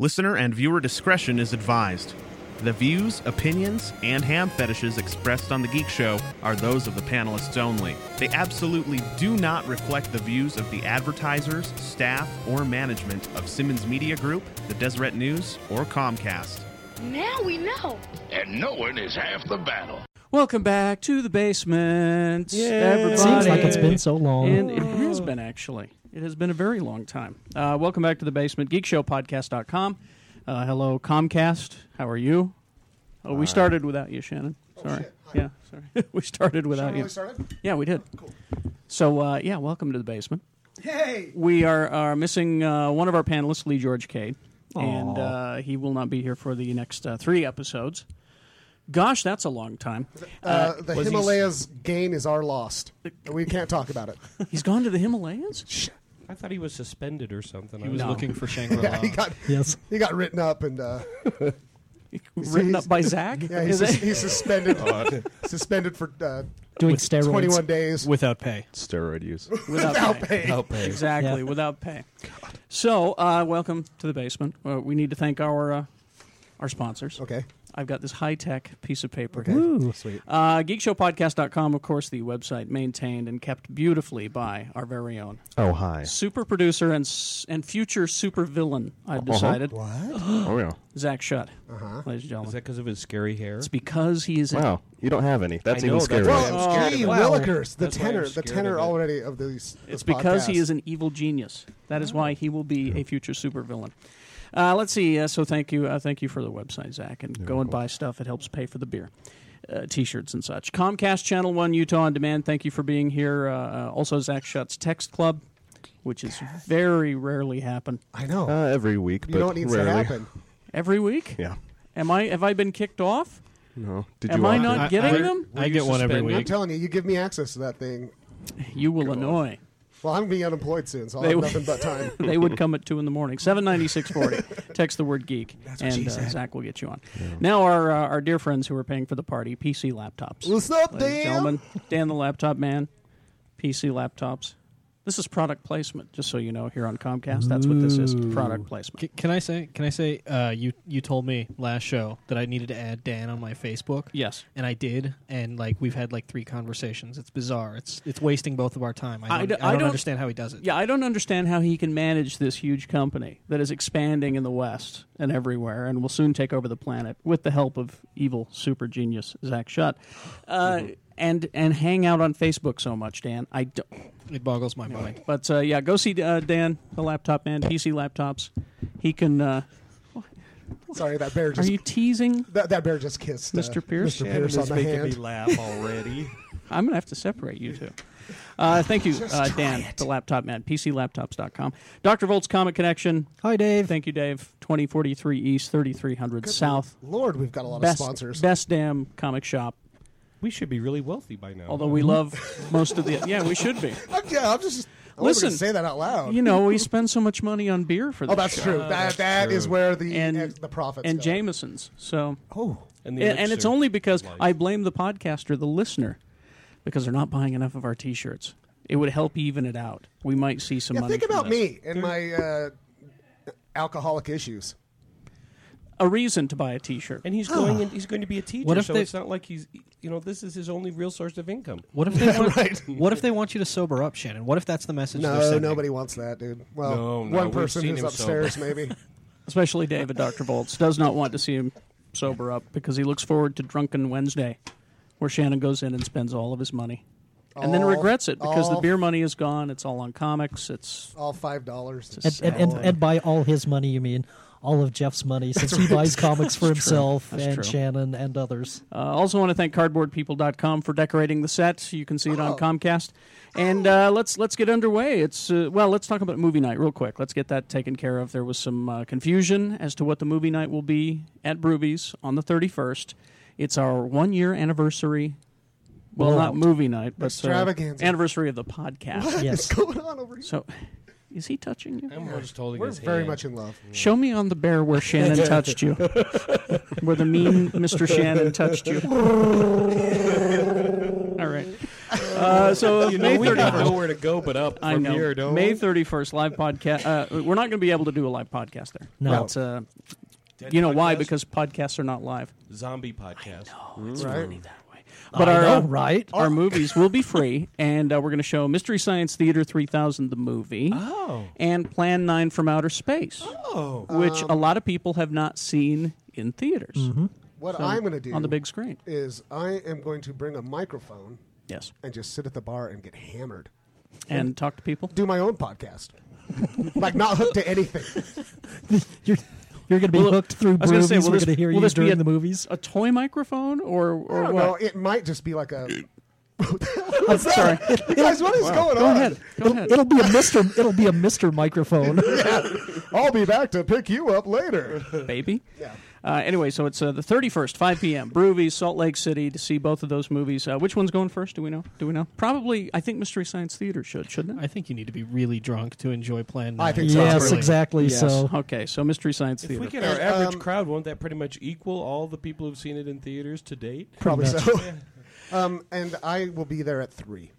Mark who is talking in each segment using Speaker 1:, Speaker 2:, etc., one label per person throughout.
Speaker 1: Listener and viewer discretion is advised. The views, opinions, and ham fetishes expressed on The Geek Show are those of the panelists only. They absolutely do not reflect the views of the advertisers, staff, or management of Simmons Media Group, the Deseret News, or Comcast.
Speaker 2: Now we know.
Speaker 3: and knowing is half the battle.
Speaker 4: Welcome back to the basement, everybody.
Speaker 5: Seems like it's been so long.
Speaker 4: And it has been, actually. It has been a very long time. Uh, welcome back to the basement, geekshowpodcast.com. Uh, hello, Comcast. How are you? Oh, we started without you, Shannon. Sorry. Yeah, sorry. we started without you. Yeah, we did. Cool. So, uh, yeah, welcome to the basement.
Speaker 6: Hey!
Speaker 4: We are, are missing uh, one of our panelists, Lee George Cade, and uh, he will not be here for the next uh, three episodes. Gosh, that's a long time.
Speaker 6: Uh, the
Speaker 4: was he-
Speaker 6: Himalayas gain is our lost. We can't talk about it.
Speaker 4: He's gone to the Himalayas?
Speaker 7: I thought he was suspended or something.
Speaker 4: was No. looking
Speaker 7: for Shangri-La.
Speaker 6: Yeah, he got
Speaker 5: yes.
Speaker 6: he got written up and uh,
Speaker 4: Written up by Zach?
Speaker 6: yeah, he's,
Speaker 4: Is it-
Speaker 6: sus- he's suspended suspended for uh,
Speaker 5: Doing steroids.
Speaker 6: 21 days.
Speaker 7: without pay.
Speaker 8: steroid use.
Speaker 4: without, pay. Exactly,
Speaker 5: Yeah.
Speaker 4: without pay. So, uh, welcome to the basement. Uh, we need to thank our uh, our sponsors.
Speaker 6: Okay.
Speaker 4: I've got this high tech piece of paper here.
Speaker 5: Ooh.
Speaker 4: Uh, geekshowpodcast.com, of course, the website maintained and kept beautifully by our very own
Speaker 8: Oh hi.
Speaker 4: super producer and s- and future super villain, I've decided,
Speaker 6: What?
Speaker 8: Uh-huh.
Speaker 6: Uh-huh.
Speaker 8: Oh yeah.
Speaker 4: Zach Shutt, ladies and gentlemen.
Speaker 7: Is that because of his scary hair?
Speaker 4: it's because he is
Speaker 8: Wow. You don't have any. That's
Speaker 7: I know,
Speaker 8: even scarier.
Speaker 7: that's why I'm
Speaker 6: Oh, Well,
Speaker 7: scared
Speaker 6: gee
Speaker 7: of it.
Speaker 6: willikers, the
Speaker 7: Oh, That's why I'm
Speaker 6: tenor, the
Speaker 7: scared
Speaker 6: tenor
Speaker 7: of it.
Speaker 6: already of these. this
Speaker 4: It's because he
Speaker 6: podcast.
Speaker 4: is an evil genius. That is why he will be a future supervillain. Uh, let's see. Uh, so thank you, uh, thank you for the website, Zach, and go and buy stuff. It helps pay for the beer, uh, t-shirts and such. Comcast Channel One Utah on Demand. Thank you for being here. Uh, uh, also, Zach Shutt's Text Club, which is very rarely happen
Speaker 6: I know.
Speaker 8: Uh, every week,
Speaker 6: you
Speaker 8: but
Speaker 6: know what needs
Speaker 8: rarely.
Speaker 6: to happen.
Speaker 4: every week.
Speaker 8: Yeah.
Speaker 4: Am I? Have I been kicked off?
Speaker 8: No. Did
Speaker 4: Am
Speaker 8: you
Speaker 4: I
Speaker 8: all-
Speaker 4: not getting
Speaker 7: I-
Speaker 4: them?
Speaker 7: I get one every
Speaker 6: I'm
Speaker 7: week.
Speaker 6: telling you, you give me access to that thing.
Speaker 4: You will annoy.
Speaker 6: Well, I'm going to be unemployed soon, so I'll
Speaker 4: They
Speaker 6: have
Speaker 4: will-
Speaker 6: nothing but time.
Speaker 4: they would come at two in the morning. Seven ninety six forty. Text the word geek,
Speaker 6: what
Speaker 4: and
Speaker 6: she
Speaker 4: uh,
Speaker 6: said.
Speaker 4: Zach will get you on. Now our uh, our dear friends who are paying for the party, PC laptops.
Speaker 6: What's up,
Speaker 4: Ladies and
Speaker 6: Dan?
Speaker 4: gentlemen, Dan the laptop man, PC laptops. This is product placement, just so you know. Here on Comcast, that's what this is. Product placement.
Speaker 9: C- Can I say? Can I say? Uh, you you told me last show that I needed to add Dan on my Facebook.
Speaker 4: Yes.
Speaker 9: and I did. And like we've had like three conversations. It's bizarre. It's it's wasting both of our time. I
Speaker 4: I
Speaker 9: don't,
Speaker 4: d-
Speaker 9: I
Speaker 4: I
Speaker 9: don't
Speaker 4: don't-
Speaker 9: understand how he does it.
Speaker 4: Yeah, I don't understand how he can manage this huge company that is expanding in the West and everywhere and will soon take over the planet with the help of evil super genius Zach Shutt. Uh,
Speaker 9: Mm-hmm.
Speaker 4: And and hang out on Facebook so much, Dan. I don't.
Speaker 9: it boggles my mind.
Speaker 4: But uh, yeah, go see uh, Dan, the laptop man, PC laptops. He can. Uh,
Speaker 6: Sorry, that bear
Speaker 4: are
Speaker 6: just
Speaker 4: you teasing?
Speaker 6: that, that bear just kissed uh,
Speaker 4: Mr. Pierce?
Speaker 6: Mr. Pierce on my hand.
Speaker 7: laugh already.
Speaker 4: I'm going to have to separate you two. Uh, thank you, uh, Dan, the laptop man, PCLaptops.com. Dr. Volt's Comic Connection.
Speaker 9: Hi, Dave.
Speaker 4: Thank you, Dave. 2043 East, 3300 South.
Speaker 6: Lord, we've got a lot
Speaker 4: Best,
Speaker 6: of sponsors.
Speaker 4: best damn comic shop.
Speaker 7: We should be really wealthy by now.
Speaker 4: Although we love most of the. Yeah, we should be.
Speaker 6: I'm, yeah, I'm just. I wasn't
Speaker 4: Listen,
Speaker 6: gonna say that out loud.
Speaker 4: You know, we spend so much money on beer for this.
Speaker 6: oh, that's
Speaker 4: show.
Speaker 6: true.
Speaker 7: Uh,
Speaker 6: that that is where the
Speaker 4: And-
Speaker 6: ex- the profits
Speaker 4: And
Speaker 6: go.
Speaker 4: Jameson's. So.
Speaker 6: Oh,
Speaker 7: and, the
Speaker 4: and, and it's
Speaker 7: elixir.
Speaker 4: only because
Speaker 7: life.
Speaker 4: I blame the podcaster, the listener, because they're not buying enough of our T-shirts. It would help even it out. We might see some
Speaker 6: yeah.
Speaker 4: money.
Speaker 6: Think
Speaker 4: from
Speaker 6: about
Speaker 4: this.
Speaker 6: me and my uh, alcoholic issues.
Speaker 4: A reason to buy a T-shirt.
Speaker 7: And he's going. In, he's going to be a teacher.
Speaker 9: What if
Speaker 7: so
Speaker 9: they-
Speaker 7: it's not like he's. You know, this is his only real source of income.
Speaker 9: What if they want? What if they want you to sober up, Shannon? What if that's the message? they're
Speaker 6: No,
Speaker 9: sending?
Speaker 6: nobody wants that, dude. Well,
Speaker 7: No, no,
Speaker 6: one
Speaker 7: we've
Speaker 6: person
Speaker 7: seen
Speaker 6: who's
Speaker 7: him sober.
Speaker 6: upstairs, maybe.
Speaker 4: Especially David Dr. Volts does not want to see him sober up because he looks forward to Drunken Wednesday, where Shannon goes in and spends all of his money. And then
Speaker 6: All-
Speaker 4: regrets it because the
Speaker 6: all-
Speaker 4: beer money is gone. It's all on comics. It's
Speaker 6: All five dollars.
Speaker 4: It's-
Speaker 5: And, and, and, and by all his money, you mean all of Jeff's money, since he buys comics for himself
Speaker 4: That's
Speaker 5: and
Speaker 4: true.
Speaker 5: Shannon and others.
Speaker 4: Uh, also want to thank cardboardpeople.com for decorating the set. You can see
Speaker 6: Oh.
Speaker 4: it on Comcast. And uh, let's let's get underway. It's uh, well, let's talk about movie night real quick. Let's get that taken care of. There was some uh, confusion as to what the movie night will be at Broovies on the 31st. It's our 1 year anniversary. Well, not movie night, but uh,
Speaker 6: Extravaganza.
Speaker 4: anniversary of the podcast.
Speaker 6: What's
Speaker 5: Yes.
Speaker 6: going on over here?
Speaker 4: So is he touching you?
Speaker 7: I'm just holding
Speaker 6: We're
Speaker 7: his
Speaker 6: very
Speaker 7: hand.
Speaker 6: much in love.
Speaker 4: Show me on the bear where Shannon touched you. where the mean Mr. Shannon touched you. All right. Uh, so
Speaker 7: You know,
Speaker 4: May
Speaker 7: we got
Speaker 4: 31st.
Speaker 7: nowhere to go but up
Speaker 4: I
Speaker 7: from
Speaker 4: know.
Speaker 7: here, don't
Speaker 4: May
Speaker 7: we?
Speaker 4: 31st, live podcast. Uh, we're not going to be able to do a live podcast there.
Speaker 5: No.
Speaker 4: But, uh,
Speaker 7: Dead
Speaker 4: you know why?
Speaker 7: podcast?
Speaker 4: Because podcasts are not live.
Speaker 7: zombie podcast.
Speaker 4: Mm.
Speaker 6: right?
Speaker 4: But
Speaker 5: I
Speaker 4: our
Speaker 5: know,
Speaker 4: uh,
Speaker 5: right?
Speaker 4: our movies will be free, and uh, we're going to show Mystery Science Theater 3000, the movie,
Speaker 7: Oh,
Speaker 4: and Plan 9 from Outer Space,
Speaker 7: oh,
Speaker 4: which a lot of people have not seen in theaters
Speaker 6: What I'm going to do
Speaker 4: on the big screen.
Speaker 6: is I am going to bring a microphone
Speaker 4: Yes.
Speaker 6: and just sit at the bar and get hammered.
Speaker 4: And talk to people.
Speaker 6: Do my own podcast. like not hooked to anything.
Speaker 5: You're, you're going to be
Speaker 4: Will it-
Speaker 5: hooked through
Speaker 4: I was gonna
Speaker 5: movies.
Speaker 4: say, will
Speaker 5: We're
Speaker 4: this-
Speaker 5: going to hear
Speaker 4: will
Speaker 5: you
Speaker 4: this be
Speaker 5: during
Speaker 4: a-
Speaker 5: the movies.
Speaker 4: A toy microphone or, or
Speaker 6: I don't
Speaker 4: what?
Speaker 6: know. It might just be like a.
Speaker 4: I'm sorry.
Speaker 6: You guys, what is going
Speaker 4: Go
Speaker 6: on?
Speaker 4: ahead. Go ahead.
Speaker 5: It'll be a Mister. It'll be a Mister microphone.
Speaker 6: I'll be back to pick you up later.
Speaker 4: baby.
Speaker 6: Yeah.
Speaker 4: Uh, anyway, so it's uh, the 31st, 5 p.m. Broovies, Salt Lake City to see both of those movies. Uh, which one's going first? Do we know? Do we know? Probably, I think Mystery Science Theater should, shouldn't it?
Speaker 9: I think you need to be really drunk to enjoy Plan
Speaker 6: I
Speaker 9: 9.
Speaker 6: think so.
Speaker 5: yes,
Speaker 6: Really.
Speaker 5: exactly. So
Speaker 4: okay, so Mystery Science
Speaker 7: If
Speaker 4: Theater.
Speaker 7: we get our
Speaker 6: Um,
Speaker 7: average crowd, won't that pretty much equal all the people who've seen it in theaters to date?
Speaker 6: Probably so. um, and I will be there at three.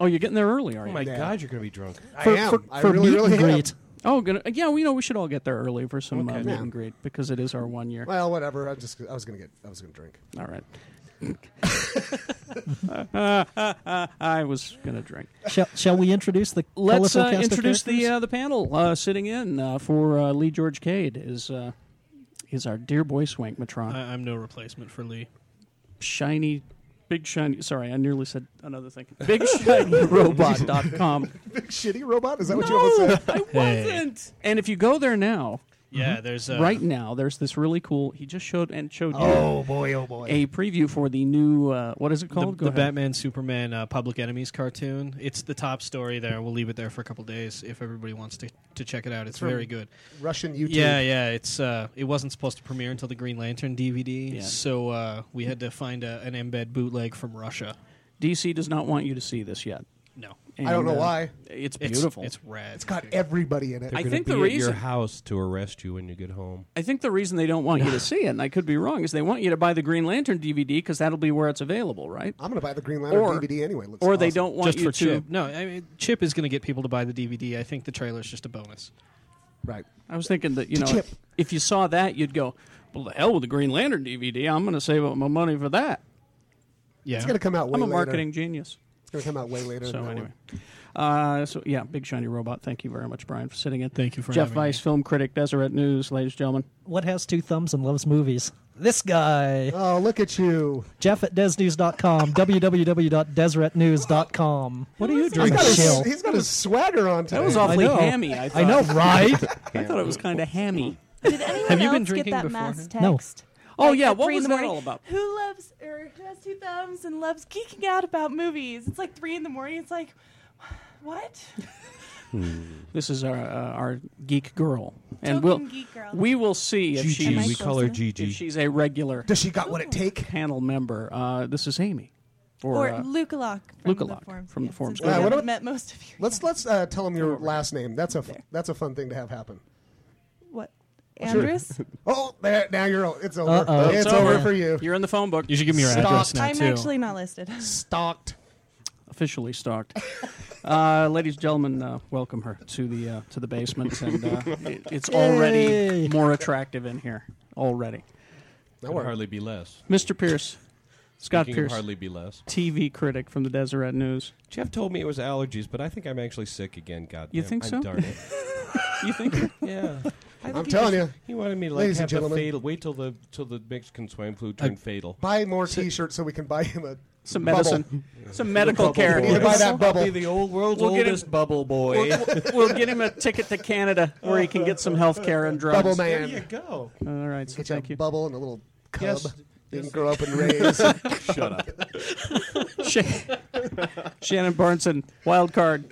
Speaker 4: oh, you're getting there early, are
Speaker 7: Oh
Speaker 4: you?
Speaker 7: my God, you're going to be drunk.
Speaker 6: I
Speaker 5: for,
Speaker 6: am.
Speaker 5: for,
Speaker 6: I
Speaker 5: for
Speaker 6: really,
Speaker 5: meet
Speaker 6: really
Speaker 5: and
Speaker 6: am.
Speaker 5: greet,
Speaker 4: Oh, gonna, yeah. Well, you know, we should all get there early for some uh, meet
Speaker 6: Yeah.
Speaker 4: and greet because it is our one year.
Speaker 6: Well, whatever. I'm just. I was gonna get. I was gonna drink.
Speaker 4: All right. I was gonna drink.
Speaker 5: shall, shall we introduce the
Speaker 4: Let's
Speaker 5: colorful
Speaker 4: uh,
Speaker 5: cast of
Speaker 4: introduce the
Speaker 5: characters?
Speaker 4: uh, the panel uh, sitting in uh, for uh, Lee George Cade is uh, is our dear boy Swank Matron.
Speaker 9: I, I'm no replacement for Lee.
Speaker 4: shiny big shiny sorry i nearly said another thing big shiny robot.com
Speaker 6: Big shitty robot. Is that what you almost said?
Speaker 4: i wasn't and if you go there now mm-hmm,
Speaker 9: Yeah, there's uh,
Speaker 4: right now there's this really cool he just showed and showed you
Speaker 6: boy! Oh boy!
Speaker 4: a preview for the new uh, what is it
Speaker 9: the,
Speaker 4: called
Speaker 9: the Batman Superman uh, Public Enemies cartoon. It's the top story there. We'll leave it there for a couple days if everybody wants to, to check it out. It's very good.
Speaker 6: Russian YouTube.
Speaker 9: Yeah, yeah. It's uh, it wasn't supposed to premiere until the Green Lantern DVD,
Speaker 4: Yeah.
Speaker 9: so uh, we had to find a, an embed bootleg from Russia.
Speaker 4: dc does not want you to see this yet
Speaker 9: No,
Speaker 6: I don't know
Speaker 4: And, uh,
Speaker 6: why.
Speaker 4: it's
Speaker 9: it's
Speaker 4: beautiful
Speaker 9: It's rad.
Speaker 6: It's got everybody in it.
Speaker 4: I
Speaker 7: They're
Speaker 4: think
Speaker 7: gonna
Speaker 4: the
Speaker 7: be at your
Speaker 4: reason
Speaker 7: house to arrest you when you get home.
Speaker 4: I think the reason they don't want you to see it, and I could be wrong, is they want you to buy the Green Lantern DVD because that'll be where it's available, right?
Speaker 6: I'm gonna buy the Green Lantern
Speaker 4: Or-
Speaker 6: DVD anyway. It looks
Speaker 4: Or they
Speaker 6: awesome.
Speaker 4: don't want
Speaker 9: just
Speaker 4: you
Speaker 9: for
Speaker 4: to.
Speaker 9: Chip. No, I mean, Chip is going to get people to buy the DVD. I think the trailer's just a bonus.
Speaker 6: Right.
Speaker 4: I was thinking that you know,
Speaker 6: Chip.
Speaker 4: if, if you saw that, you'd go, "Well, the hell with the Green Lantern DVD. I'm going to save up my money for that.
Speaker 9: Yeah,
Speaker 6: It's gonna come out. Way
Speaker 4: I'm a
Speaker 6: later.
Speaker 4: marketing genius."
Speaker 6: It's gonna come out way later.
Speaker 4: So
Speaker 6: than that
Speaker 4: anyway,
Speaker 6: one.
Speaker 4: uh, so yeah, big shiny robot. Thank you very much, Brian, for sitting in.
Speaker 9: Thank you for
Speaker 4: Jeff
Speaker 9: having
Speaker 4: Weiss,
Speaker 9: me.
Speaker 4: film critic, Deseret News, ladies and gentlemen.
Speaker 5: what has two thumbs and loves movies. This guy,
Speaker 6: Oh, look at you!
Speaker 5: Jeff at desnews.com, www.deseretnews.com.
Speaker 9: What are you
Speaker 6: He's
Speaker 9: doing?
Speaker 6: got, his,
Speaker 5: Chill.
Speaker 6: he's got his swagger on today.
Speaker 4: That was awfully
Speaker 6: Oh,
Speaker 5: know.
Speaker 4: hammy. I thought.
Speaker 5: I know, right?
Speaker 4: I thought it was kind of hammy.
Speaker 2: Did anyone
Speaker 9: Have you been
Speaker 2: else
Speaker 9: drinking
Speaker 2: get that
Speaker 9: beforehand?
Speaker 2: mass
Speaker 5: No.
Speaker 2: text?
Speaker 4: Oh
Speaker 2: Like,
Speaker 4: yeah,
Speaker 2: at
Speaker 4: what
Speaker 2: three in
Speaker 4: was
Speaker 2: the
Speaker 4: that
Speaker 2: morning,
Speaker 4: all about?
Speaker 2: Who loves or who has two thumbs and loves geeking out about movies? It's like three in the morning. It's like, what?
Speaker 4: This is our uh, our geek girl, and
Speaker 2: Token
Speaker 4: we'll
Speaker 2: geek girl.
Speaker 4: we will see if
Speaker 2: Am I
Speaker 7: we
Speaker 4: she's
Speaker 7: call
Speaker 2: closer?
Speaker 7: her
Speaker 4: if
Speaker 7: Gigi.
Speaker 4: she's a regular
Speaker 6: Does she got what it take?
Speaker 4: panel member. Uh, this is Amy,
Speaker 2: Or,
Speaker 4: uh,
Speaker 2: Lucalock from
Speaker 4: Lucalock
Speaker 2: the forums.
Speaker 4: from the
Speaker 2: Yes,
Speaker 4: forums.
Speaker 2: since we
Speaker 6: Yeah, Uh, what
Speaker 2: haven't
Speaker 6: about-
Speaker 2: met most of you.
Speaker 6: Let's let's uh, tell him your last name. That's a f- that's a fun thing to have happen.
Speaker 2: what? Andrews?
Speaker 6: Oh, there, now you're. o- It's over.
Speaker 5: Uh-oh.
Speaker 6: It's,
Speaker 5: It's
Speaker 6: over,
Speaker 4: over.
Speaker 6: for you.
Speaker 4: You're in the phone book.
Speaker 9: You should give me your
Speaker 6: Stop.
Speaker 9: address now
Speaker 2: I'm
Speaker 9: too.
Speaker 2: actually not listed.
Speaker 6: Stalked.
Speaker 4: officially stalked. uh, ladies and gentlemen, uh, welcome her to the uh, to the basement, and uh, it, it's already
Speaker 5: Yay.
Speaker 4: more attractive in here already.
Speaker 7: That would hardly be less.
Speaker 4: Mr. Pierce, Scott
Speaker 7: Speaking of
Speaker 4: Pierce,
Speaker 7: hardly be less.
Speaker 4: TV critic from the Deseret News.
Speaker 7: Jeff told me it was allergies, but I think I'm actually sick again. God,
Speaker 4: You think
Speaker 7: I'm
Speaker 4: so?
Speaker 7: Darn it.
Speaker 4: You think?
Speaker 7: yeah. I think
Speaker 6: I'm
Speaker 7: he
Speaker 6: telling
Speaker 7: just-
Speaker 6: you.
Speaker 7: He wanted me to like
Speaker 6: Ladies
Speaker 7: have
Speaker 6: and
Speaker 7: the
Speaker 6: gentlemen.
Speaker 7: fatal. Wait till the till the Mexican swine flu turned fatal.
Speaker 6: Buy more T-shirts so we can buy him a
Speaker 4: Some
Speaker 6: bubble.
Speaker 4: medicine, some medical care.
Speaker 6: We need to buy that
Speaker 7: I'll
Speaker 6: bubble.
Speaker 7: be the old world's
Speaker 4: We'll get
Speaker 7: oldest
Speaker 4: him-
Speaker 7: bubble boy.
Speaker 4: We'll, we'll- we'll get him a ticket to Canada where he can get some health care and drugs.
Speaker 6: Bubble
Speaker 7: there you
Speaker 6: man.
Speaker 7: go.
Speaker 4: All right, so
Speaker 6: Get you a
Speaker 4: thank you.
Speaker 6: bubble and a little cub.
Speaker 7: Yes.
Speaker 6: You can grow up and raise.
Speaker 7: Shut up.
Speaker 4: Shan- Shannon Barneson, wild card,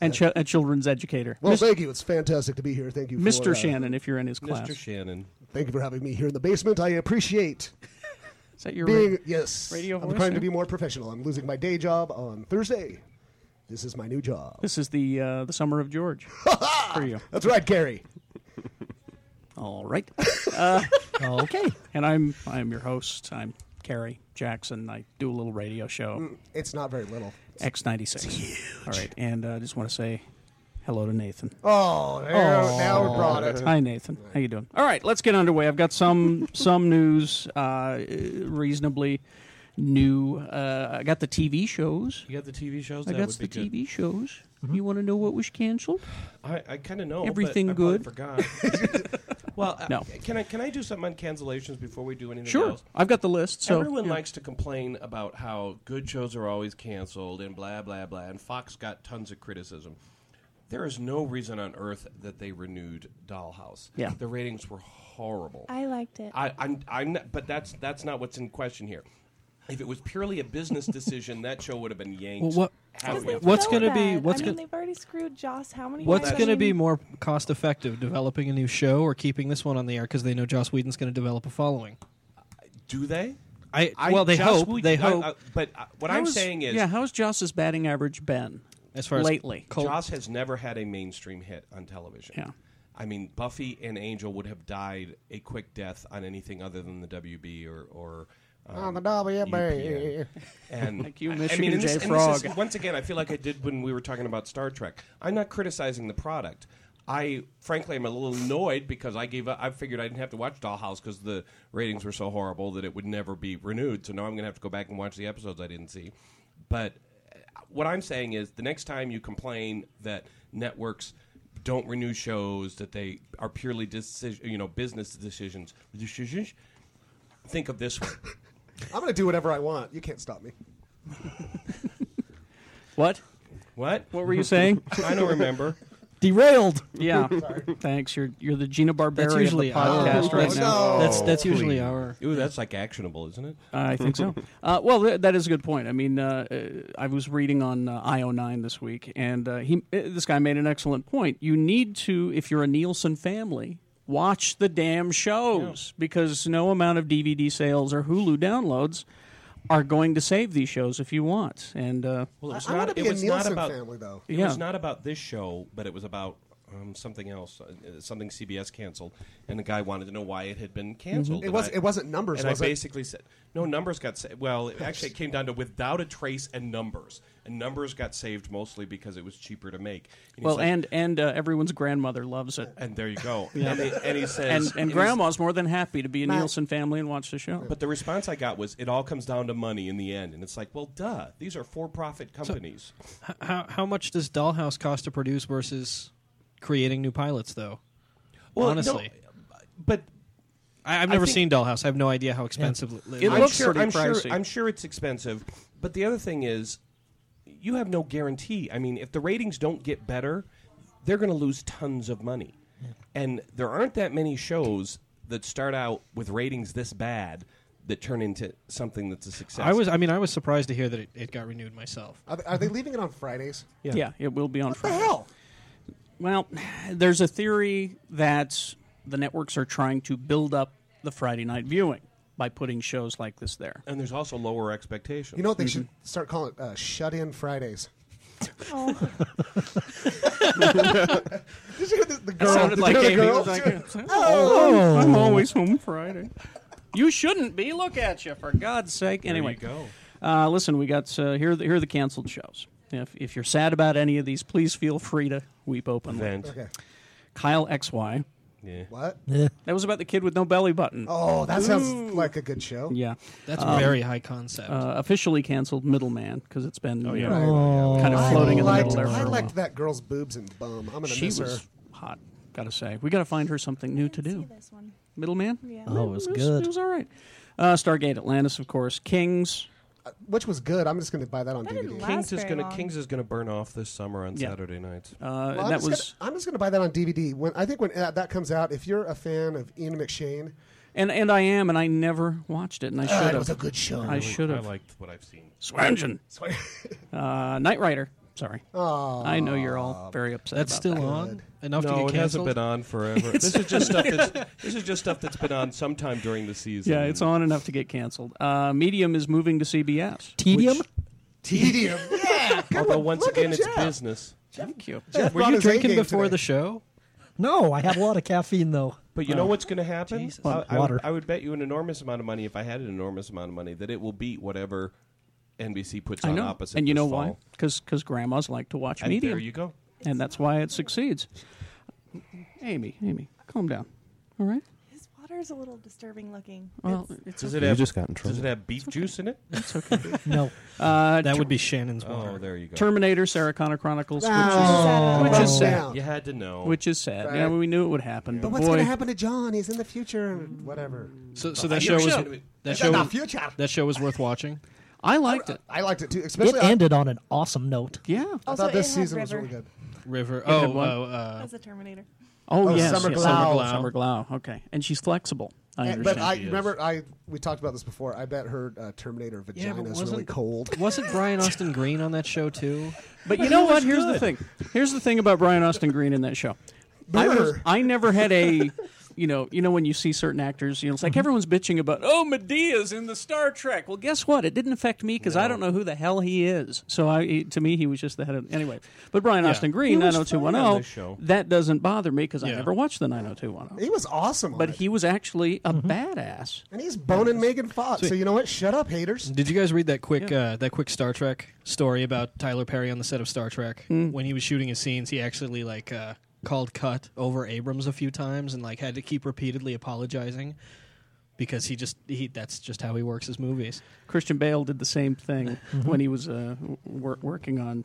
Speaker 4: and, ch- and children's educator.
Speaker 6: well, thank you. It's fantastic to be here. Thank you, for,
Speaker 4: Mr.
Speaker 6: uh,
Speaker 4: Shannon, if you're in his class.
Speaker 7: Mr. Shannon.
Speaker 6: Thank you for having me here in the basement. I appreciate
Speaker 4: Is that your
Speaker 6: being. Yes,
Speaker 4: radio
Speaker 6: I'm
Speaker 4: voice
Speaker 6: trying to
Speaker 4: there?
Speaker 6: be more professional. I'm losing my day job on Thursday. This is my new job.
Speaker 4: This is the uh, the summer of George for you.
Speaker 6: That's right, Gary.
Speaker 4: All right, Uh,
Speaker 5: okay.
Speaker 4: and I'm I'm your host. I'm Carrie Jackson. I do a little radio show.
Speaker 6: Mm. It's not very little.
Speaker 4: X96. All right. And uh, I just want to say hello to Nathan.
Speaker 6: Oh, there, now we brought it.
Speaker 4: Hi, Nathan. How you doing? All right, let's get underway. I've got some some news, uh, reasonably new. Uh, I got the TV shows.
Speaker 7: You got the TV shows.
Speaker 4: I
Speaker 7: that
Speaker 4: got
Speaker 7: would
Speaker 4: the
Speaker 7: be good. Mm-hmm.
Speaker 4: TV shows. You want to know what was canceled?
Speaker 7: I, I kind of know but
Speaker 4: Everything
Speaker 7: I probably
Speaker 4: good?
Speaker 7: Forgot. well, uh,
Speaker 4: No.
Speaker 7: can I can I do something on cancellations before we do anything
Speaker 4: Sure,
Speaker 7: else?
Speaker 4: I've got the list. So
Speaker 7: Everyone likes to complain about how good shows are always canceled and blah blah blah. And Fox got tons of criticism. There is no reason on earth that they renewed Dollhouse.
Speaker 4: Yeah.
Speaker 7: the ratings were horrible.
Speaker 2: I liked it.
Speaker 7: I, I'm, I'm not, but that's that's not what's in question here. If it was purely a business decision, that show would have been yanked.
Speaker 9: Well, what-
Speaker 7: halfway
Speaker 2: Because they
Speaker 7: up.
Speaker 9: What's
Speaker 2: know
Speaker 9: gonna be-
Speaker 2: that.
Speaker 9: what's
Speaker 2: I mean,
Speaker 9: gonna-
Speaker 2: they've already screwed Joss. How many?
Speaker 9: What's
Speaker 2: times?
Speaker 9: going to
Speaker 2: I mean,
Speaker 9: be more cost effective, developing a new show or keeping this one on the air because they know Joss Whedon's going to develop a following?
Speaker 7: Do they?
Speaker 9: I, well, they
Speaker 7: Joss
Speaker 9: hope
Speaker 7: Whedon-
Speaker 9: they
Speaker 7: I-
Speaker 9: hope
Speaker 7: I- but uh, what
Speaker 4: How
Speaker 7: I'm
Speaker 4: is-
Speaker 7: saying is,
Speaker 4: yeah, how's Joss's batting average been?
Speaker 9: as far as
Speaker 4: lately.
Speaker 9: cult-
Speaker 7: Joss has never had a mainstream hit on television.
Speaker 4: Yeah.
Speaker 7: I mean, Buffy and Angel would have died a quick death on anything other than the WB or. or um,
Speaker 4: Oh,
Speaker 6: On the WB.
Speaker 7: UPN. And
Speaker 4: Thank you,
Speaker 7: I- I
Speaker 4: Michigan
Speaker 7: mean, and
Speaker 4: J.
Speaker 7: this, and this is-
Speaker 4: Frog.
Speaker 7: once again, I feel like I did when we were talking about Star Trek. I'm not criticizing the product. I frankly am a little annoyed because I gave up. I figured I didn't have to watch Dollhouse because the ratings were so horrible that it would never be renewed. So now I'm going to have to go back and watch the episodes I didn't see. But uh, what I'm saying is, the next time you complain that networks don't renew shows, that they are purely decision, you know, business decisions, decisions, think of this one.
Speaker 6: I'm going to do whatever I want. You can't stop me.
Speaker 4: What?
Speaker 7: What?
Speaker 4: What were you saying?
Speaker 7: I don't remember.
Speaker 5: Derailed.
Speaker 4: yeah. Thanks. You're you're the Gina
Speaker 9: That's
Speaker 4: Barbera of the
Speaker 9: usually our
Speaker 4: podcast right
Speaker 9: that's,
Speaker 4: now.
Speaker 9: That's
Speaker 7: Oh,
Speaker 9: that's usually our.
Speaker 7: Ooh, that's like actionable, isn't it?
Speaker 4: I think so. Uh, well, th- that is a good point. I mean, uh, uh, I was reading on uh, IO9 this week, and uh, he, uh, this guy made an excellent point. You need to, if you're a Nielsen family, watch the damn shows because no amount of DVD sales or Hulu downloads are going to save these shows if you want. And uh,
Speaker 7: Well, it was
Speaker 6: I- I
Speaker 7: not,
Speaker 6: wanna be
Speaker 7: it
Speaker 6: a
Speaker 7: was
Speaker 6: Nielsen
Speaker 7: not about,
Speaker 6: family, though.
Speaker 7: It
Speaker 4: Yeah.
Speaker 7: was not about this show, but it was about um, something else, uh, uh, something CBS canceled, and the guy wanted to know why it had
Speaker 4: Mm-hmm.
Speaker 7: been canceled.
Speaker 6: It
Speaker 7: and
Speaker 6: was.
Speaker 7: I-
Speaker 6: It wasn't numbers.
Speaker 7: And
Speaker 6: was
Speaker 7: I
Speaker 6: it?
Speaker 7: basically said, no, numbers got saved. Well, it actually, it came down to without a trace and numbers. And numbers got saved mostly because it was cheaper to make. And he's
Speaker 4: well,
Speaker 7: like-
Speaker 4: and and uh, everyone's grandmother loves it,
Speaker 7: and there you go. and, he, and he says,
Speaker 4: and and
Speaker 7: he's-
Speaker 4: grandma's more than happy to be a Nielsen family and watch the show.
Speaker 7: But the response I got was, it all comes down to money in the end. And it's like, well, duh. These are for profit companies.
Speaker 9: h- How how much does Dollhouse cost to produce versus creating new pilots though?
Speaker 7: Well, no,
Speaker 9: Honestly,
Speaker 7: but
Speaker 9: I, I've never
Speaker 7: think-
Speaker 9: seen Dollhouse. I have no idea how expensive it
Speaker 4: It
Speaker 7: I'm
Speaker 4: looks
Speaker 7: sure,
Speaker 4: pretty
Speaker 7: I'm
Speaker 4: pricey.
Speaker 7: Sure, I'm sure it's expensive, but the other thing is, you have no guarantee. I mean, if the ratings don't get better, they're going to lose tons of money, and there aren't that many shows that start out with ratings this bad that turn into something that's a success.
Speaker 9: I was I mean I was surprised to hear that it, it got renewed myself.
Speaker 6: Are, they- are they leaving it on Fridays?
Speaker 4: Yeah, it will be on
Speaker 6: What
Speaker 4: Friday.
Speaker 6: the hell?
Speaker 4: Well, there's a theory that the networks are trying to build up the Friday night viewing by putting shows like this there.
Speaker 7: and there's also lower expectations.
Speaker 6: You know what they should
Speaker 4: Mm-hmm.
Speaker 6: start calling it? Uh, Shut in Fridays.
Speaker 2: Oh,
Speaker 6: Did you hear the, the girl?
Speaker 4: sounded
Speaker 6: did you
Speaker 4: like
Speaker 6: hear the
Speaker 4: Amy
Speaker 6: girl?
Speaker 4: was like,
Speaker 5: Oh.
Speaker 4: I'm always home Friday. You shouldn't be. Look at you, for God's sake. Anyway,
Speaker 7: there you go.
Speaker 4: Uh, listen, we got uh, here. Are the, here are the canceled shows. If if you're sad about any of these, please feel free to weep openly.
Speaker 7: Vent.
Speaker 6: okay.
Speaker 4: Kyle X Y.
Speaker 7: Yeah.
Speaker 6: What?
Speaker 5: Yeah.
Speaker 4: That was about the kid with no belly button.
Speaker 6: Oh, that sounds like a good show. Um,
Speaker 4: Yeah, Um,
Speaker 9: That's very high concept.
Speaker 4: uh, officially canceled Middleman because it's been you know,
Speaker 5: Oh.
Speaker 4: kind of floating
Speaker 6: I
Speaker 4: in the
Speaker 6: liked,
Speaker 4: middle there. for
Speaker 6: I
Speaker 4: a while.
Speaker 6: liked that girl's boobs and bum. I'm gonna
Speaker 4: She
Speaker 6: miss
Speaker 4: was
Speaker 6: her.
Speaker 4: hot. Gotta say, we gotta find her something new to
Speaker 2: I see
Speaker 4: do.
Speaker 2: this one.
Speaker 4: Middleman.
Speaker 2: Yeah.
Speaker 5: Oh, it was
Speaker 4: It was,
Speaker 5: good.
Speaker 4: It was all right. Uh, Stargate Atlantis, of course. Kings.
Speaker 6: Uh, Which was good. I'm just gonna buy that on
Speaker 2: That
Speaker 6: DVD.
Speaker 2: didn't
Speaker 7: Kings
Speaker 2: last
Speaker 7: is
Speaker 2: very
Speaker 7: gonna
Speaker 2: long.
Speaker 7: Kings is gonna burn off this summer on
Speaker 4: Yeah.
Speaker 7: Saturday nights.
Speaker 4: Uh,
Speaker 6: Well, I'm
Speaker 4: that
Speaker 6: just
Speaker 4: was.
Speaker 6: gonna, I'm just gonna buy that on DVD. When I think when uh, that comes out, if you're a fan of Ian McShane,
Speaker 4: And and I am, and I never watched it, and I should
Speaker 6: uh,
Speaker 4: have.
Speaker 6: it was a good show.
Speaker 4: I should
Speaker 7: I
Speaker 4: have.
Speaker 7: liked what I've seen.
Speaker 4: Swearingen. Uh, Knight Rider. Sorry. I know you're all very upset.
Speaker 9: that's
Speaker 4: about
Speaker 9: still
Speaker 4: that.
Speaker 9: on enough to
Speaker 7: No,
Speaker 9: get
Speaker 7: it hasn't
Speaker 9: canceled.
Speaker 7: been on forever. this is just stuff that's this is just stuff that's been on sometime during the season.
Speaker 4: Yeah, it's on enough to get canceled. Uh, Medium is moving to CBS.
Speaker 5: Tedium?
Speaker 6: Tedium. yeah. Good
Speaker 7: Although
Speaker 6: one.
Speaker 7: once
Speaker 6: Look
Speaker 7: again,
Speaker 6: at
Speaker 7: it's
Speaker 6: Jeff.
Speaker 7: business.
Speaker 4: Thank you.
Speaker 6: Jeff
Speaker 9: Were
Speaker 6: brought
Speaker 9: you
Speaker 6: his A
Speaker 9: drinking
Speaker 6: game
Speaker 9: before
Speaker 6: today.
Speaker 9: the show?
Speaker 5: No, I had a lot of caffeine though. Oh,
Speaker 7: But you know what's going to happen?
Speaker 9: Jesus.
Speaker 7: I, I
Speaker 5: Water.
Speaker 7: would, I would bet you an enormous amount of money, if I had an enormous amount of money, that it will beat whatever NBC puts
Speaker 4: I
Speaker 7: on
Speaker 4: know.
Speaker 7: opposite.
Speaker 4: and you
Speaker 7: this
Speaker 4: know
Speaker 7: fall.
Speaker 4: why? Because grandmas like to watch
Speaker 7: And
Speaker 4: media.
Speaker 7: there you go.
Speaker 4: and that's why it succeeds. Amy, Amy, calm down. All right.
Speaker 2: His water is a little disturbing looking.
Speaker 4: Well,
Speaker 2: It's-
Speaker 4: it's,
Speaker 7: Does it
Speaker 8: You
Speaker 7: have,
Speaker 8: just got in trouble.
Speaker 7: Does it have beef juice in it?
Speaker 5: No.
Speaker 4: uh,
Speaker 9: That would be Shannon's water.
Speaker 7: Oh, there you go.
Speaker 4: Terminator, Sarah Connor Chronicles,
Speaker 6: Oh,
Speaker 4: which is
Speaker 6: calm
Speaker 4: sad.
Speaker 6: down.
Speaker 7: You had to know.
Speaker 4: which is which is sad. Yeah, we knew it would happen, but,
Speaker 6: But what's
Speaker 4: boy,
Speaker 6: going to happen to John? He's in the future. and Whatever.
Speaker 9: So, so that show was
Speaker 7: shit.
Speaker 9: that
Speaker 6: He's in
Speaker 9: show
Speaker 6: the future.
Speaker 9: that show was worth watching.
Speaker 4: I liked it.
Speaker 6: I liked it too, especially.
Speaker 5: It
Speaker 6: I,
Speaker 5: ended on an awesome note.
Speaker 4: Yeah.
Speaker 6: I
Speaker 2: Also,
Speaker 6: thought this
Speaker 2: it had
Speaker 6: season was
Speaker 2: River
Speaker 6: really good.
Speaker 9: River. Oh,
Speaker 4: one.
Speaker 9: oh, uh,
Speaker 2: As a Terminator.
Speaker 4: Oh,
Speaker 6: Oh,
Speaker 4: yes,
Speaker 6: Summer
Speaker 4: yes.
Speaker 6: Glau.
Speaker 4: Summer Glau. Okay, and she's flexible. I
Speaker 6: And- but
Speaker 4: understand.
Speaker 6: I remember I we talked about this before. I bet her uh, Terminator
Speaker 9: Yeah,
Speaker 6: vagina
Speaker 9: but
Speaker 6: is really
Speaker 9: wasn't-
Speaker 6: cold.
Speaker 9: wasn't Brian Austin Green on that show too?
Speaker 4: But you know what? Here's the thing. Here's the thing about Brian Austin Green in that show. I,
Speaker 6: Boomer.
Speaker 4: was, I never had a, you know, you know when you see certain actors, you know, it's like everyone's bitching about, oh, Medea's in the Star Trek. Well, guess what? It didn't affect me because I don't know who the hell he is. So I, he- to me, he was just the head of anyway. But Brian Austin Green,
Speaker 7: was
Speaker 4: nine hundred two one
Speaker 7: fine on
Speaker 4: zero,
Speaker 7: this show.
Speaker 4: that doesn't bother me because I
Speaker 9: Yeah.
Speaker 4: never watched the nine hundred two one zero.
Speaker 6: He was awesome. on
Speaker 4: But
Speaker 6: it.
Speaker 4: he was actually a badass.
Speaker 6: and he's boning Megan Fox. So you know what? Shut up, haters.
Speaker 9: Did you guys read that quick uh, that quick Star Trek story about Tyler Perry on the set of Star Trek when he was shooting his scenes? He actually like uh, called cut over Abrams a few times and like had to keep repeatedly apologizing because he just he that's just how he works his movies.
Speaker 4: Christian Bale did the same thing
Speaker 9: Mm-hmm.
Speaker 4: when he was uh, wor- working on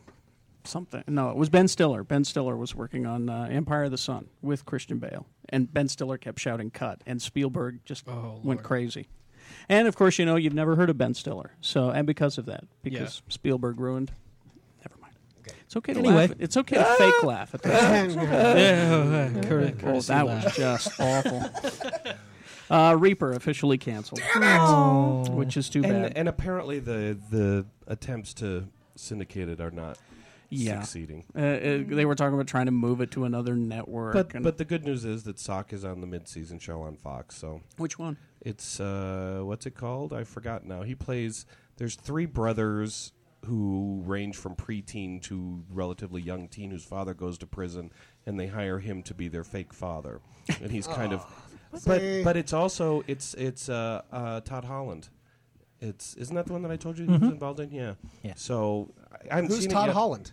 Speaker 4: something. No, it was Ben Stiller. Ben Stiller was working on uh, Empire of the Sun with Christian Bale, and Ben Stiller kept shouting "cut," and Spielberg just
Speaker 9: Oh,
Speaker 4: went
Speaker 9: Lord.
Speaker 4: crazy. And of course, you know you've never heard of Ben Stiller, so and because of that, because Spielberg ruined. Never mind. It's okay to
Speaker 5: Anyway.
Speaker 4: laugh. It's okay to fake laugh at that.
Speaker 9: Cur-
Speaker 4: Oh,
Speaker 9: courtesy
Speaker 4: that
Speaker 9: laugh.
Speaker 4: was just awful. Uh, Reaper officially canceled,
Speaker 5: Oh.
Speaker 4: which is too bad.
Speaker 7: and, and apparently the the attempts to syndicate it are not
Speaker 4: Yeah.
Speaker 7: succeeding.
Speaker 4: Uh, uh, they were talking about trying to move it to another network.
Speaker 7: But
Speaker 4: and-
Speaker 7: but the good news is that Sock is on the mid-season show on Fox. So
Speaker 4: which one?
Speaker 7: it's uh what's it called? I forgot now. He plays there's three brothers who range from preteen to relatively young teen whose father goes to prison and they hire him to be their fake father. And he's kind of but
Speaker 6: See?
Speaker 7: but it's also it's it's uh, uh Todd Holland. It's isn't that the one that I told you
Speaker 4: Mm-hmm.
Speaker 7: he was involved in? Yeah.
Speaker 5: Yeah.
Speaker 7: So I haven't
Speaker 6: Who's
Speaker 7: seen
Speaker 6: Todd
Speaker 7: it yet
Speaker 6: Holland?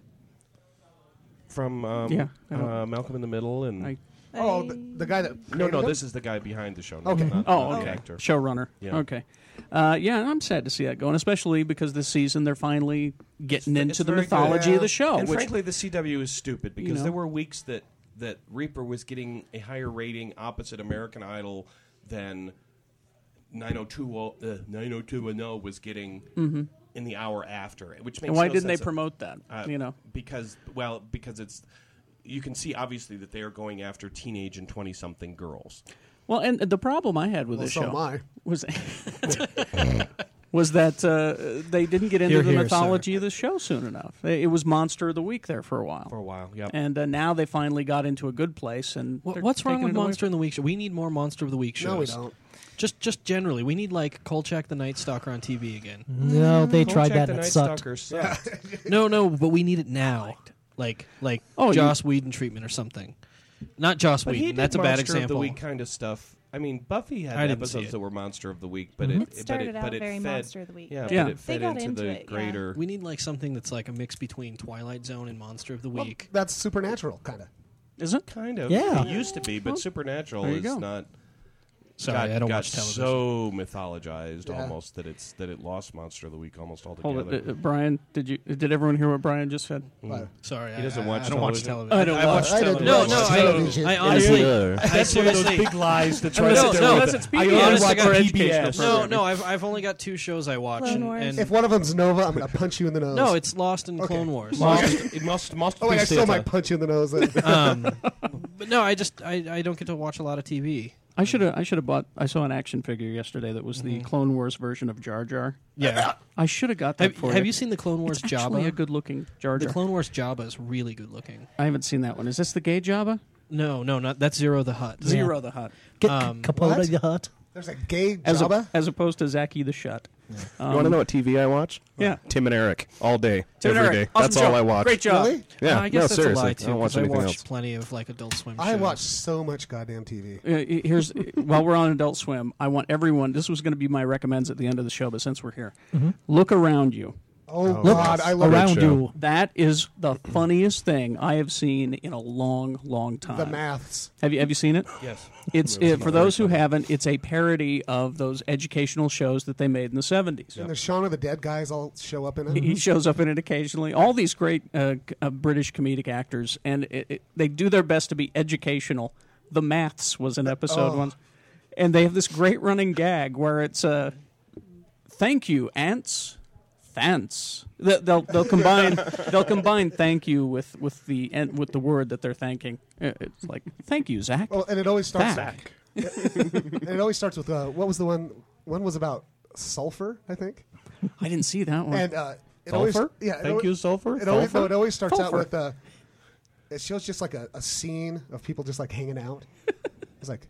Speaker 7: from um,
Speaker 4: Yeah, I don't-
Speaker 7: uh, Malcolm in the Middle and
Speaker 4: I-
Speaker 6: Oh, the, the guy that.
Speaker 7: no,
Speaker 6: created
Speaker 7: no,
Speaker 6: him?
Speaker 7: this is the guy behind the show. not-
Speaker 6: Okay.
Speaker 7: not-
Speaker 4: Oh,
Speaker 7: not the
Speaker 4: okay.
Speaker 7: actor.
Speaker 4: Showrunner.
Speaker 7: Yeah.
Speaker 4: Okay. Uh, yeah, I'm sad to see that going, especially because this season they're finally getting
Speaker 7: It's
Speaker 4: into the
Speaker 7: very
Speaker 4: mythology
Speaker 7: good.
Speaker 4: of the show.
Speaker 7: And
Speaker 4: which,
Speaker 7: frankly, the CW is stupid because
Speaker 4: know.
Speaker 7: there were weeks that that Reaper was getting a higher rating opposite American Idol than 90210 uh, 90210 was getting in the hour after, which makes
Speaker 4: Mm-hmm. and why
Speaker 7: no
Speaker 4: didn't they
Speaker 7: sense.
Speaker 4: promote that?
Speaker 7: Uh,
Speaker 4: you know,
Speaker 7: because well because it's you can see obviously that they are going after teenage and 20 something girls.
Speaker 4: Well, and the problem I had with
Speaker 6: Well,
Speaker 4: this
Speaker 6: so
Speaker 4: show
Speaker 6: am I.
Speaker 4: was was that uh, they didn't get into
Speaker 9: Hear,
Speaker 4: the
Speaker 9: hear,
Speaker 4: mythology of the show soon enough. They- It was monster of the week there for a while.
Speaker 7: For a while, yep.
Speaker 4: And uh, now they finally got into a good place. And
Speaker 9: Wha-
Speaker 4: they're
Speaker 9: What's wrong
Speaker 4: taking
Speaker 9: with
Speaker 4: it away
Speaker 9: Monster in the Week? Show? We need more Monster of the Week shows.
Speaker 6: No, we don't.
Speaker 9: Just just generally, we need like Kolchak the Night Stalker on TV again.
Speaker 5: No, they tried
Speaker 7: Kolchak
Speaker 5: that
Speaker 7: the
Speaker 5: and it
Speaker 7: Night
Speaker 5: sucked.
Speaker 7: Stalker sucked.
Speaker 9: No, no, but we need it now. Like like
Speaker 4: Oh, you-
Speaker 9: Joss Whedon treatment or something. Not Joss
Speaker 7: But he
Speaker 9: Whedon.
Speaker 7: did
Speaker 9: That's a bad
Speaker 7: Monster
Speaker 9: example.
Speaker 7: Of the week kind of stuff. I mean, Buffy had
Speaker 9: I didn't see
Speaker 7: episodes
Speaker 9: it.
Speaker 7: that were monster of the week, but
Speaker 5: Mm-hmm.
Speaker 2: Mhm. It
Speaker 7: it,
Speaker 2: started
Speaker 7: but it,
Speaker 2: out
Speaker 7: but it
Speaker 2: very
Speaker 7: fed,
Speaker 2: Monster of the Week,
Speaker 7: Yeah,
Speaker 2: but
Speaker 7: but,
Speaker 4: Yeah.
Speaker 7: it
Speaker 2: they
Speaker 7: fed
Speaker 2: got
Speaker 7: into,
Speaker 2: into
Speaker 7: the
Speaker 2: it, yeah.
Speaker 7: greater.
Speaker 9: We need like something that's like a mix between Twilight Zone and Monster of the
Speaker 6: Well,
Speaker 9: Week.
Speaker 6: that's supernatural, kind of.
Speaker 4: Is it?
Speaker 7: Kind of,
Speaker 5: Yeah.
Speaker 7: It used to be, but Supernatural
Speaker 4: there you
Speaker 7: is
Speaker 4: go.
Speaker 7: not.
Speaker 9: Sorry,
Speaker 7: got,
Speaker 9: I don't
Speaker 7: got
Speaker 9: watch television.
Speaker 7: So mythologized,
Speaker 6: Yeah.
Speaker 7: almost that it's that it lost Monster of the Week almost altogether.
Speaker 4: Hold it, uh, Brian. Did you? Did everyone hear what Brian just said?
Speaker 6: But
Speaker 9: Mm. Sorry,
Speaker 7: He doesn't
Speaker 9: I,
Speaker 7: watch
Speaker 9: I, I don't watch
Speaker 7: television.
Speaker 9: television.
Speaker 4: don't
Speaker 7: I watched
Speaker 6: I
Speaker 7: television.
Speaker 6: didn't
Speaker 9: No,
Speaker 6: watch
Speaker 9: no,
Speaker 6: television.
Speaker 9: I, I honestly,
Speaker 8: Either.
Speaker 9: I seriously,
Speaker 7: lies that
Speaker 4: try to No, no, steal unless the- it's I PBS.
Speaker 9: honestly got
Speaker 4: educational
Speaker 9: no, no. I've I've only got two shows I watch,
Speaker 2: Clone
Speaker 9: and,
Speaker 2: Wars.
Speaker 6: If
Speaker 9: and
Speaker 6: one of them's Nova, I'm going to punch you in the nose.
Speaker 9: no, it's Lost and Clone Wars.
Speaker 7: It must, must.
Speaker 6: Oh, wait, I still
Speaker 7: Theater.
Speaker 6: might punch you in the nose.
Speaker 9: Um, but no, I just I, I don't get to watch a lot of TV.
Speaker 4: I should have. I should have bought. I saw an action figure yesterday that was the Clone Wars version of Jar Jar.
Speaker 9: Mm-hmm. Yeah.
Speaker 4: I should have got that
Speaker 9: Have,
Speaker 4: for
Speaker 9: have
Speaker 4: you.
Speaker 9: you seen the Clone Wars
Speaker 4: it's actually
Speaker 9: Jabba?
Speaker 4: a good looking Jar
Speaker 9: the
Speaker 4: Jar.
Speaker 9: Clone Wars Jabba is really good looking.
Speaker 4: I haven't seen that one. Is this the gay Jabba?
Speaker 9: No, no, not that's Zero the Hut.
Speaker 4: Zero the Hut.
Speaker 5: Get
Speaker 9: Um,
Speaker 5: Capota the Hut.
Speaker 6: There's a gay
Speaker 4: as,
Speaker 6: Jabba.
Speaker 4: a, as opposed to Zaki the Um, Shut.
Speaker 8: you want to know what TV I watch? Uh,
Speaker 4: Yeah.
Speaker 8: Tim and Eric all day,
Speaker 4: Tim and
Speaker 8: every
Speaker 4: Eric,
Speaker 8: day.
Speaker 4: awesome
Speaker 8: That's
Speaker 4: show.
Speaker 8: all I watch.
Speaker 4: Great job. Uh,
Speaker 6: Really?
Speaker 8: Yeah.
Speaker 9: I guess
Speaker 8: no,
Speaker 9: that's
Speaker 8: seriously.
Speaker 9: a lie too.
Speaker 8: I don't watch
Speaker 9: 'cause
Speaker 8: anything
Speaker 9: watched
Speaker 8: else.
Speaker 9: plenty of like Adult Swim.
Speaker 6: I
Speaker 9: shows.
Speaker 6: watch so much goddamn TV.
Speaker 4: Uh, here's while we're on Adult Swim, I want everyone. This was going to be my recommends at the end of the show, but since we're here, look around you.
Speaker 6: Oh, God, I love
Speaker 5: Mm-hmm. around
Speaker 8: show.
Speaker 5: you.
Speaker 4: That is the funniest thing I have seen in a long, long time.
Speaker 6: the maths.
Speaker 4: Have you have you seen it?
Speaker 7: Yes.
Speaker 4: It's it, for those who haven't. It's a parody of those educational shows that they made in the seventies.
Speaker 6: And the Shaun of the Dead guys all show up in it.
Speaker 4: He shows up in it occasionally. All these great uh, c- uh, British comedic actors, and it, it, they do their best to be educational. The Maths was an episode
Speaker 6: Oh.
Speaker 4: once, and they have this great running gag where it's uh, "Thank you, ants, thanks." They- They'll they'll combine they'll combine "thank you" with with the en- with the word that they're thanking. Uh, It's like "Thank you, Zach."
Speaker 6: Well, and it always starts.
Speaker 4: Zach.
Speaker 9: uh,
Speaker 6: And it always starts with uh, what was the one? One was about sulfur, I think.
Speaker 4: I didn't see that one.
Speaker 6: And uh, it always,
Speaker 7: Sulfur?
Speaker 6: yeah. it
Speaker 7: Thank
Speaker 6: always-
Speaker 7: you, sulfur?
Speaker 6: It always, no,
Speaker 7: Sulfur?
Speaker 6: it always starts out
Speaker 4: Sulfur.
Speaker 6: with uh, it shows just like a, a scene of people just like hanging out. It's like,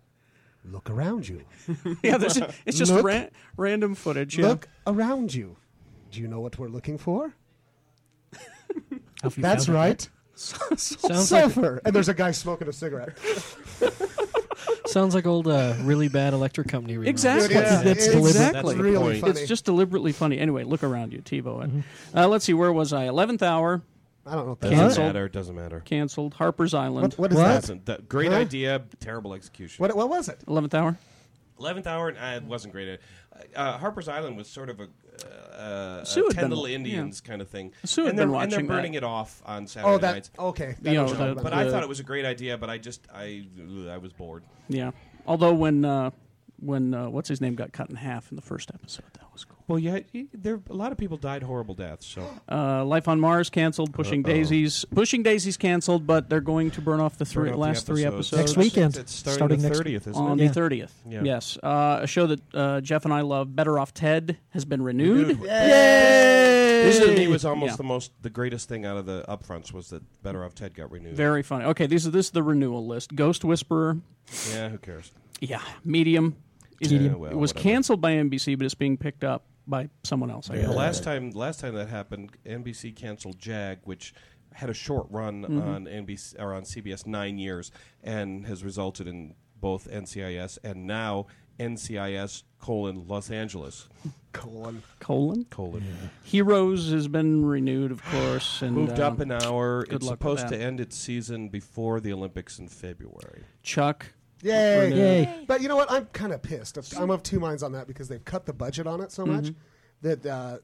Speaker 6: look around you.
Speaker 4: yeah, there's, it's just
Speaker 6: Look.
Speaker 4: ran, random footage. Yeah.
Speaker 6: Look around you. Do you know what we're looking for?
Speaker 5: Have you
Speaker 6: That's
Speaker 5: found it
Speaker 6: right.
Speaker 9: Sounds like
Speaker 6: sulfur. and there's a guy smoking a cigarette.
Speaker 9: sounds like old uh, really bad electric company. reruns.
Speaker 4: Exactly.
Speaker 6: Dude, it's-
Speaker 5: That's
Speaker 6: it's
Speaker 5: deliberate.
Speaker 4: Exactly.
Speaker 7: That's the
Speaker 6: really
Speaker 7: point.
Speaker 6: funny. Mm-hmm.
Speaker 4: It's just deliberately funny. Anyway, look around you, Tebow. Uh, let's see, where was I? Eleventh hour
Speaker 6: I don't know. What that
Speaker 7: Doesn't
Speaker 4: Cancelled.
Speaker 7: matter. Doesn't matter.
Speaker 4: canceled. Harper's Island.
Speaker 6: What, what is
Speaker 5: What?
Speaker 6: that?
Speaker 7: Doesn't- that- great
Speaker 6: Huh?
Speaker 7: idea, terrible execution.
Speaker 6: What, what was it?
Speaker 4: Eleventh hour.
Speaker 7: Eleventh hour, and it wasn't great. Uh, Harper's Island was sort of a, uh,
Speaker 4: Sue
Speaker 7: a
Speaker 4: had
Speaker 7: ten
Speaker 4: been-
Speaker 7: little Indians kind of thing.
Speaker 4: Sue had
Speaker 7: and they're,
Speaker 4: been
Speaker 7: and they're
Speaker 4: watching
Speaker 7: burning
Speaker 4: that.
Speaker 7: it off on Saturday
Speaker 6: Oh, that.
Speaker 7: nights.
Speaker 6: Okay.
Speaker 4: You
Speaker 6: That
Speaker 4: know,
Speaker 6: was
Speaker 4: the-
Speaker 6: about.
Speaker 7: But I
Speaker 4: the-
Speaker 7: thought it was a great idea, but I just I I was bored.
Speaker 4: Yeah. Although when uh, when uh, what's his name got cut in half in the first episode, that was cool.
Speaker 7: Well, yeah, there a lot of people died horrible deaths. So
Speaker 4: Uh, Life on Mars canceled. Pushing Daisies. Pushing Daisies canceled, but they're going to burn off the three last three episodes
Speaker 5: Next week? weekend.
Speaker 7: It's starting,
Speaker 5: Starting
Speaker 7: the
Speaker 5: next-
Speaker 7: thirtieth, isn't
Speaker 4: on
Speaker 7: it?
Speaker 5: Yeah.
Speaker 4: the thirtieth.
Speaker 7: Yeah.
Speaker 4: Yes, uh, a show that uh, Jeff and I love, Better Off Ted, has been renewed.
Speaker 7: This to me was almost
Speaker 4: Yeah.
Speaker 7: the most the greatest thing out of the upfronts was that Better Off Ted got renewed.
Speaker 4: Very funny. Okay, these are this is the renewal list. Ghost Whisperer,
Speaker 7: yeah, who cares?
Speaker 4: Yeah, Medium. Is-
Speaker 7: Yeah, well,
Speaker 4: it was
Speaker 7: whatever.
Speaker 4: canceled by NBC, but it's being picked up by someone else. I
Speaker 7: Yeah,
Speaker 4: guess.
Speaker 7: last time, last time that happened, NBC canceled Jag, which had a short run
Speaker 4: Mm-hmm.
Speaker 7: on NBC or on CBS nine years, and has resulted in both NCIS and now NCIS colon Los Angeles
Speaker 6: Colon.
Speaker 4: Colon
Speaker 7: colon
Speaker 4: Heroes has been renewed, of course, and
Speaker 7: moved
Speaker 4: uh,
Speaker 7: up an hour.
Speaker 4: good
Speaker 7: It's
Speaker 4: luck with
Speaker 7: supposed
Speaker 4: that.
Speaker 7: to end its season before the Olympics in February.
Speaker 4: Chuck.
Speaker 6: Yay.
Speaker 5: Yay.
Speaker 6: But you know what? I'm kind of pissed. I'm of two minds on that because they've cut the budget on it so much that uh,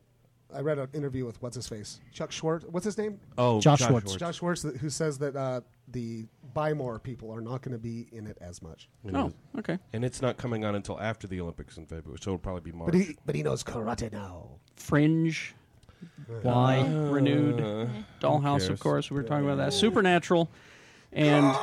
Speaker 6: I read an interview with what's his face, Chuck Schwartz. What's his name?
Speaker 7: Oh,
Speaker 5: Josh Josh Schwartz.
Speaker 6: Josh Schwartz, th- who says that uh, the buy more people are not going to be in it as much.
Speaker 4: Oh, okay.
Speaker 7: And it's not coming on until after the Olympics in February, so it'll probably be March.
Speaker 6: But he, but he knows karate now.
Speaker 4: Fringe
Speaker 5: Why?
Speaker 4: renewed. Dollhouse, of
Speaker 7: Uh, cares?
Speaker 4: course. We were talking about that. Supernatural, and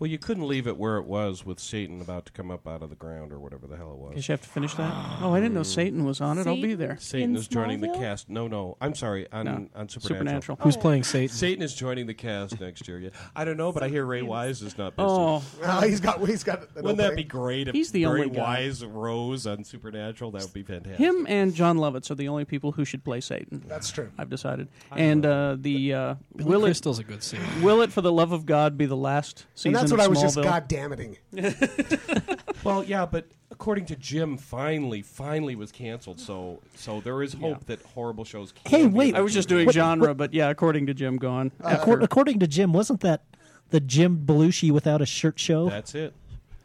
Speaker 7: Well, you couldn't leave it where it was with Satan about to come up out of the ground or whatever the hell it was.
Speaker 4: did you have to finish that? Oh, I didn't know Satan was on it. I'll be
Speaker 2: Satan?
Speaker 4: there.
Speaker 7: Satan
Speaker 2: In
Speaker 7: is joining the
Speaker 2: Smallville?
Speaker 7: cast. No, no. I'm sorry. On,
Speaker 4: No.
Speaker 7: on Supernatural.
Speaker 4: Supernatural.
Speaker 9: Who's playing Satan?
Speaker 7: Satan is joining the cast next year. Yeah. I don't know, but I hear Ray Wise is not busy.
Speaker 4: Oh,
Speaker 6: Ah, he's got. He's got. an
Speaker 7: Wouldn't that be
Speaker 6: opening.
Speaker 7: great if
Speaker 4: He's the
Speaker 7: Ray
Speaker 4: only guy.
Speaker 7: Wise rose on Supernatural? That would be fantastic.
Speaker 4: him and John Lovitz are the only people who should play Satan.
Speaker 6: That's true.
Speaker 4: I've decided. And uh, the uh,
Speaker 9: Billy
Speaker 4: will it
Speaker 9: Crystal's a good scene.
Speaker 4: will it for the love of God be the last
Speaker 6: And that's
Speaker 4: season
Speaker 6: what
Speaker 4: of
Speaker 6: I was just
Speaker 4: Smallville?
Speaker 6: goddamning.
Speaker 7: Well, yeah, but according to Jim, finally, finally was canceled. So, so there is hope that horrible shows. Can
Speaker 5: Hey,
Speaker 7: be
Speaker 5: wait.
Speaker 4: I was just doing genre, but yeah, according to Jim Gone.
Speaker 6: Uh,
Speaker 9: Oh.
Speaker 5: Accor- according to Jim, wasn't that the Jim Belushi without a shirt show?
Speaker 7: That's it.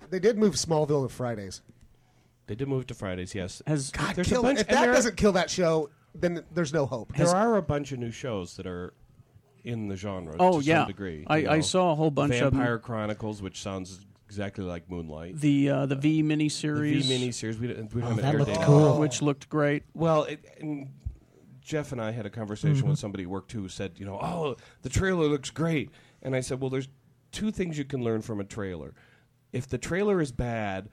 Speaker 6: They did move Smallville to Fridays.
Speaker 7: They did move to Fridays. Yes.
Speaker 4: Has- God,
Speaker 7: There's a
Speaker 6: Kill-
Speaker 7: bunch-
Speaker 6: if
Speaker 7: and
Speaker 6: that
Speaker 7: there are-
Speaker 6: doesn't kill that show, then there's no hope.
Speaker 7: There are a bunch of new shows that are in the genre.
Speaker 4: Oh,
Speaker 7: to
Speaker 4: yeah.
Speaker 7: some degree.
Speaker 4: I-
Speaker 7: you
Speaker 4: I
Speaker 7: know.
Speaker 4: saw a whole bunch of
Speaker 7: Vampire
Speaker 4: 'em.
Speaker 7: Chronicles, which sounds exactly like Moonlight.
Speaker 4: the uh, the V
Speaker 7: The
Speaker 4: miniseries,
Speaker 7: miniseries. We, don't- we
Speaker 5: Oh,
Speaker 7: haven't
Speaker 5: that
Speaker 7: aired
Speaker 5: looked
Speaker 7: that.
Speaker 5: cool.
Speaker 4: which looked great.
Speaker 7: Well, it, and Jeff and I had a conversation
Speaker 5: Mm-hmm.
Speaker 7: with somebody at work too who said, you know, oh, the trailer looks great, and I said, well, there's two things you can learn from a trailer. If the trailer is bad,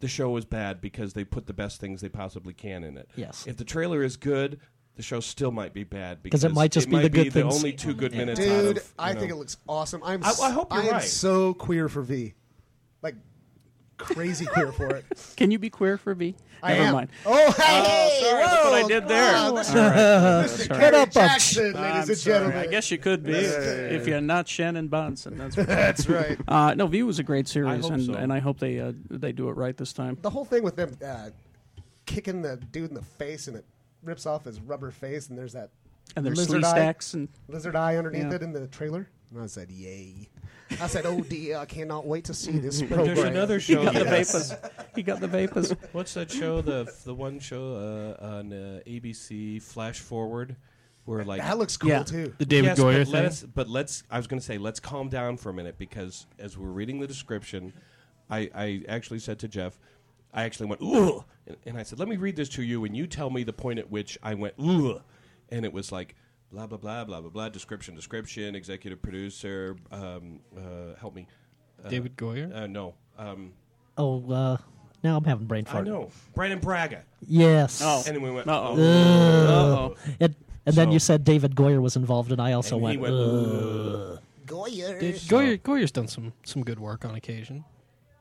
Speaker 7: the show is bad because they put the best things they possibly can in it.
Speaker 5: Yes.
Speaker 7: If the trailer is good. The show still might be bad because
Speaker 5: 'Cause it might just be the good things.
Speaker 7: only two good minutes. out of,
Speaker 6: Dude,
Speaker 7: you
Speaker 6: I
Speaker 7: know.
Speaker 6: think it looks awesome. I'm.
Speaker 7: I-
Speaker 6: s-
Speaker 7: I hope you're
Speaker 6: am
Speaker 7: right.
Speaker 6: so queer for V. Like, crazy queer for it.
Speaker 4: Can you be queer for V?
Speaker 6: I
Speaker 4: Never
Speaker 6: am.
Speaker 4: mind. Uh,
Speaker 6: Oh, hey,
Speaker 4: sorry, that's what I
Speaker 6: whoa,
Speaker 4: did there.
Speaker 6: wow, this
Speaker 4: All right.
Speaker 6: is
Speaker 4: Sorry.
Speaker 6: Kerry
Speaker 5: Shut up, Bob.
Speaker 6: Jackson, ladies
Speaker 4: I'm
Speaker 6: and
Speaker 4: sorry.
Speaker 6: gentlemen.
Speaker 4: I guess you could be if you're not Shannon Bonson. That's for sure.
Speaker 6: That's right.
Speaker 4: Uh, no, V was a great series,
Speaker 7: hope
Speaker 4: and,
Speaker 7: so.
Speaker 4: and I hope they uh, they do it right this time.
Speaker 6: The whole thing with them uh, kicking the dude in the face and it rips off his rubber face and there's that
Speaker 4: And there's
Speaker 6: lizard
Speaker 4: sleeve
Speaker 6: eye,
Speaker 4: stacks and
Speaker 6: lizard eye underneath
Speaker 4: Yeah.
Speaker 6: it in the trailer. And I said, yay. I said, oh dear, I cannot wait to see this program.
Speaker 7: There's another
Speaker 4: he
Speaker 7: show.
Speaker 4: got the
Speaker 7: that-
Speaker 4: vapors. He got the vapors.
Speaker 7: What's that show? The the one show uh, on uh, ABC, Flash Forward, where like
Speaker 6: That looks cool
Speaker 4: Yeah.
Speaker 6: too.
Speaker 9: The David
Speaker 7: yes,
Speaker 9: Goyer
Speaker 7: but let
Speaker 9: thing.
Speaker 7: us- but let's. I was going to say, let's calm down for a minute because as we're reading the description, I, I actually said to Jeff, I actually went ooh, and, and I said, let me read this to you, and you tell me the point at which I went ooh, and it was like blah blah blah blah blah blah description description executive producer um, uh, help me
Speaker 9: David Goyer.
Speaker 7: uh, no um,
Speaker 5: Oh, uh, now I'm having brain
Speaker 7: I
Speaker 5: fart.
Speaker 7: know Brandon Braga,
Speaker 5: Yes.
Speaker 4: Oh.
Speaker 7: and then we went
Speaker 4: Uh-oh.
Speaker 7: oh.
Speaker 4: Oh,
Speaker 5: It, and then
Speaker 7: So-
Speaker 5: you said David Goyer was involved, and I also
Speaker 7: And he
Speaker 5: went.
Speaker 7: went,
Speaker 5: "Ugh."
Speaker 6: Goyer.
Speaker 9: Goyer Goyer's done some some good work on occasion.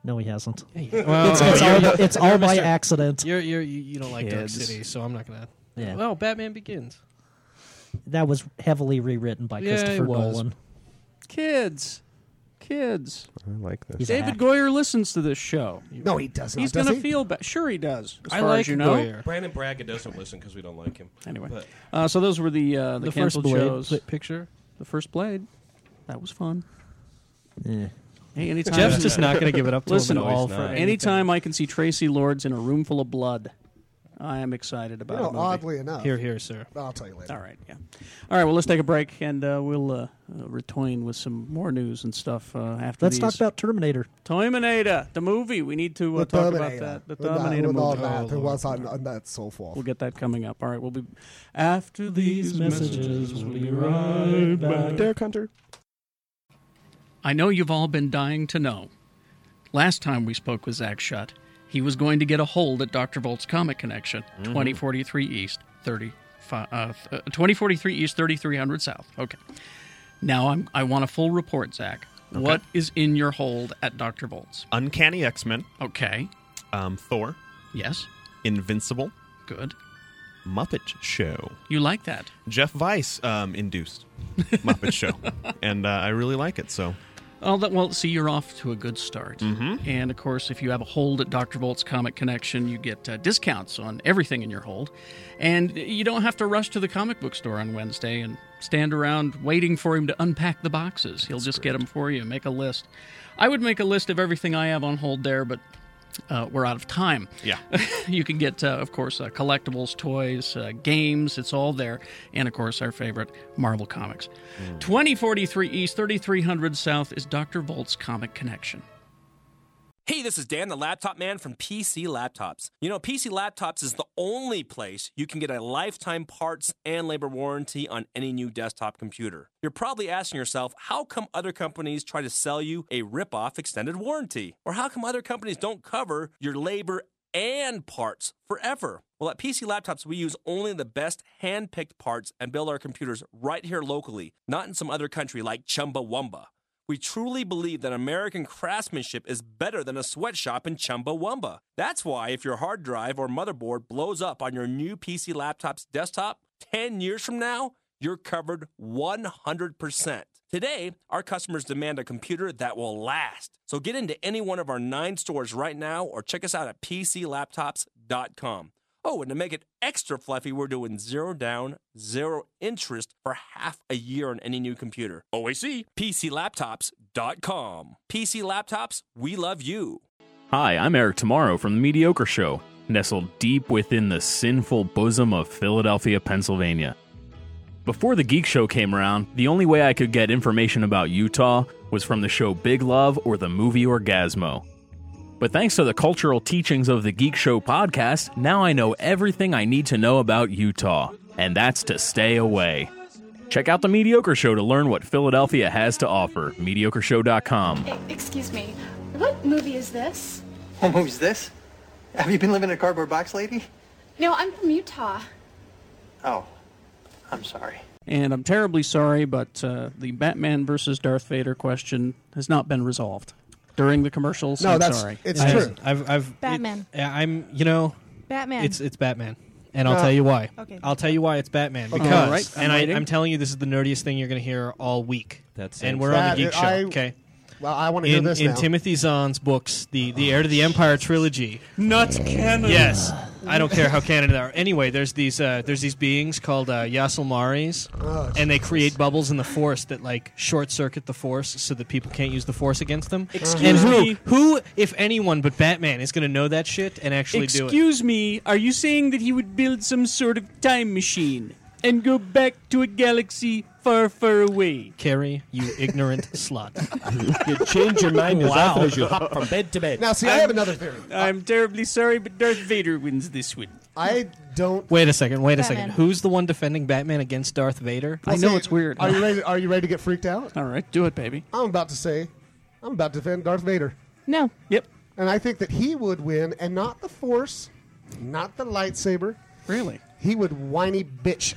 Speaker 5: No, he hasn't.
Speaker 9: Well,
Speaker 5: It's, it's all, it's all by accident.
Speaker 9: You're, you're, you you don't like Dark
Speaker 4: Kids.
Speaker 9: City, so I'm not gonna.
Speaker 5: Yeah.
Speaker 9: Well, Batman Begins.
Speaker 5: That was heavily rewritten by
Speaker 9: Yeah, it
Speaker 5: Christopher
Speaker 9: was.
Speaker 5: Nolan.
Speaker 4: kids, kids.
Speaker 8: I like this.
Speaker 5: He's a
Speaker 4: David
Speaker 5: hack.
Speaker 4: Goyer listens to this show.
Speaker 6: No, he doesn't.
Speaker 4: He's
Speaker 6: does
Speaker 4: gonna
Speaker 6: he?
Speaker 4: feel bad. Sure, he does. As
Speaker 9: I
Speaker 4: far
Speaker 9: like
Speaker 4: as you know.
Speaker 9: Goyer.
Speaker 7: Brandon Braga doesn't listen because we don't like him
Speaker 4: Anyway,
Speaker 7: But-
Speaker 4: uh, so those were the uh,
Speaker 9: The
Speaker 4: the,
Speaker 9: first
Speaker 4: canceled
Speaker 9: Blade
Speaker 4: shows.
Speaker 9: pli- picture.
Speaker 4: The first blade. That was fun.
Speaker 5: Yeah.
Speaker 4: Hey, anytime.
Speaker 9: Jeff's just not gonna give it up to
Speaker 4: Listen,
Speaker 9: him at all
Speaker 7: he's
Speaker 9: for
Speaker 7: not.
Speaker 9: anything.
Speaker 4: Anytime I can see Tracy Lords in a room full of blood, I am excited
Speaker 6: You
Speaker 4: about
Speaker 6: know,
Speaker 4: a movie.
Speaker 6: oddly enough.
Speaker 9: Here, here, sir.
Speaker 6: I'll tell you later.
Speaker 4: All right, yeah. All right, well, let's take a break and uh, we'll uh, uh, return with some more news and stuff uh, after
Speaker 5: Let's
Speaker 4: these.
Speaker 5: talk about Terminator.
Speaker 4: Terminator, the movie. We need to uh,
Speaker 6: With
Speaker 4: talk about
Speaker 6: Terminator.
Speaker 4: that. The
Speaker 6: With that-
Speaker 4: Terminator
Speaker 6: with
Speaker 4: movie.
Speaker 6: all
Speaker 9: movie.
Speaker 6: that.
Speaker 9: Oh,
Speaker 6: there
Speaker 9: Lord.
Speaker 6: was on, on that so forth.
Speaker 4: We'll get that coming up. All right, we'll be after these messages. We'll be right back.
Speaker 8: Derek Hunter.
Speaker 4: I know you've all been dying to know. Last time we spoke with Zach Shutt, he was going to get a hold at Dr. Volt's Comic Connection, 2043 East, 30, uh, uh, 2043 East, 3300 South. Okay. Now I'm, I want a full report, Zach. What is in your hold at Dr. Volt's?
Speaker 1: Uncanny X Men,
Speaker 4: Okay.
Speaker 1: um, Thor,
Speaker 4: Yes.
Speaker 1: Invincible,
Speaker 4: Good.
Speaker 1: Muppet Show,
Speaker 4: You like that.
Speaker 1: Jeff Weiss um, induced Muppet Show, and uh, I really like it. So
Speaker 4: Oh, that, well, see, you're off to a good start. And of course, if you have a hold at Dr. Volt's Comic Connection, you get uh, discounts on everything in your hold. And you don't have to rush to the comic book store on Wednesday and stand around waiting for him to unpack the boxes. He'll just get 'em get them for you, make a list. I would make a list of everything I have on hold there, but uh, we're out of time.
Speaker 1: yeah,
Speaker 4: you can get, uh, of course, uh, collectibles, toys, uh, games. It's all there. And, of course, our favorite, Marvel Comics. 2043 East, 3300 South is Dr. Volt's Comic Connection.
Speaker 10: Hey, this is Dan, the laptop man from PC Laptops. You know, PC Laptops is the only place you can get a lifetime parts and labor warranty on any new desktop computer. You're probably asking yourself, how come other companies try to sell you a rip-off extended warranty? Or how come other companies don't cover your labor and parts forever. Well, at PC Laptops, we use only the best hand picked parts and build our computers right here locally, not in some other country like Chumbawamba. We truly believe that American craftsmanship is better than a sweatshop in Chumbawamba. That's why, if your hard drive or motherboard blows up on your new PC Laptops desktop 10 years from now, you're covered 100%. Today, our customers demand a computer that will last. So get into any one of our nine stores right now or check us out at PCLaptops.com. Oh, and to make it extra fluffy, we're doing zero down, zero interest for half a year on any new computer. OAC, PCLaptops.com. PC Laptops, we love you.
Speaker 11: Hi, I'm Eric Tomorrow from The Mediocre Show, nestled deep within the sinful bosom of Philadelphia, Pennsylvania. Before The Geek Show came around, the only way I could get information about Utah was from the show Big Love or the movie Orgasmo. But thanks to the cultural teachings of the Geek Show podcast, now I know everything I need to know about Utah, and that's to stay away. Check out The Mediocre Show to learn what Philadelphia has to offer. MediocreShow.com.
Speaker 2: E-, Excuse me. What movie is this?
Speaker 10: What movie's this? Have you been living in a cardboard box, lady?
Speaker 2: No, I'm from Utah.
Speaker 10: Oh, I'm sorry.
Speaker 4: And I'm terribly sorry, but uh, the Batman versus Darth Vader question has not been resolved. during the commercials.
Speaker 6: No,
Speaker 4: I'm
Speaker 6: that's-
Speaker 4: sorry.
Speaker 6: it's
Speaker 9: I-
Speaker 6: true.
Speaker 9: I've, I've it-
Speaker 2: Batman.
Speaker 9: yeah, I'm, you know,
Speaker 2: Batman.
Speaker 9: It's it's Batman, and I'll
Speaker 6: Uh,
Speaker 2: No.
Speaker 9: tell you why.
Speaker 2: Okay.
Speaker 9: I'll tell you why it's Batman
Speaker 2: Okay.
Speaker 9: because,
Speaker 4: All right, I'm
Speaker 9: and I,
Speaker 4: waiting.
Speaker 9: I'm telling you, this is the nerdiest thing you're going to hear all week.
Speaker 7: That's
Speaker 9: and
Speaker 7: it.
Speaker 9: we're on
Speaker 6: That-
Speaker 9: the geek show.
Speaker 6: I-
Speaker 9: okay.
Speaker 6: Well, I want to hear
Speaker 9: In,
Speaker 6: this
Speaker 9: in
Speaker 6: now.
Speaker 9: Timothy Zahn's books, the the Heir to the Empire trilogy.
Speaker 4: Nuts Canada.
Speaker 9: Yes, I don't care how Canada are. Anyway, there's these uh, there's these beings called uh, Yasilmaris,
Speaker 6: Oh,
Speaker 9: and they create bubbles in the force that like short circuit the force so that people can't use the force against them.
Speaker 4: Excuse
Speaker 9: and who,
Speaker 4: me?
Speaker 9: who, if anyone but Batman, is going to know that shit and actually do it?
Speaker 4: Excuse me, are you saying that he would build some sort of time machine and go back to a galaxy far, far away?
Speaker 9: Carrie, you ignorant slut.
Speaker 12: You change your mind as
Speaker 4: Wow.
Speaker 12: often as you hop from bed to bed.
Speaker 6: now, see, I have another theory.
Speaker 4: I'm terribly sorry, but Darth Vader wins this one.
Speaker 6: I don't.
Speaker 9: Wait a second. Wait a
Speaker 6: Batman.
Speaker 9: second. Who's the one defending Batman against Darth Vader?
Speaker 6: I'll say- Are you ready? Are you ready to get freaked out?
Speaker 4: All right, do it, baby.
Speaker 6: I'm about to say, I'm about to defend Darth Vader.
Speaker 4: No. Yep.
Speaker 6: And I think that he would win, and not the Force, not the lightsaber.
Speaker 4: Really?
Speaker 6: He would whiny bitch.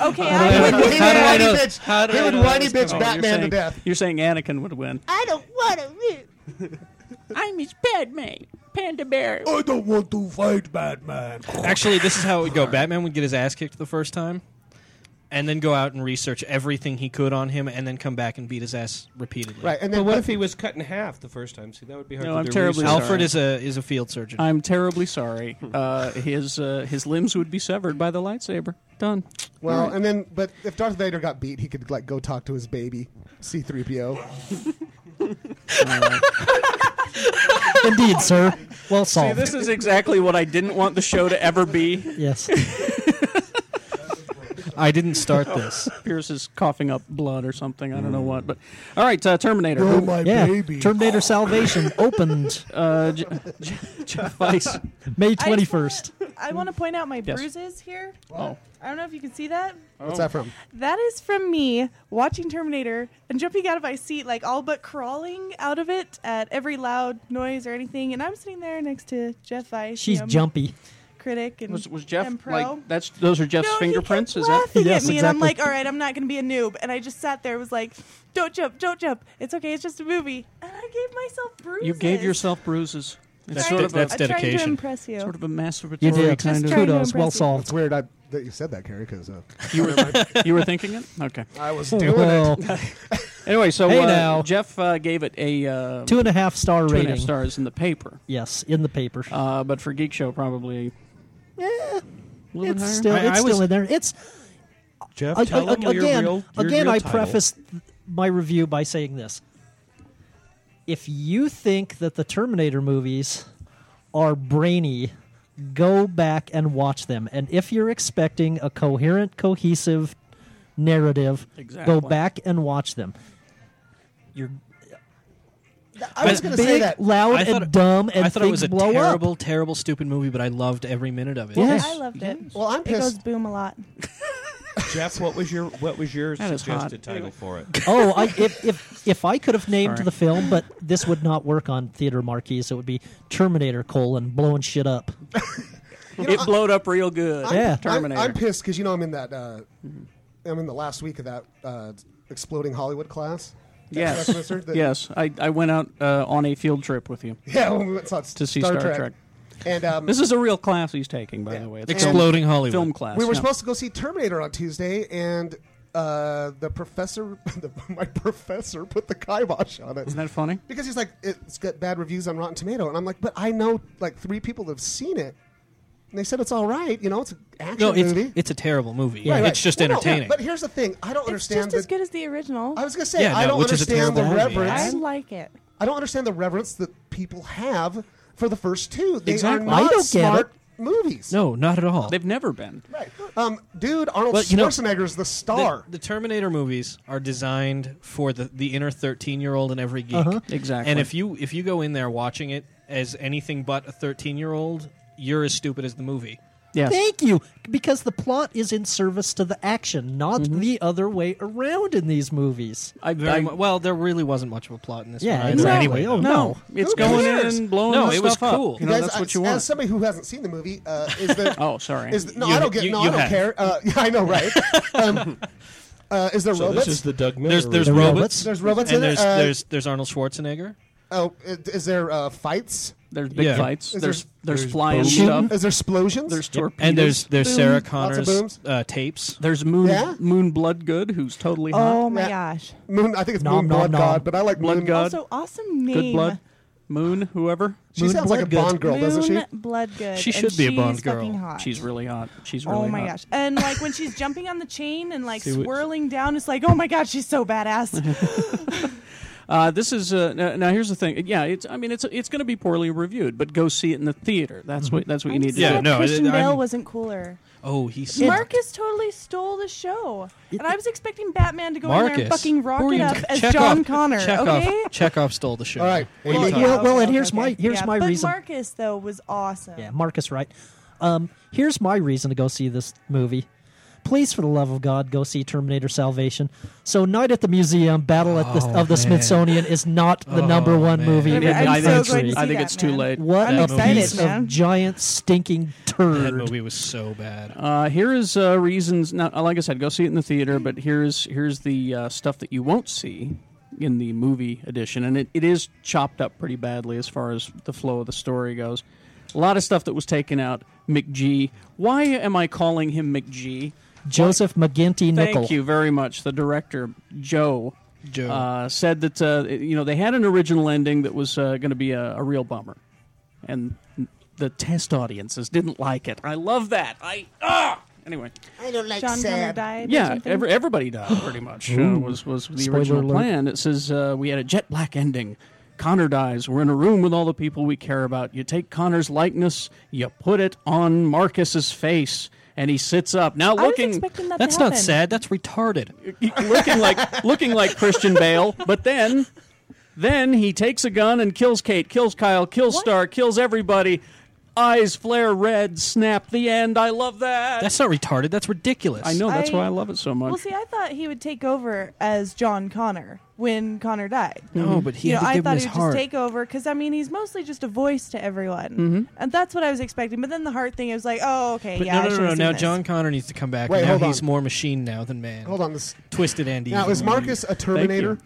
Speaker 2: Okay,
Speaker 6: How do I-
Speaker 2: I,
Speaker 6: He would
Speaker 9: How do I
Speaker 6: whiny
Speaker 9: know?
Speaker 6: bitch.
Speaker 9: How do
Speaker 6: He
Speaker 9: I
Speaker 6: would
Speaker 9: know
Speaker 6: whiny
Speaker 9: this?
Speaker 6: bitch
Speaker 9: Come on,
Speaker 6: Batman
Speaker 4: you're saying,
Speaker 6: to death.
Speaker 4: You're saying Anakin would win.
Speaker 2: I don't want to live.
Speaker 4: I'm his Batman, Panda Bear.
Speaker 12: I don't want to fight Batman.
Speaker 9: Actually, this is how it would go. Batman would get his ass kicked the first time, and then go out and research everything he could on him, and then come back and beat his ass repeatedly.
Speaker 6: Right, and
Speaker 7: But
Speaker 6: then
Speaker 7: what if he was cut in half the first time? See, that would be hard.
Speaker 4: No,
Speaker 7: to
Speaker 4: I'm
Speaker 7: do
Speaker 4: terribly
Speaker 7: research.
Speaker 9: Alfred is a is a field surgeon.
Speaker 4: I'm terribly sorry. Uh, his uh, his limbs would be severed by the lightsaber. Done.
Speaker 6: Well, and then, but if Darth Vader got beat, he could like go talk to his baby, C-3PO.
Speaker 5: Indeed, sir. Well
Speaker 4: See,
Speaker 5: solved.
Speaker 4: this is exactly what I didn't want the show to ever be.
Speaker 5: yes.
Speaker 9: I didn't start this.
Speaker 4: Oh, Pierce is coughing up blood or something. I don't know what. But all right, uh, Terminator.
Speaker 6: Oh,
Speaker 4: Who-
Speaker 6: my
Speaker 5: yeah.
Speaker 6: baby.
Speaker 5: Terminator Salvation opened
Speaker 4: uh, J- J- Jeff Weiss.
Speaker 5: May
Speaker 2: I
Speaker 5: twenty first.
Speaker 2: I want to point out my
Speaker 4: Yes.
Speaker 2: bruises here.
Speaker 4: Oh.
Speaker 2: I don't know if you can see that.
Speaker 6: What's that from?
Speaker 2: That is from me watching Terminator and jumping out of my seat, like all but crawling out of it at every loud noise or anything. And I'm sitting there next to Jeff Weiss.
Speaker 5: She's
Speaker 2: you know,
Speaker 5: jumpy.
Speaker 2: Critic and
Speaker 4: Was, was Jeff
Speaker 2: and pro.
Speaker 4: like that's? Those are Jeff's
Speaker 2: No, he
Speaker 4: fingerprints.
Speaker 2: kept
Speaker 4: Is that?
Speaker 2: laughing
Speaker 5: Yes,
Speaker 2: at me, and I'm
Speaker 5: exactly.
Speaker 2: like, all right, I'm not going to be a noob. And I just sat there, was like, don't jump, don't jump. It's okay, it's just a movie. And I gave myself bruises.
Speaker 4: You gave yourself bruises. It's
Speaker 9: That's
Speaker 4: sort
Speaker 9: de-
Speaker 4: of
Speaker 9: that's
Speaker 4: a,
Speaker 2: I'm Trying to
Speaker 9: dedication.
Speaker 2: impress you.
Speaker 4: sort of a masturbatory
Speaker 5: You did.
Speaker 4: kind of.
Speaker 5: Kudos. Well
Speaker 2: impress you.
Speaker 6: It's
Speaker 5: solved.
Speaker 6: weird I, that you said that, Carrie, because uh,
Speaker 4: You were you were thinking it. Okay.
Speaker 6: I was doing
Speaker 5: Well,
Speaker 6: it.
Speaker 4: Anyway, so
Speaker 5: Hey,
Speaker 4: uh,
Speaker 5: now.
Speaker 4: Jeff uh, gave it a uh,
Speaker 5: two and a half star
Speaker 4: two and a half
Speaker 5: rating.
Speaker 4: stars in the paper,
Speaker 5: Yes, in the paper.
Speaker 4: uh, but for Geek Show probably. Yeah.
Speaker 5: it's still
Speaker 9: I-
Speaker 5: it's
Speaker 9: I
Speaker 5: still
Speaker 9: was-
Speaker 5: in there. It's
Speaker 7: Jeff,
Speaker 5: I-
Speaker 7: tell
Speaker 5: I-
Speaker 7: him your
Speaker 5: again,
Speaker 7: real- your
Speaker 5: again,
Speaker 7: real
Speaker 5: I
Speaker 7: title.
Speaker 5: preface my review by saying this: if you think that the Terminator movies are brainy, go back and watch them. And if you're expecting a coherent, cohesive narrative,
Speaker 4: Exactly.
Speaker 5: go back and watch them. You're
Speaker 6: I was going to
Speaker 5: big,
Speaker 6: say that.
Speaker 5: loud,
Speaker 9: I thought,
Speaker 5: and dumb, and
Speaker 9: I thought it was
Speaker 5: things
Speaker 9: a
Speaker 5: blow
Speaker 9: terrible,
Speaker 5: up.
Speaker 9: terrible, stupid movie, but I loved every minute of it.
Speaker 5: Yes.
Speaker 2: I loved it.
Speaker 6: Well, I'm
Speaker 2: It goes
Speaker 6: pissed.
Speaker 2: boom a lot.
Speaker 7: Jeff, what was your what was your
Speaker 4: That is hot.
Speaker 7: suggested title for it?
Speaker 5: oh, I, if, if if I could have named
Speaker 4: Sorry.
Speaker 5: the film, but this would not work on theater marquees. It would be Terminator: colon blowing shit up.
Speaker 4: it blowed up real good.
Speaker 5: I'm- Yeah.
Speaker 4: Terminator.
Speaker 6: I'm, I'm pissed because you know I'm in that. Uh, I'm in the last week of that uh, exploding Hollywood class. That
Speaker 4: yes.
Speaker 6: Westminster that-
Speaker 4: yes. I, I went out uh, on a field trip with you.
Speaker 6: Yeah, when we went saw
Speaker 4: To see Star Trek.
Speaker 6: And um,
Speaker 4: This is a real class he's taking, by the way. It's a
Speaker 9: Exploding Hollywood.
Speaker 4: film class.
Speaker 6: we were
Speaker 4: yeah.
Speaker 6: supposed to go see Terminator on Tuesday, and uh, the professor, the, my professor, put the kibosh on it.
Speaker 4: Isn't that funny?
Speaker 6: because he's like, it's got bad reviews on Rotten Tomato, and I'm like, but I know like three people that have seen it, and they said it's all right. You know, it's an action
Speaker 9: No, it's
Speaker 6: movie.
Speaker 9: it's a terrible movie.
Speaker 5: Right,
Speaker 9: It's just
Speaker 6: Well, no,
Speaker 9: entertaining.
Speaker 6: but here's the thing: I don't
Speaker 2: It's
Speaker 6: understand.
Speaker 2: just as
Speaker 6: the,
Speaker 2: good as the original.
Speaker 6: I was gonna say
Speaker 9: Yeah,
Speaker 6: I
Speaker 9: no,
Speaker 6: don't
Speaker 9: which is a
Speaker 6: understand the
Speaker 9: terrible movie.
Speaker 2: I
Speaker 6: reverence.
Speaker 2: like it.
Speaker 6: I don't understand the reverence that people have for the first two. They
Speaker 9: Exactly.
Speaker 6: are not
Speaker 5: I don't get
Speaker 6: smart movies.
Speaker 9: no, not at all.
Speaker 4: They've never been.
Speaker 6: Right. Um, dude, Arnold
Speaker 9: Well, you know-
Speaker 6: Schwarzenegger's the star.
Speaker 9: the, the Terminator movies are designed for the, the inner thirteen year old and every geek.
Speaker 4: Exactly.
Speaker 9: And if you if you go in there watching it as anything but a thirteen year old, you're as stupid as the movie.
Speaker 4: Yes.
Speaker 5: Thank you, because the plot is in service to the action, not the other way around in these movies.
Speaker 4: I,
Speaker 9: Mm-hmm. Very
Speaker 4: I-
Speaker 9: mu- well, there really wasn't much of a plot in this.
Speaker 5: Yeah,
Speaker 9: one either
Speaker 5: exactly.
Speaker 9: Anyway,
Speaker 5: Oh,
Speaker 9: though.
Speaker 4: no, it's
Speaker 6: Who
Speaker 4: going
Speaker 6: cares?
Speaker 4: in and blowing
Speaker 9: No,
Speaker 4: the
Speaker 9: it was
Speaker 4: stuff up.
Speaker 9: cool.
Speaker 4: You know,
Speaker 6: Guys,
Speaker 4: that's what
Speaker 6: as,
Speaker 4: you
Speaker 6: As
Speaker 4: want.
Speaker 6: somebody who hasn't seen the movie, uh, is the
Speaker 4: Oh, sorry.
Speaker 6: is the, no,
Speaker 9: You-
Speaker 6: I don't get.
Speaker 9: you-
Speaker 6: no,
Speaker 9: you
Speaker 6: I don't
Speaker 9: have.
Speaker 6: care. Uh, yeah, I know, right? um, uh, is there
Speaker 12: So
Speaker 6: robots?
Speaker 12: this is the Doug Miller.
Speaker 9: There's there's
Speaker 5: There were
Speaker 9: robots.
Speaker 5: robots.
Speaker 6: There's robots
Speaker 9: and
Speaker 6: in it,
Speaker 9: there's
Speaker 6: uh,
Speaker 9: there's there's Arnold Schwarzenegger.
Speaker 6: Oh, i- is there uh, fights?
Speaker 4: There's big Yeah. fights.
Speaker 6: Is
Speaker 4: There's- there's
Speaker 6: boom-
Speaker 4: flying
Speaker 6: shooting?
Speaker 4: stuff.
Speaker 6: Is there explosions?
Speaker 4: There's torpedoes.
Speaker 9: And there's there's
Speaker 4: Boom.
Speaker 9: Sarah
Speaker 4: Lots of
Speaker 9: Connor's
Speaker 4: booms.
Speaker 9: uh, tapes.
Speaker 4: There's Moon
Speaker 6: Yeah?
Speaker 4: Moon Bloodgood, who's totally hot.
Speaker 2: Oh my gosh.
Speaker 6: Uh-huh. Moon. I think it's
Speaker 4: Nom,
Speaker 6: Moon
Speaker 4: nom,
Speaker 6: Blood
Speaker 4: nom.
Speaker 6: God, but I like
Speaker 4: Blood
Speaker 6: Moon
Speaker 4: God.
Speaker 2: Also, awesome name.
Speaker 4: Good blood. Moon, whoever.
Speaker 6: She sounds like a Bond girl, doesn't she?
Speaker 2: Moon Bloodgood,
Speaker 4: She
Speaker 2: and
Speaker 4: should be a
Speaker 2: she's
Speaker 4: Bond
Speaker 2: fucking
Speaker 4: girl.
Speaker 2: hot.
Speaker 4: She's really hot. She's really
Speaker 2: Oh my
Speaker 4: hot.
Speaker 2: gosh. And like when she's jumping on the chain and like
Speaker 4: See what-
Speaker 2: swirling down, it's like, oh my god, she's so badass.
Speaker 4: Uh, this is uh, n- now. Here's the thing. Yeah, it's. I mean, it's it's going to be poorly reviewed, but go see it in the theater. That's what that's what you need to
Speaker 9: Yeah,
Speaker 4: do.
Speaker 9: no,
Speaker 2: Christian Bale wasn't cooler.
Speaker 9: Oh, he sucked.
Speaker 2: Marcus totally stole the show, and I was expecting Batman to go in there
Speaker 9: Marcus.
Speaker 2: and fucking rock
Speaker 9: Who are
Speaker 2: it
Speaker 9: you-
Speaker 2: up as
Speaker 9: Chekhov-
Speaker 2: John Connor.
Speaker 9: Chekhov,
Speaker 2: Okay.
Speaker 9: Chekhov stole the show.
Speaker 5: All right.
Speaker 9: What are you
Speaker 5: Well,
Speaker 9: talking
Speaker 5: yeah,
Speaker 9: about?
Speaker 5: well, and here's my here's
Speaker 2: Yeah,
Speaker 5: my
Speaker 2: but
Speaker 5: reason.
Speaker 2: Marcus though was awesome.
Speaker 5: Yeah, Marcus Wright. Um, here's my reason to go see this movie. Please, for the love of God, go see Terminator Salvation. So, Night at the Museum, Battle at the,
Speaker 4: Oh,
Speaker 5: of the
Speaker 4: man.
Speaker 5: Smithsonian is not the
Speaker 9: Oh,
Speaker 5: number one movie in the
Speaker 4: I, think-
Speaker 5: country.
Speaker 4: I think it's too late.
Speaker 5: What
Speaker 4: That
Speaker 5: a
Speaker 4: movie
Speaker 5: piece
Speaker 4: is-
Speaker 5: of giant stinking turd! That
Speaker 9: movie was so bad.
Speaker 4: Uh, here is uh, reasons. Now, like I said, go see it in the theater. But here's here's the uh, stuff that you won't see in the movie edition, and it, it is chopped up pretty badly as far as the flow of the story goes. A lot of stuff that was taken out. McG. Why am I calling him McG?
Speaker 5: Joseph McGinty Nichol.
Speaker 4: Thank you very much. The director, Joe,
Speaker 9: Joe.
Speaker 4: Uh, said that uh, you know they had an original ending that was uh, going to be a, a real bummer, and the test audiences didn't like it. I love that. I ah. Anyway,
Speaker 13: I don't like
Speaker 2: John Connor
Speaker 13: sad.
Speaker 2: died. or
Speaker 4: yeah,
Speaker 2: something?
Speaker 4: every, everybody died pretty much. Uh,
Speaker 9: Ooh.
Speaker 4: was was the
Speaker 9: Hmm. Spoiler
Speaker 4: original
Speaker 9: alert.
Speaker 4: plan. It says uh, we had a jet black ending. Connor dies. We're in a room with all the people we care about. You take Connor's likeness, you put it on Marcus's face, and he sits up. Now
Speaker 9: I was
Speaker 4: looking,
Speaker 9: expecting that to That's not happen. sad,
Speaker 4: That's retarded. looking like looking like Christian Bale, but then then he takes a gun and kills Kate, kills Kyle, kills Star, kills everybody. Eyes flare red, snap. The end. I love that.
Speaker 9: That's not retarded. That's ridiculous.
Speaker 4: I know. That's why I love it so much.
Speaker 2: Well, see, I thought he would take over as John Connor when Connor died.
Speaker 9: Mm-hmm.
Speaker 4: No, but he
Speaker 2: you
Speaker 4: had
Speaker 2: know,
Speaker 4: to
Speaker 2: I
Speaker 4: give him
Speaker 2: thought
Speaker 4: his
Speaker 2: he would
Speaker 4: heart.
Speaker 2: just take over because I mean he's mostly just a voice to everyone,
Speaker 4: Mm-hmm.
Speaker 9: Mhm.
Speaker 2: and that's what I was expecting. But then the heart thing, I was like, oh, okay,
Speaker 9: But
Speaker 2: yeah,
Speaker 9: no,
Speaker 2: I
Speaker 9: no, no,
Speaker 2: should've
Speaker 9: no.
Speaker 2: seen
Speaker 9: Now
Speaker 2: this.
Speaker 9: John Connor needs to come back.
Speaker 6: Wait,
Speaker 9: now
Speaker 6: hold
Speaker 9: he's
Speaker 6: on.
Speaker 9: more machine now than man.
Speaker 6: Hold on, this-
Speaker 9: twisted Andy.
Speaker 6: Now, is Marcus a Terminator?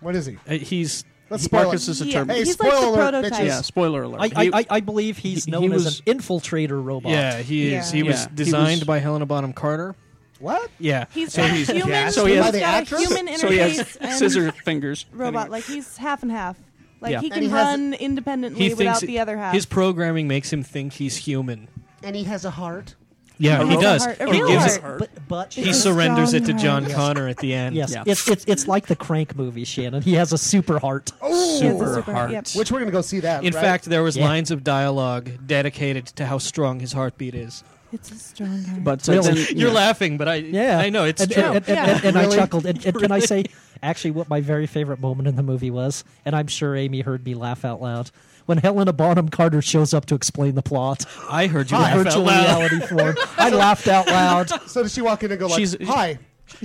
Speaker 6: What is he?
Speaker 9: Uh, he's
Speaker 6: Let's
Speaker 9: he-
Speaker 6: spoil Marcus it. is a Yeah, Terminator. he's like the prototype.
Speaker 4: Yeah, spoiler alert.
Speaker 5: I, I,
Speaker 4: He-
Speaker 5: I, I believe he's
Speaker 4: he-
Speaker 5: known
Speaker 4: he
Speaker 5: as
Speaker 4: was-
Speaker 5: an infiltrator robot.
Speaker 9: Yeah, he is. He was
Speaker 4: Yeah.
Speaker 9: designed
Speaker 4: He was-
Speaker 9: by Helena Bonham Carter.
Speaker 6: What?
Speaker 9: Yeah.
Speaker 2: He's
Speaker 9: So
Speaker 2: got
Speaker 9: he's-
Speaker 2: human-
Speaker 9: yeah.
Speaker 2: So he has- By the he's got a actress? human
Speaker 4: so he has
Speaker 2: interface and-
Speaker 4: scissor fingers.
Speaker 2: robot, like he's half and half. Like
Speaker 9: Yeah.
Speaker 2: he
Speaker 9: And
Speaker 2: can
Speaker 9: he has-
Speaker 2: run independently
Speaker 9: He
Speaker 2: without
Speaker 9: thinks-
Speaker 2: the other half.
Speaker 9: His programming makes him think he's human.
Speaker 6: And he has a heart.
Speaker 9: Yeah,
Speaker 5: A
Speaker 9: he
Speaker 5: real
Speaker 9: does.
Speaker 5: heart. A
Speaker 9: He
Speaker 5: real
Speaker 9: gives
Speaker 5: heart.
Speaker 9: it-
Speaker 5: But- but
Speaker 9: he
Speaker 5: it's a
Speaker 9: surrenders it to
Speaker 5: strong
Speaker 9: John
Speaker 5: heart. Yes.
Speaker 9: Connor at the end.
Speaker 5: Yes, it's, it's it's like the Crank movie, Shannon. He has a super heart.
Speaker 6: Oh, Which we're gonna go see that.
Speaker 9: In
Speaker 6: right?
Speaker 9: fact, there was
Speaker 5: Yeah.
Speaker 9: lines of dialogue dedicated to how strong his heartbeat is.
Speaker 2: It's a strong heart.
Speaker 4: But
Speaker 9: you're laughing, but I
Speaker 5: yeah,
Speaker 9: I know it's
Speaker 5: and,
Speaker 9: true.
Speaker 5: And, and- and- and I chuckled. And, and can I say, actually, what my very favorite moment in the movie was, and I'm sure Amy heard me laugh out loud when Helena Bonham Carter shows up to explain the plot.
Speaker 9: I heard you
Speaker 5: in
Speaker 9: laugh out
Speaker 5: virtual
Speaker 9: loud.
Speaker 5: reality form. I laughed out loud.
Speaker 6: So does she walk in and go like,
Speaker 9: She's-
Speaker 6: "Hi"?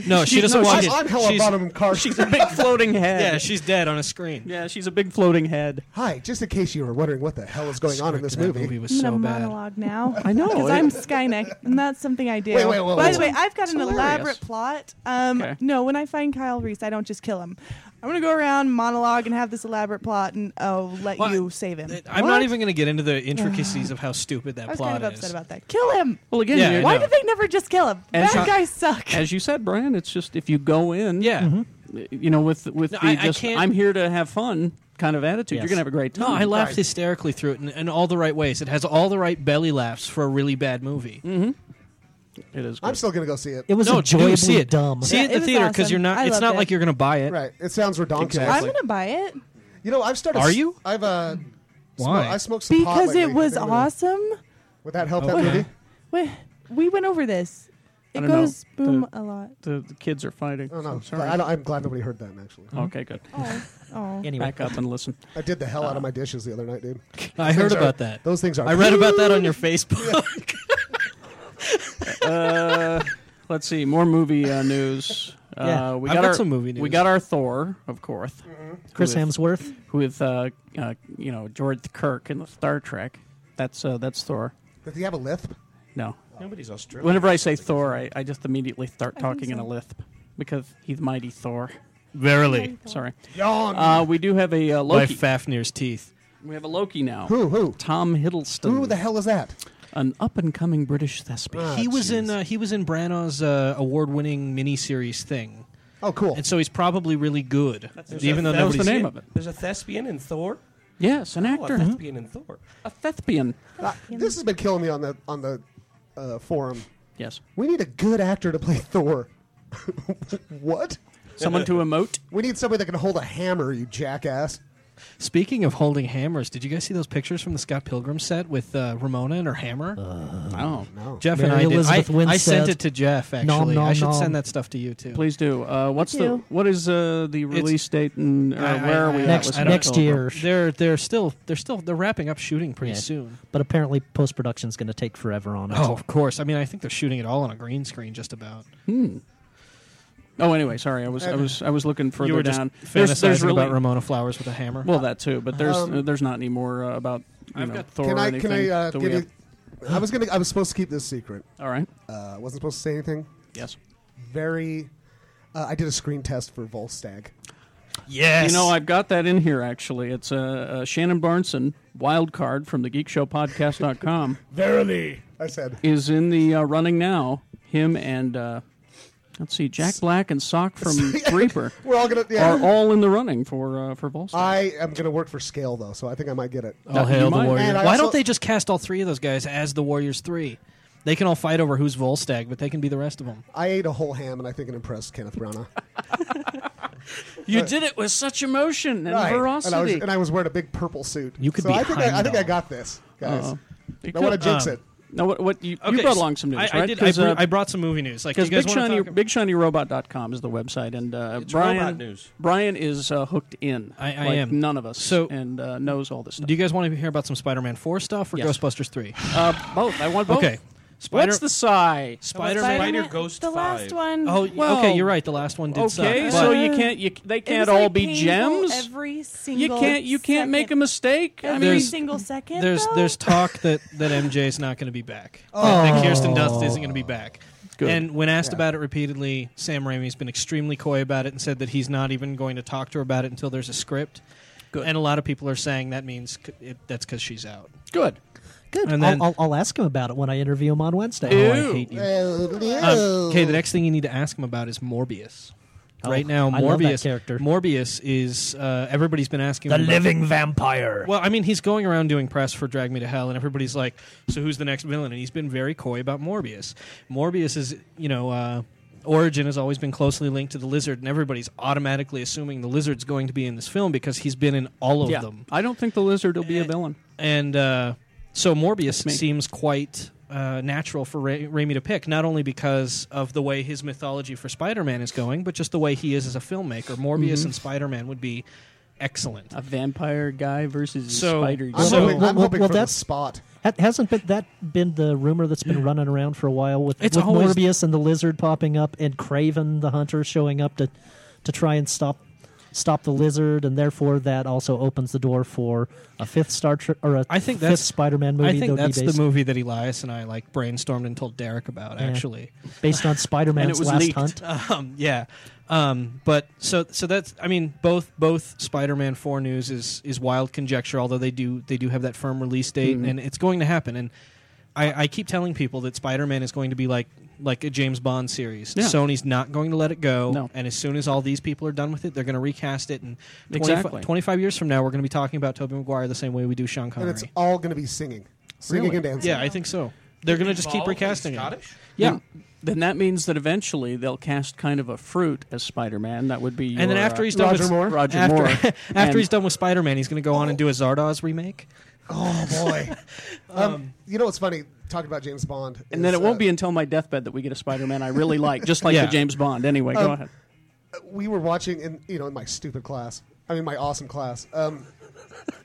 Speaker 9: No, she doesn't walk
Speaker 6: I'm,
Speaker 9: in.
Speaker 6: I'm Helen
Speaker 9: She's-
Speaker 6: Bonham Carter.
Speaker 4: She's a big floating head.
Speaker 9: Yeah, she's dead on a screen.
Speaker 4: Yeah, she's a big floating head.
Speaker 6: Hi, just in case you were wondering what the hell is going on in this movie.
Speaker 2: I'm gonna monologue now.
Speaker 4: I know,
Speaker 2: because
Speaker 4: it-
Speaker 2: I'm Skynet, and that's something I do.
Speaker 6: Wait, wait, wait,
Speaker 2: By
Speaker 6: wait.
Speaker 2: the way, I've got
Speaker 6: It's
Speaker 2: an
Speaker 6: hilarious.
Speaker 2: elaborate plot. Um,
Speaker 6: Okay.
Speaker 2: No, when I find Kyle Reese, I don't just kill him. I'm gonna go around monologue and have this elaborate plot, and oh, let
Speaker 9: Well,
Speaker 2: you save him.
Speaker 9: I'm
Speaker 2: What?
Speaker 9: not even going to get into the intricacies of how stupid
Speaker 2: I
Speaker 9: that
Speaker 2: was
Speaker 9: plot
Speaker 2: kind of
Speaker 9: is.
Speaker 2: upset about that. Kill him.
Speaker 4: Well, again,
Speaker 9: Yeah, I
Speaker 2: why
Speaker 9: know.
Speaker 2: did they never just kill him?
Speaker 4: And
Speaker 2: Bad
Speaker 4: so-
Speaker 2: guys suck.
Speaker 4: As you said, Brian, it's just if you go in,
Speaker 9: yeah, Mm-hmm.
Speaker 4: you know, with with
Speaker 9: No,
Speaker 4: the
Speaker 9: I- I
Speaker 4: just
Speaker 9: can't-
Speaker 4: I'm here to have fun kind of attitude, you're
Speaker 9: Yes.
Speaker 4: gonna have a great time.
Speaker 9: No, I laughed hysterically through it in, in all the right ways. It has all the right belly laughs for a really bad movie. Mm-hmm.
Speaker 4: It is.
Speaker 6: I'm still gonna go see it.
Speaker 5: It was
Speaker 9: no,
Speaker 5: enjoyably
Speaker 9: do see it.
Speaker 5: dumb.
Speaker 9: See
Speaker 6: Yeah,
Speaker 9: it in the
Speaker 6: it was
Speaker 9: theater because
Speaker 6: awesome.
Speaker 9: you're not.
Speaker 6: I
Speaker 9: it's
Speaker 6: loved
Speaker 9: not
Speaker 6: it.
Speaker 9: like you're going to buy it.
Speaker 6: Right. It sounds redonkulous.
Speaker 2: I'm gonna buy it
Speaker 6: You know, I've started.
Speaker 9: Are you?
Speaker 6: I've uh.
Speaker 9: Why?
Speaker 6: smo- I smoked some pot
Speaker 2: because
Speaker 6: lately.
Speaker 2: it was
Speaker 6: I think
Speaker 2: awesome.
Speaker 6: Would that help
Speaker 4: Okay.
Speaker 6: that movie?
Speaker 2: Wait, we went over this.
Speaker 4: I
Speaker 2: It
Speaker 4: don't know.
Speaker 2: goes boom
Speaker 4: The-
Speaker 2: a lot.
Speaker 4: The, the kids are fighting.
Speaker 6: Oh, no.
Speaker 4: I'm sorry.
Speaker 6: I don't- I'm glad nobody heard that actually.
Speaker 9: Mm-hmm.
Speaker 4: Okay, good.
Speaker 2: Oh, oh.
Speaker 4: Back up and listen.
Speaker 6: I did the hell out of my dishes the other night, dude.
Speaker 9: I
Speaker 6: Those
Speaker 9: heard
Speaker 6: things are-
Speaker 9: about that.
Speaker 6: Those things are.
Speaker 9: I read about that on your Facebook.
Speaker 4: uh, let's see more movie uh, news. Uh,
Speaker 9: Yeah.
Speaker 4: we
Speaker 9: I've
Speaker 4: got,
Speaker 9: got
Speaker 4: our,
Speaker 9: some movie
Speaker 4: We
Speaker 9: news.
Speaker 4: got our Thor, of course.
Speaker 6: Mm-hmm.
Speaker 5: Chris
Speaker 4: With-
Speaker 5: Hemsworth.
Speaker 4: with uh, uh, you know George Kirk in the Star Trek. That's uh, that's Thor.
Speaker 6: Does he have a lisp?
Speaker 4: No.
Speaker 7: Nobody's Australian.
Speaker 4: Whenever I say Thor, I, I just immediately start
Speaker 6: I think
Speaker 4: talking in
Speaker 6: so.
Speaker 4: a lisp because he's mighty Thor.
Speaker 9: Verily.
Speaker 4: Sorry.
Speaker 9: Yawn.
Speaker 4: Uh, we do have a uh,
Speaker 9: By
Speaker 4: Loki.
Speaker 9: Fafnir's teeth.
Speaker 4: We have a Loki now.
Speaker 9: Who,
Speaker 6: Who?
Speaker 4: Tom Hiddleston.
Speaker 9: Who the
Speaker 6: hell is that?
Speaker 4: An up and coming British thespian.
Speaker 6: Ah,
Speaker 9: he was in uh, he was in Branagh's uh, award-winning miniseries thing.
Speaker 6: Oh, cool!
Speaker 9: And so he's probably really good,
Speaker 7: There's
Speaker 9: even
Speaker 7: a
Speaker 9: though nobody's
Speaker 7: thespian-
Speaker 9: seen it.
Speaker 7: There's a thespian in Thor.
Speaker 4: Yes, an
Speaker 7: Oh,
Speaker 4: actor.
Speaker 7: a thespian in Thor.
Speaker 4: A thespian.
Speaker 6: Uh, this has been killing me on the on the uh, forum.
Speaker 4: Yes.
Speaker 6: We need a good actor to play Thor. what?
Speaker 9: Someone to
Speaker 4: emote?
Speaker 6: We need somebody that can hold a hammer, you jackass.
Speaker 9: Speaking of holding hammers, did you guys see those pictures from the Scott Pilgrim set with uh, Ramona and her hammer?
Speaker 4: Uh, no.
Speaker 9: no. Jeff and
Speaker 4: Oh. Mary
Speaker 9: I did.
Speaker 4: Elizabeth
Speaker 9: I, I
Speaker 4: Winstead.
Speaker 9: sent it to Jeff
Speaker 4: Nom,
Speaker 9: actually. I
Speaker 4: nom,
Speaker 9: should
Speaker 4: nom.
Speaker 9: send that stuff to you too.
Speaker 4: Please do. Uh, what's
Speaker 9: Thank
Speaker 4: the
Speaker 9: you.
Speaker 4: what is uh, the
Speaker 9: It's-
Speaker 4: release date and uh,
Speaker 9: I- I-
Speaker 4: where are
Speaker 9: I-
Speaker 4: we at
Speaker 5: Next-
Speaker 4: with
Speaker 5: I
Speaker 4: that?
Speaker 5: don't next know. year.
Speaker 9: They're they're still they're still they're wrapping up shooting pretty
Speaker 5: Yeah.
Speaker 9: soon.
Speaker 5: But apparently, post production's going to take forever on it.
Speaker 9: Oh, of course. I mean, I think they're shooting it all on a green screen, just about.
Speaker 4: Hmm. Oh, anyway, sorry. I was I was I was looking further
Speaker 9: you were
Speaker 4: down.
Speaker 9: Just fantasizing about Ramona Flowers with a hammer.
Speaker 4: Well, that too. But there's
Speaker 9: Um,
Speaker 4: uh, there's not any more uh, about you know, Thor
Speaker 6: can
Speaker 4: or
Speaker 6: I?
Speaker 4: anything.
Speaker 6: Can I uh,
Speaker 4: that we
Speaker 6: give
Speaker 4: have-
Speaker 6: you? I was gonna. I was supposed to keep this secret.
Speaker 4: All right.
Speaker 6: Uh, wasn't supposed to say anything.
Speaker 4: Yes.
Speaker 6: Very. Uh, I did a screen test for Volstagg.
Speaker 4: You know, I've got that in here actually. It's uh, uh, Shannon Barneson, wild card from the geekshowpodcast.com.
Speaker 6: Verily, I said.
Speaker 4: is in the uh, running now. Him and uh, let's see, Jack Black and Sock from Reaper.
Speaker 6: We're all gonna- yeah.
Speaker 4: are all in the running for uh, for Volstagg.
Speaker 6: I am gonna work for Scale though, so I think I might get it.
Speaker 4: Oh.
Speaker 9: All hail Oh, the warrior.
Speaker 6: And I
Speaker 9: Why
Speaker 6: also-
Speaker 9: don't they just cast all three of those guys as the Warriors three? They can all fight over who's Volstagg, but they can be the rest of them.
Speaker 6: I ate a whole ham, and I think it impressed Kenneth Branagh.
Speaker 4: you did it with such emotion and
Speaker 6: Right.
Speaker 4: ferocity.
Speaker 6: And I, was, and I was wearing a big purple suit.
Speaker 4: You could
Speaker 6: so
Speaker 4: be
Speaker 6: I think I, I
Speaker 4: Heimdall.
Speaker 6: think I got this, guys.
Speaker 4: Uh-oh. You
Speaker 6: Don't want
Speaker 4: could.
Speaker 6: to jinx
Speaker 4: Um,
Speaker 6: it.
Speaker 4: Now, what, what you, you
Speaker 9: Uh, Okay,
Speaker 4: brought
Speaker 9: so
Speaker 4: along some news,
Speaker 9: I-
Speaker 4: right?
Speaker 9: I did- I br- I brought some movie news. Like, do you
Speaker 4: Because
Speaker 9: guys
Speaker 4: Big
Speaker 9: wanna
Speaker 4: Shiny,
Speaker 9: talk ab-
Speaker 4: BigShinyRobot.com is the website, and uh,
Speaker 9: It's
Speaker 4: Brian
Speaker 9: robot news.
Speaker 4: Brian is uh, hooked in.
Speaker 9: I, I
Speaker 4: like
Speaker 9: am
Speaker 4: None of us.
Speaker 9: So,
Speaker 4: and uh, knows all this stuff.
Speaker 9: do you guys want to hear about some Spider-Man four stuff or
Speaker 4: Yes.
Speaker 9: Ghostbusters three?
Speaker 4: Uh, both. I want both.
Speaker 9: Okay.
Speaker 4: What's the sigh?
Speaker 9: Spider- Spider Ghost
Speaker 2: The last
Speaker 9: five.
Speaker 2: one.
Speaker 9: Oh, y- okay, you're right. The last one did suck.
Speaker 4: Okay,
Speaker 9: but-
Speaker 4: so you can't. You, they
Speaker 2: It was,
Speaker 4: can't all
Speaker 2: like,
Speaker 4: be
Speaker 2: painful
Speaker 4: gems.
Speaker 2: Every
Speaker 4: you
Speaker 2: single.
Speaker 4: can't. You can't make a mistake.
Speaker 2: Every
Speaker 9: There's-
Speaker 2: single second.
Speaker 9: There's
Speaker 2: though?
Speaker 9: there's talk that that MJ's not going to be back.
Speaker 2: Oh.
Speaker 9: That, that Kirsten Dust isn't going to be back.
Speaker 4: Good.
Speaker 9: And when asked
Speaker 4: Yeah.
Speaker 9: about it repeatedly, Sam Raimi's been extremely coy about it and said that he's not even going to talk to her about it until there's a script.
Speaker 4: Good.
Speaker 9: And a lot of people are saying that means c- it, that's because she's out.
Speaker 4: Good.
Speaker 5: Good.
Speaker 9: And
Speaker 5: I'll-
Speaker 9: then-
Speaker 5: I'll, I'll ask him about it when I interview him on Wednesday.
Speaker 9: Oh, I hate you. Um,
Speaker 5: Ew.
Speaker 9: okay, the next thing you need to ask him about is Morbius.
Speaker 5: Oh,
Speaker 9: right now,
Speaker 5: I love that
Speaker 9: Morbius character. Morbius is uh, everybody's been asking
Speaker 5: The
Speaker 9: him about-
Speaker 5: living vampire.
Speaker 9: Well, I mean, he's going around doing press for Drag Me to Hell, and everybody's like, "So who's the next villain?" And he's been very coy about Morbius. Morbius is, you know, uh, origin has always been closely linked to the Lizard, and everybody's automatically assuming the Lizard's going to be in this film because he's been in all of
Speaker 4: yeah.
Speaker 9: them.
Speaker 4: I don't think the lizard will
Speaker 9: Eh.
Speaker 4: be a villain.
Speaker 9: And uh, so Morbius
Speaker 4: me.
Speaker 9: seems quite uh, natural for Ra- Raimi to pick, not only because of the way his mythology for Spider-Man is going, but just the way he is as a filmmaker. Morbius
Speaker 4: Mhm.
Speaker 9: and Spider-Man would be excellent.
Speaker 4: A vampire guy versus
Speaker 9: So-
Speaker 4: a spider.
Speaker 9: I'm
Speaker 5: So-
Speaker 9: hoping- I'm hoping for the
Speaker 6: spot.
Speaker 5: hasn't been, that been the rumor that's been running around for a while with,
Speaker 9: It's
Speaker 5: with
Speaker 9: always-
Speaker 5: Morbius and the lizard popping up and Craven the hunter showing up to to try and stop stop the lizard and therefore that also opens the door for a fifth Star Trek or a
Speaker 9: I think
Speaker 5: fifth
Speaker 9: that's
Speaker 5: Spider-Man movie.
Speaker 9: I
Speaker 5: that
Speaker 9: think
Speaker 5: would be
Speaker 9: that's the
Speaker 5: based-
Speaker 9: movie that Elias and I like brainstormed and told Derek about
Speaker 5: Yeah.
Speaker 9: actually,
Speaker 5: Based on Spider-Man's Last Hunt.
Speaker 9: Um, yeah, um, but so so that's I mean both both Spider-Man Four news is is wild conjecture. Although they do they do have that firm release date
Speaker 4: Mhm.
Speaker 9: and it's going to happen. And I, I keep telling people that Spider-Man is going to be like like a James Bond series.
Speaker 4: Yeah.
Speaker 9: Sony's not going to let it go.
Speaker 4: No.
Speaker 9: And as soon as all these people are done with it, they're going to recast it. And 25,
Speaker 4: Exactly.
Speaker 9: 25 years from now, we're going to be talking about Tobey Maguire the same way we do Sean Connery.
Speaker 6: And it's all going to be singing, singing
Speaker 9: Really?
Speaker 6: and dancing.
Speaker 9: Yeah, I think so. They're going to just keep recasting it.
Speaker 4: Yeah.
Speaker 9: Yeah.
Speaker 4: Then, then that means that eventually they'll cast kind of a fruit as Spider-Man. That would be.
Speaker 9: and then
Speaker 4: your,
Speaker 9: after
Speaker 4: uh,
Speaker 9: he's done with
Speaker 4: Roger
Speaker 9: after,
Speaker 4: Moore.
Speaker 9: after
Speaker 4: And-
Speaker 9: he's done with Spider-Man, he's going to go on and do a Zardoz remake.
Speaker 6: Oh boy. um, you know what's funny? Talking about James Bond.
Speaker 4: and then
Speaker 6: is,
Speaker 4: it won't
Speaker 6: uh,
Speaker 4: be until my deathbed that we get a Spider-Man I really like, just like
Speaker 9: Yeah.
Speaker 4: the James Bond. Anyway, go
Speaker 9: Oh.
Speaker 6: Um,
Speaker 4: ahead.
Speaker 6: we were watching in you know in my stupid class. I mean my awesome class. Um,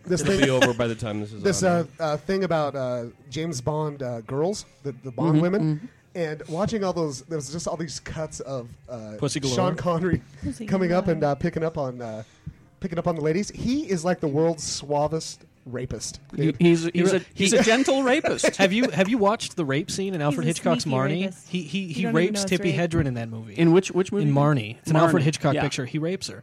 Speaker 6: this
Speaker 7: It'll
Speaker 6: thing-
Speaker 7: be over by the time this is
Speaker 6: this
Speaker 7: on,
Speaker 6: uh,
Speaker 7: right?
Speaker 6: uh, thing about uh, James Bond uh, girls, the, the Bond
Speaker 9: Mm-hmm,
Speaker 7: Mhm,
Speaker 6: women, and watching all those. There was just all these cuts of uh,
Speaker 9: Pussy galore.
Speaker 6: Sean Connery
Speaker 9: Pussy
Speaker 6: coming up
Speaker 9: galore.
Speaker 6: and uh, picking up on uh, picking up on the ladies. He is like the world's suavest rapist.
Speaker 9: He-
Speaker 6: dude.
Speaker 9: he's he's
Speaker 6: He
Speaker 9: a
Speaker 6: re-
Speaker 9: he's a gentle rapist. have you have you watched the rape scene in Alfred Hitchcock's
Speaker 6: sneaky
Speaker 9: Marnie?
Speaker 6: rapist.
Speaker 9: He he
Speaker 6: You
Speaker 9: he
Speaker 6: don't even know
Speaker 9: rapes
Speaker 6: it's
Speaker 9: Tippi
Speaker 6: rape.
Speaker 9: Hedren in that movie.
Speaker 4: In which which movie?
Speaker 9: In Marnie. It's an Alfred
Speaker 4: Marnie,
Speaker 9: Hitchcock
Speaker 4: yeah.
Speaker 9: picture. He rapes her.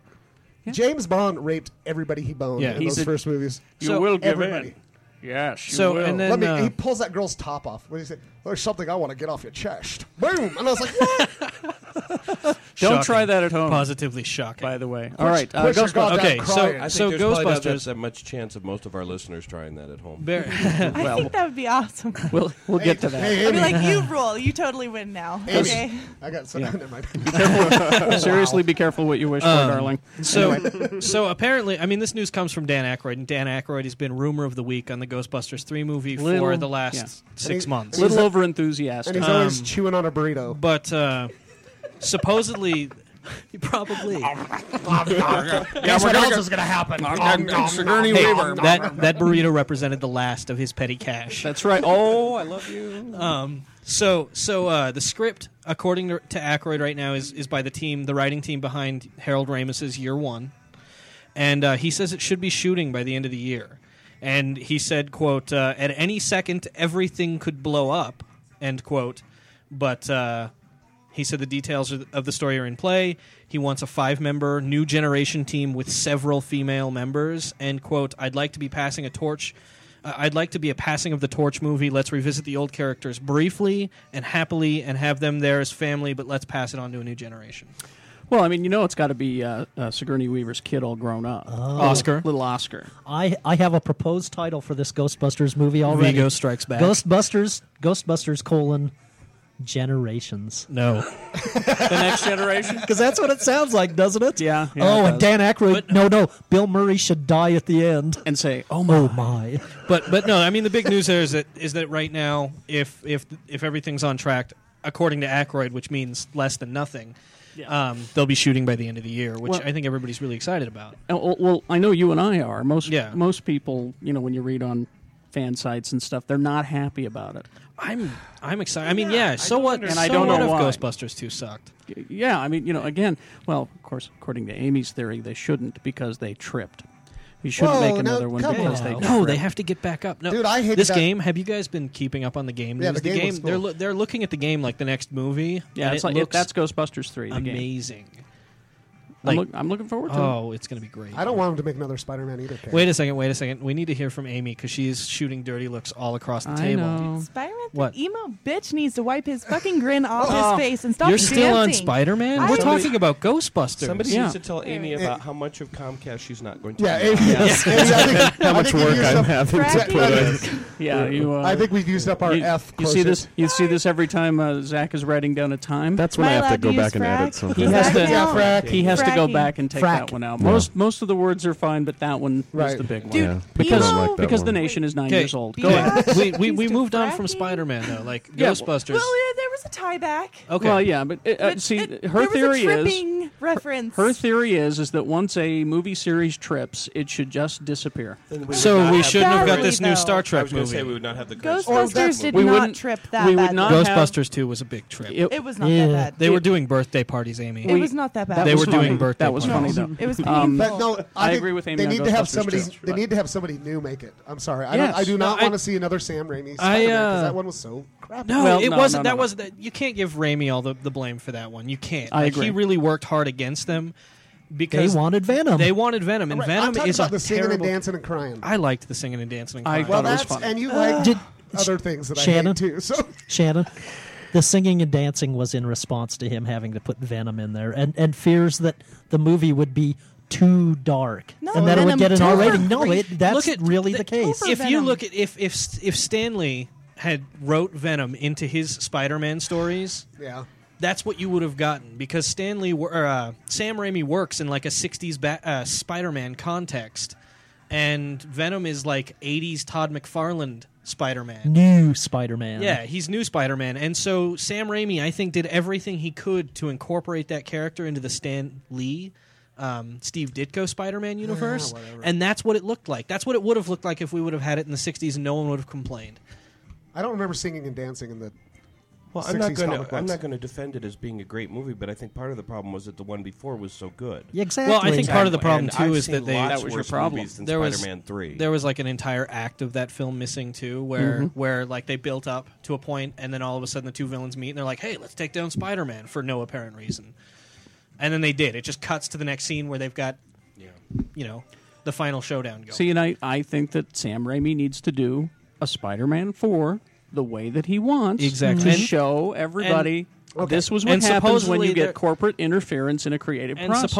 Speaker 6: James Bond raped everybody he boned
Speaker 9: Yeah,
Speaker 6: in
Speaker 9: he's
Speaker 6: those
Speaker 9: a-
Speaker 6: first movies.
Speaker 9: You will give
Speaker 6: everybody.
Speaker 9: in.
Speaker 11: Yes.
Speaker 9: you So, will. and then,
Speaker 6: Let me,
Speaker 9: uh,
Speaker 6: he pulls that girl's top off. What do you say? There's something I want to get off your chest. Boom! And I was like, what?
Speaker 4: Don't
Speaker 9: Shocking.
Speaker 4: try that at home.
Speaker 9: Positively shocking.
Speaker 4: By the way, all right.
Speaker 9: uh,
Speaker 4: uh,
Speaker 6: push your goddamn
Speaker 4: Okay,
Speaker 6: cry.
Speaker 4: so
Speaker 7: I think
Speaker 4: so
Speaker 7: there's probably not
Speaker 4: Ghostbusters.
Speaker 7: that much chance of most of our listeners trying that at home.
Speaker 4: Very-
Speaker 2: I think that would be awesome.
Speaker 4: we'll we'll get to that.
Speaker 2: I'd be like, you rule. You totally win now.
Speaker 6: Amy.
Speaker 2: Okay.
Speaker 6: I got so
Speaker 4: Yeah.
Speaker 6: never mind.
Speaker 4: Seriously, be careful what you wish
Speaker 9: Um,
Speaker 4: for, darling.
Speaker 9: So, so apparently, I mean, this news comes from Dan Aykroyd, and Dan Aykroyd has been rumor of the week on the Ghostbusters three movie for
Speaker 4: Little-
Speaker 9: the last
Speaker 4: yeah.
Speaker 9: six months. Um,
Speaker 4: Little over
Speaker 6: and
Speaker 4: enthusiastic.
Speaker 6: he's always chewing on a burrito.
Speaker 9: But uh, supposedly, probably.
Speaker 12: Guess what else is going to happen? Sigourney
Speaker 9: Hey,
Speaker 12: Weaver.
Speaker 9: that that burrito represented the last of his petty cash.
Speaker 4: That's right. Oh, I love you.
Speaker 9: Um, so so uh, the script, according to, to Aykroyd right now, is is by the team, the writing team behind Harold Ramis's Year One, and uh, he says it should be shooting by the end of the year. And he said, "quote uh, At any second, everything could blow up." End quote. But uh, he said the details of- of the story are in play. He wants a five-member new generation team with several female members. And quote, "I'd like to be passing a torch. uh, I'd like to be a passing of the torch movie. Let's revisit the old characters briefly and happily, and have them there as family. But let's pass it on to a new generation."
Speaker 4: Well, I mean, you know, it's got to be uh, uh, Sigourney Weaver's kid all grown up.
Speaker 9: Oscar.
Speaker 4: little Oscar.
Speaker 5: I I have a proposed title for this Ghostbusters movie already.
Speaker 9: Vigo Strikes Back.
Speaker 5: Ghostbusters. Ghostbusters colon generations.
Speaker 9: No.
Speaker 4: the next generation.
Speaker 5: Because that's what it sounds like, doesn't it?
Speaker 4: Yeah.
Speaker 5: oh, and Dan Aykroyd.
Speaker 9: uh,
Speaker 5: no, no, Bill Murray should die at the end
Speaker 4: and say, "Oh
Speaker 5: my, oh my."
Speaker 9: but but no, I mean the big news there is that is that right now, if if if everything's on track, according to Aykroyd, which means less than nothing, um, they'll be shooting by the end of the year, which
Speaker 4: Well-
Speaker 9: I think everybody's really excited about.
Speaker 4: Oh, Well, well, I know you and I are. Most
Speaker 9: Yeah.
Speaker 4: most people, you know, when you read on fan sites and stuff, they're not happy about it.
Speaker 9: I'm I'm excited. I mean, yeah. so what?
Speaker 4: And I
Speaker 9: so
Speaker 4: don't
Speaker 9: what
Speaker 4: know
Speaker 9: if
Speaker 4: why.
Speaker 9: Ghostbusters Two sucked.
Speaker 4: Y- Yeah, I mean, you know, again, well, of course, according to Amy's theory, they shouldn't because they tripped. We shouldn't
Speaker 6: Whoa,
Speaker 4: make
Speaker 6: now,
Speaker 4: another one
Speaker 6: come
Speaker 4: because
Speaker 6: on.
Speaker 4: they
Speaker 9: No, they
Speaker 4: tripped.
Speaker 9: have to get back up. No,
Speaker 6: Dude, I hated
Speaker 9: this
Speaker 6: that-
Speaker 9: game. Have you guys been keeping up on the game?
Speaker 6: Yeah,
Speaker 9: news?
Speaker 6: the game was cool.
Speaker 9: They're loo- they're looking at the game like the next movie.
Speaker 4: Yeah,
Speaker 9: and
Speaker 4: it's
Speaker 9: it
Speaker 4: like
Speaker 9: looks
Speaker 4: that's Ghostbusters three. The game.
Speaker 9: amazing.
Speaker 4: I'm,
Speaker 9: Like-
Speaker 4: look, I'm looking forward to it.
Speaker 9: Oh, it's gonna be great.
Speaker 6: I don't want him to make another Spider-Man either. Kay.
Speaker 9: Wait a second. Wait a second. We need to hear from Amy because she's shooting dirty looks all across the
Speaker 4: I
Speaker 9: table.
Speaker 4: know.
Speaker 2: Spider-Man,
Speaker 9: What?
Speaker 2: the emo bitch needs to wipe his fucking grin off
Speaker 4: Oh.
Speaker 2: his face and stop
Speaker 9: You're still on
Speaker 2: dancing.
Speaker 9: Spider Man.
Speaker 2: I-
Speaker 9: We're
Speaker 2: Somebody-
Speaker 9: talking about Ghostbusters.
Speaker 7: Somebody
Speaker 4: Yeah.
Speaker 7: needs to tell Amy about how much of Comcast she's not going to.
Speaker 6: Yeah,
Speaker 7: be
Speaker 6: Amy,
Speaker 7: on.
Speaker 6: yes. Amy, I think- I
Speaker 8: How much
Speaker 6: think we've
Speaker 8: work
Speaker 6: used
Speaker 8: I'm
Speaker 6: up-
Speaker 8: having to
Speaker 2: Crappy.
Speaker 8: put in.
Speaker 4: Yeah, you. Uh,
Speaker 6: I think we've used up our
Speaker 4: you,
Speaker 6: F.
Speaker 4: you see this? You see this every time uh, Zach is writing down a time.
Speaker 8: That's when
Speaker 2: Am
Speaker 8: I have to
Speaker 2: allowed
Speaker 8: go
Speaker 2: use
Speaker 8: back and
Speaker 2: frack?
Speaker 8: edit
Speaker 4: He
Speaker 8: something.
Speaker 2: Frack
Speaker 4: has to-
Speaker 2: now?
Speaker 6: Yeah, frack.
Speaker 4: he has to go
Speaker 2: Fracking.
Speaker 4: back and take
Speaker 5: Frack.
Speaker 4: that one out. Most most of the words are fine, but that one was
Speaker 6: Right.
Speaker 4: the big one.
Speaker 2: Dude,
Speaker 8: Yeah, people
Speaker 4: because
Speaker 8: don't like that
Speaker 4: because the
Speaker 8: one.
Speaker 4: nation is nine
Speaker 9: Okay.
Speaker 4: years old. Go
Speaker 9: Yeah.
Speaker 4: ahead.
Speaker 9: we we, we
Speaker 2: He's
Speaker 9: moved on from
Speaker 2: distracting.
Speaker 9: Spider Man though, like
Speaker 4: Yeah, well-
Speaker 9: Ghostbusters.
Speaker 2: Well, yeah, there was a tie back.
Speaker 9: okay.
Speaker 4: Well, yeah, but, uh, uh,
Speaker 2: But
Speaker 4: see,
Speaker 2: it-
Speaker 4: her
Speaker 2: there
Speaker 4: theory
Speaker 2: was a
Speaker 4: is
Speaker 2: tripping reference.
Speaker 4: her theory is is that once a movie series trips, it should just disappear.
Speaker 7: Then would
Speaker 9: So
Speaker 7: not
Speaker 9: we
Speaker 7: have
Speaker 9: shouldn't have got
Speaker 2: Barry,
Speaker 9: this new
Speaker 2: though.
Speaker 9: Star
Speaker 7: I
Speaker 9: Trek
Speaker 7: was going to say we
Speaker 9: movie.
Speaker 7: would not have the
Speaker 2: Ghostbusters did
Speaker 4: We
Speaker 2: not
Speaker 4: wouldn't-
Speaker 2: trip that
Speaker 4: we would
Speaker 2: badly.
Speaker 4: not-
Speaker 9: Ghostbusters Two was a big trip.
Speaker 4: It-
Speaker 2: It was not
Speaker 5: Yeah.
Speaker 2: that bad.
Speaker 9: they were doing birthday parties, Amy.
Speaker 2: It was not that bad.
Speaker 4: that
Speaker 9: They
Speaker 4: was
Speaker 9: were
Speaker 4: funny.
Speaker 9: doing birthday
Speaker 4: That was funny
Speaker 9: parties.
Speaker 4: though.
Speaker 2: It was painful.
Speaker 4: Um,
Speaker 6: But no,
Speaker 4: I
Speaker 6: I, think
Speaker 4: agree with Amy
Speaker 6: They
Speaker 4: on
Speaker 6: need to have
Speaker 4: Ghostbusters
Speaker 6: somebody.
Speaker 4: too.
Speaker 6: They need to have somebody new make it. I'm sorry. I,
Speaker 4: Yes.
Speaker 6: don't, I do not
Speaker 9: No, I-
Speaker 6: want to see another Sam Raimi Spider-Man
Speaker 9: uh,
Speaker 6: because that one was so crap.
Speaker 9: No,
Speaker 4: Well,
Speaker 9: it
Speaker 4: no,
Speaker 9: wasn't.
Speaker 4: no,
Speaker 9: that
Speaker 4: no, no.
Speaker 9: wasn't. That, you can't give Raimi all the, the blame for that one. You can't.
Speaker 4: I
Speaker 9: like, He
Speaker 4: agree.
Speaker 9: really worked hard against them
Speaker 5: They
Speaker 9: because
Speaker 5: wanted Venom.
Speaker 9: they wanted Venom, and
Speaker 6: Right, I'm
Speaker 9: Venom
Speaker 6: talking
Speaker 9: is
Speaker 6: about
Speaker 9: a
Speaker 6: the singing
Speaker 9: terrible.
Speaker 6: and dancing and crying.
Speaker 9: I liked the singing and dancing. And
Speaker 4: I
Speaker 9: crying.
Speaker 4: thought
Speaker 6: well,
Speaker 4: it was
Speaker 6: that's
Speaker 4: funny.
Speaker 6: and you like
Speaker 5: Did-
Speaker 6: other things that I
Speaker 5: Shannon?
Speaker 6: hate too. So
Speaker 5: Shannon. The singing and dancing was in response to him having to put Venom in there, and and fears that the movie would be too dark,
Speaker 2: No,
Speaker 5: and that it
Speaker 2: Venom
Speaker 5: would get an R
Speaker 2: too
Speaker 5: rating. No,
Speaker 2: dark.
Speaker 5: it, that's
Speaker 9: Look at
Speaker 5: really
Speaker 9: the-
Speaker 5: the, case.
Speaker 2: over-
Speaker 9: if you
Speaker 2: Venom.
Speaker 9: look at if if if Stanley had wrote Venom into his Spider-Man stories,
Speaker 6: yeah,
Speaker 9: that's what you would have gotten because Stanley wor- or, uh, Sam Raimi works in like a '60s ba- uh, Spider-Man context, and Venom is like '80s Todd McFarlane Spider-Man.
Speaker 5: New Spider-Man.
Speaker 9: Yeah, he's new Spider-Man, and so Sam Raimi, I think, did everything he could to incorporate that character into the Stan Lee, um, Steve Ditko Spider-Man universe, and that's what it looked like. That's what it would have looked like if we would have had it in the '60s, and no one would have complained.
Speaker 6: I don't remember singing and dancing in the
Speaker 7: Well, I'm not
Speaker 6: 60s
Speaker 7: going
Speaker 6: comic
Speaker 7: to. I'm
Speaker 6: books.
Speaker 7: not going to defend it as being a great movie, but I think part of the problem was that the one before was so good.
Speaker 5: Yeah,
Speaker 9: Well, I think part of the problem
Speaker 7: And
Speaker 9: too
Speaker 7: I've
Speaker 9: is
Speaker 7: seen
Speaker 9: that they
Speaker 7: lots worse movies than
Speaker 9: There was-
Speaker 7: Spider-Man Three.
Speaker 9: There was like an entire act of that film missing too, where
Speaker 7: Mhm.
Speaker 9: where like they built up to a point, and then all of a sudden the two villains meet, and they're like, "Hey, let's take down Spider-Man" for no apparent reason, and then they did. It just cuts to the next scene where they've got, you know, the final showdown going.
Speaker 4: See, and I, I think that Sam Raimi needs to do a Spider-Man four the way that he wants,
Speaker 9: Exactly.
Speaker 4: to show everybody
Speaker 9: And-
Speaker 4: this was what
Speaker 9: And
Speaker 4: happens when
Speaker 9: supposedly
Speaker 4: you
Speaker 9: they're-
Speaker 4: get corporate interference in a creative process.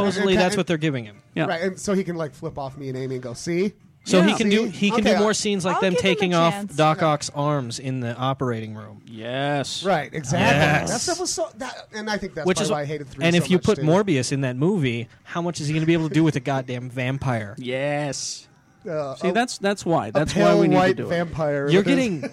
Speaker 4: Yeah.
Speaker 6: Right, and so he can like flip off me and Amy and go, see?
Speaker 9: So
Speaker 6: Yeah.
Speaker 9: he can do
Speaker 6: See?
Speaker 9: he can
Speaker 6: Okay,
Speaker 9: do more
Speaker 6: I-
Speaker 9: scenes like them taking off Doc Ock's arms in the operating room.
Speaker 4: Yes.
Speaker 6: Right, exactly. That stuff was so. That, and I think that's
Speaker 9: Which
Speaker 6: probably
Speaker 9: is
Speaker 6: why I hated three.
Speaker 9: And
Speaker 6: so
Speaker 9: if you
Speaker 6: much,
Speaker 9: put
Speaker 6: too.
Speaker 9: Morbius in that movie, how much is he going to be able to do with a goddamn vampire?
Speaker 4: Yes.
Speaker 6: Uh,
Speaker 4: See,
Speaker 6: a-
Speaker 4: that's that's why.
Speaker 6: a
Speaker 4: That's
Speaker 6: pale
Speaker 4: why we need
Speaker 6: white
Speaker 4: to do
Speaker 6: vampire
Speaker 4: it.
Speaker 9: You're getting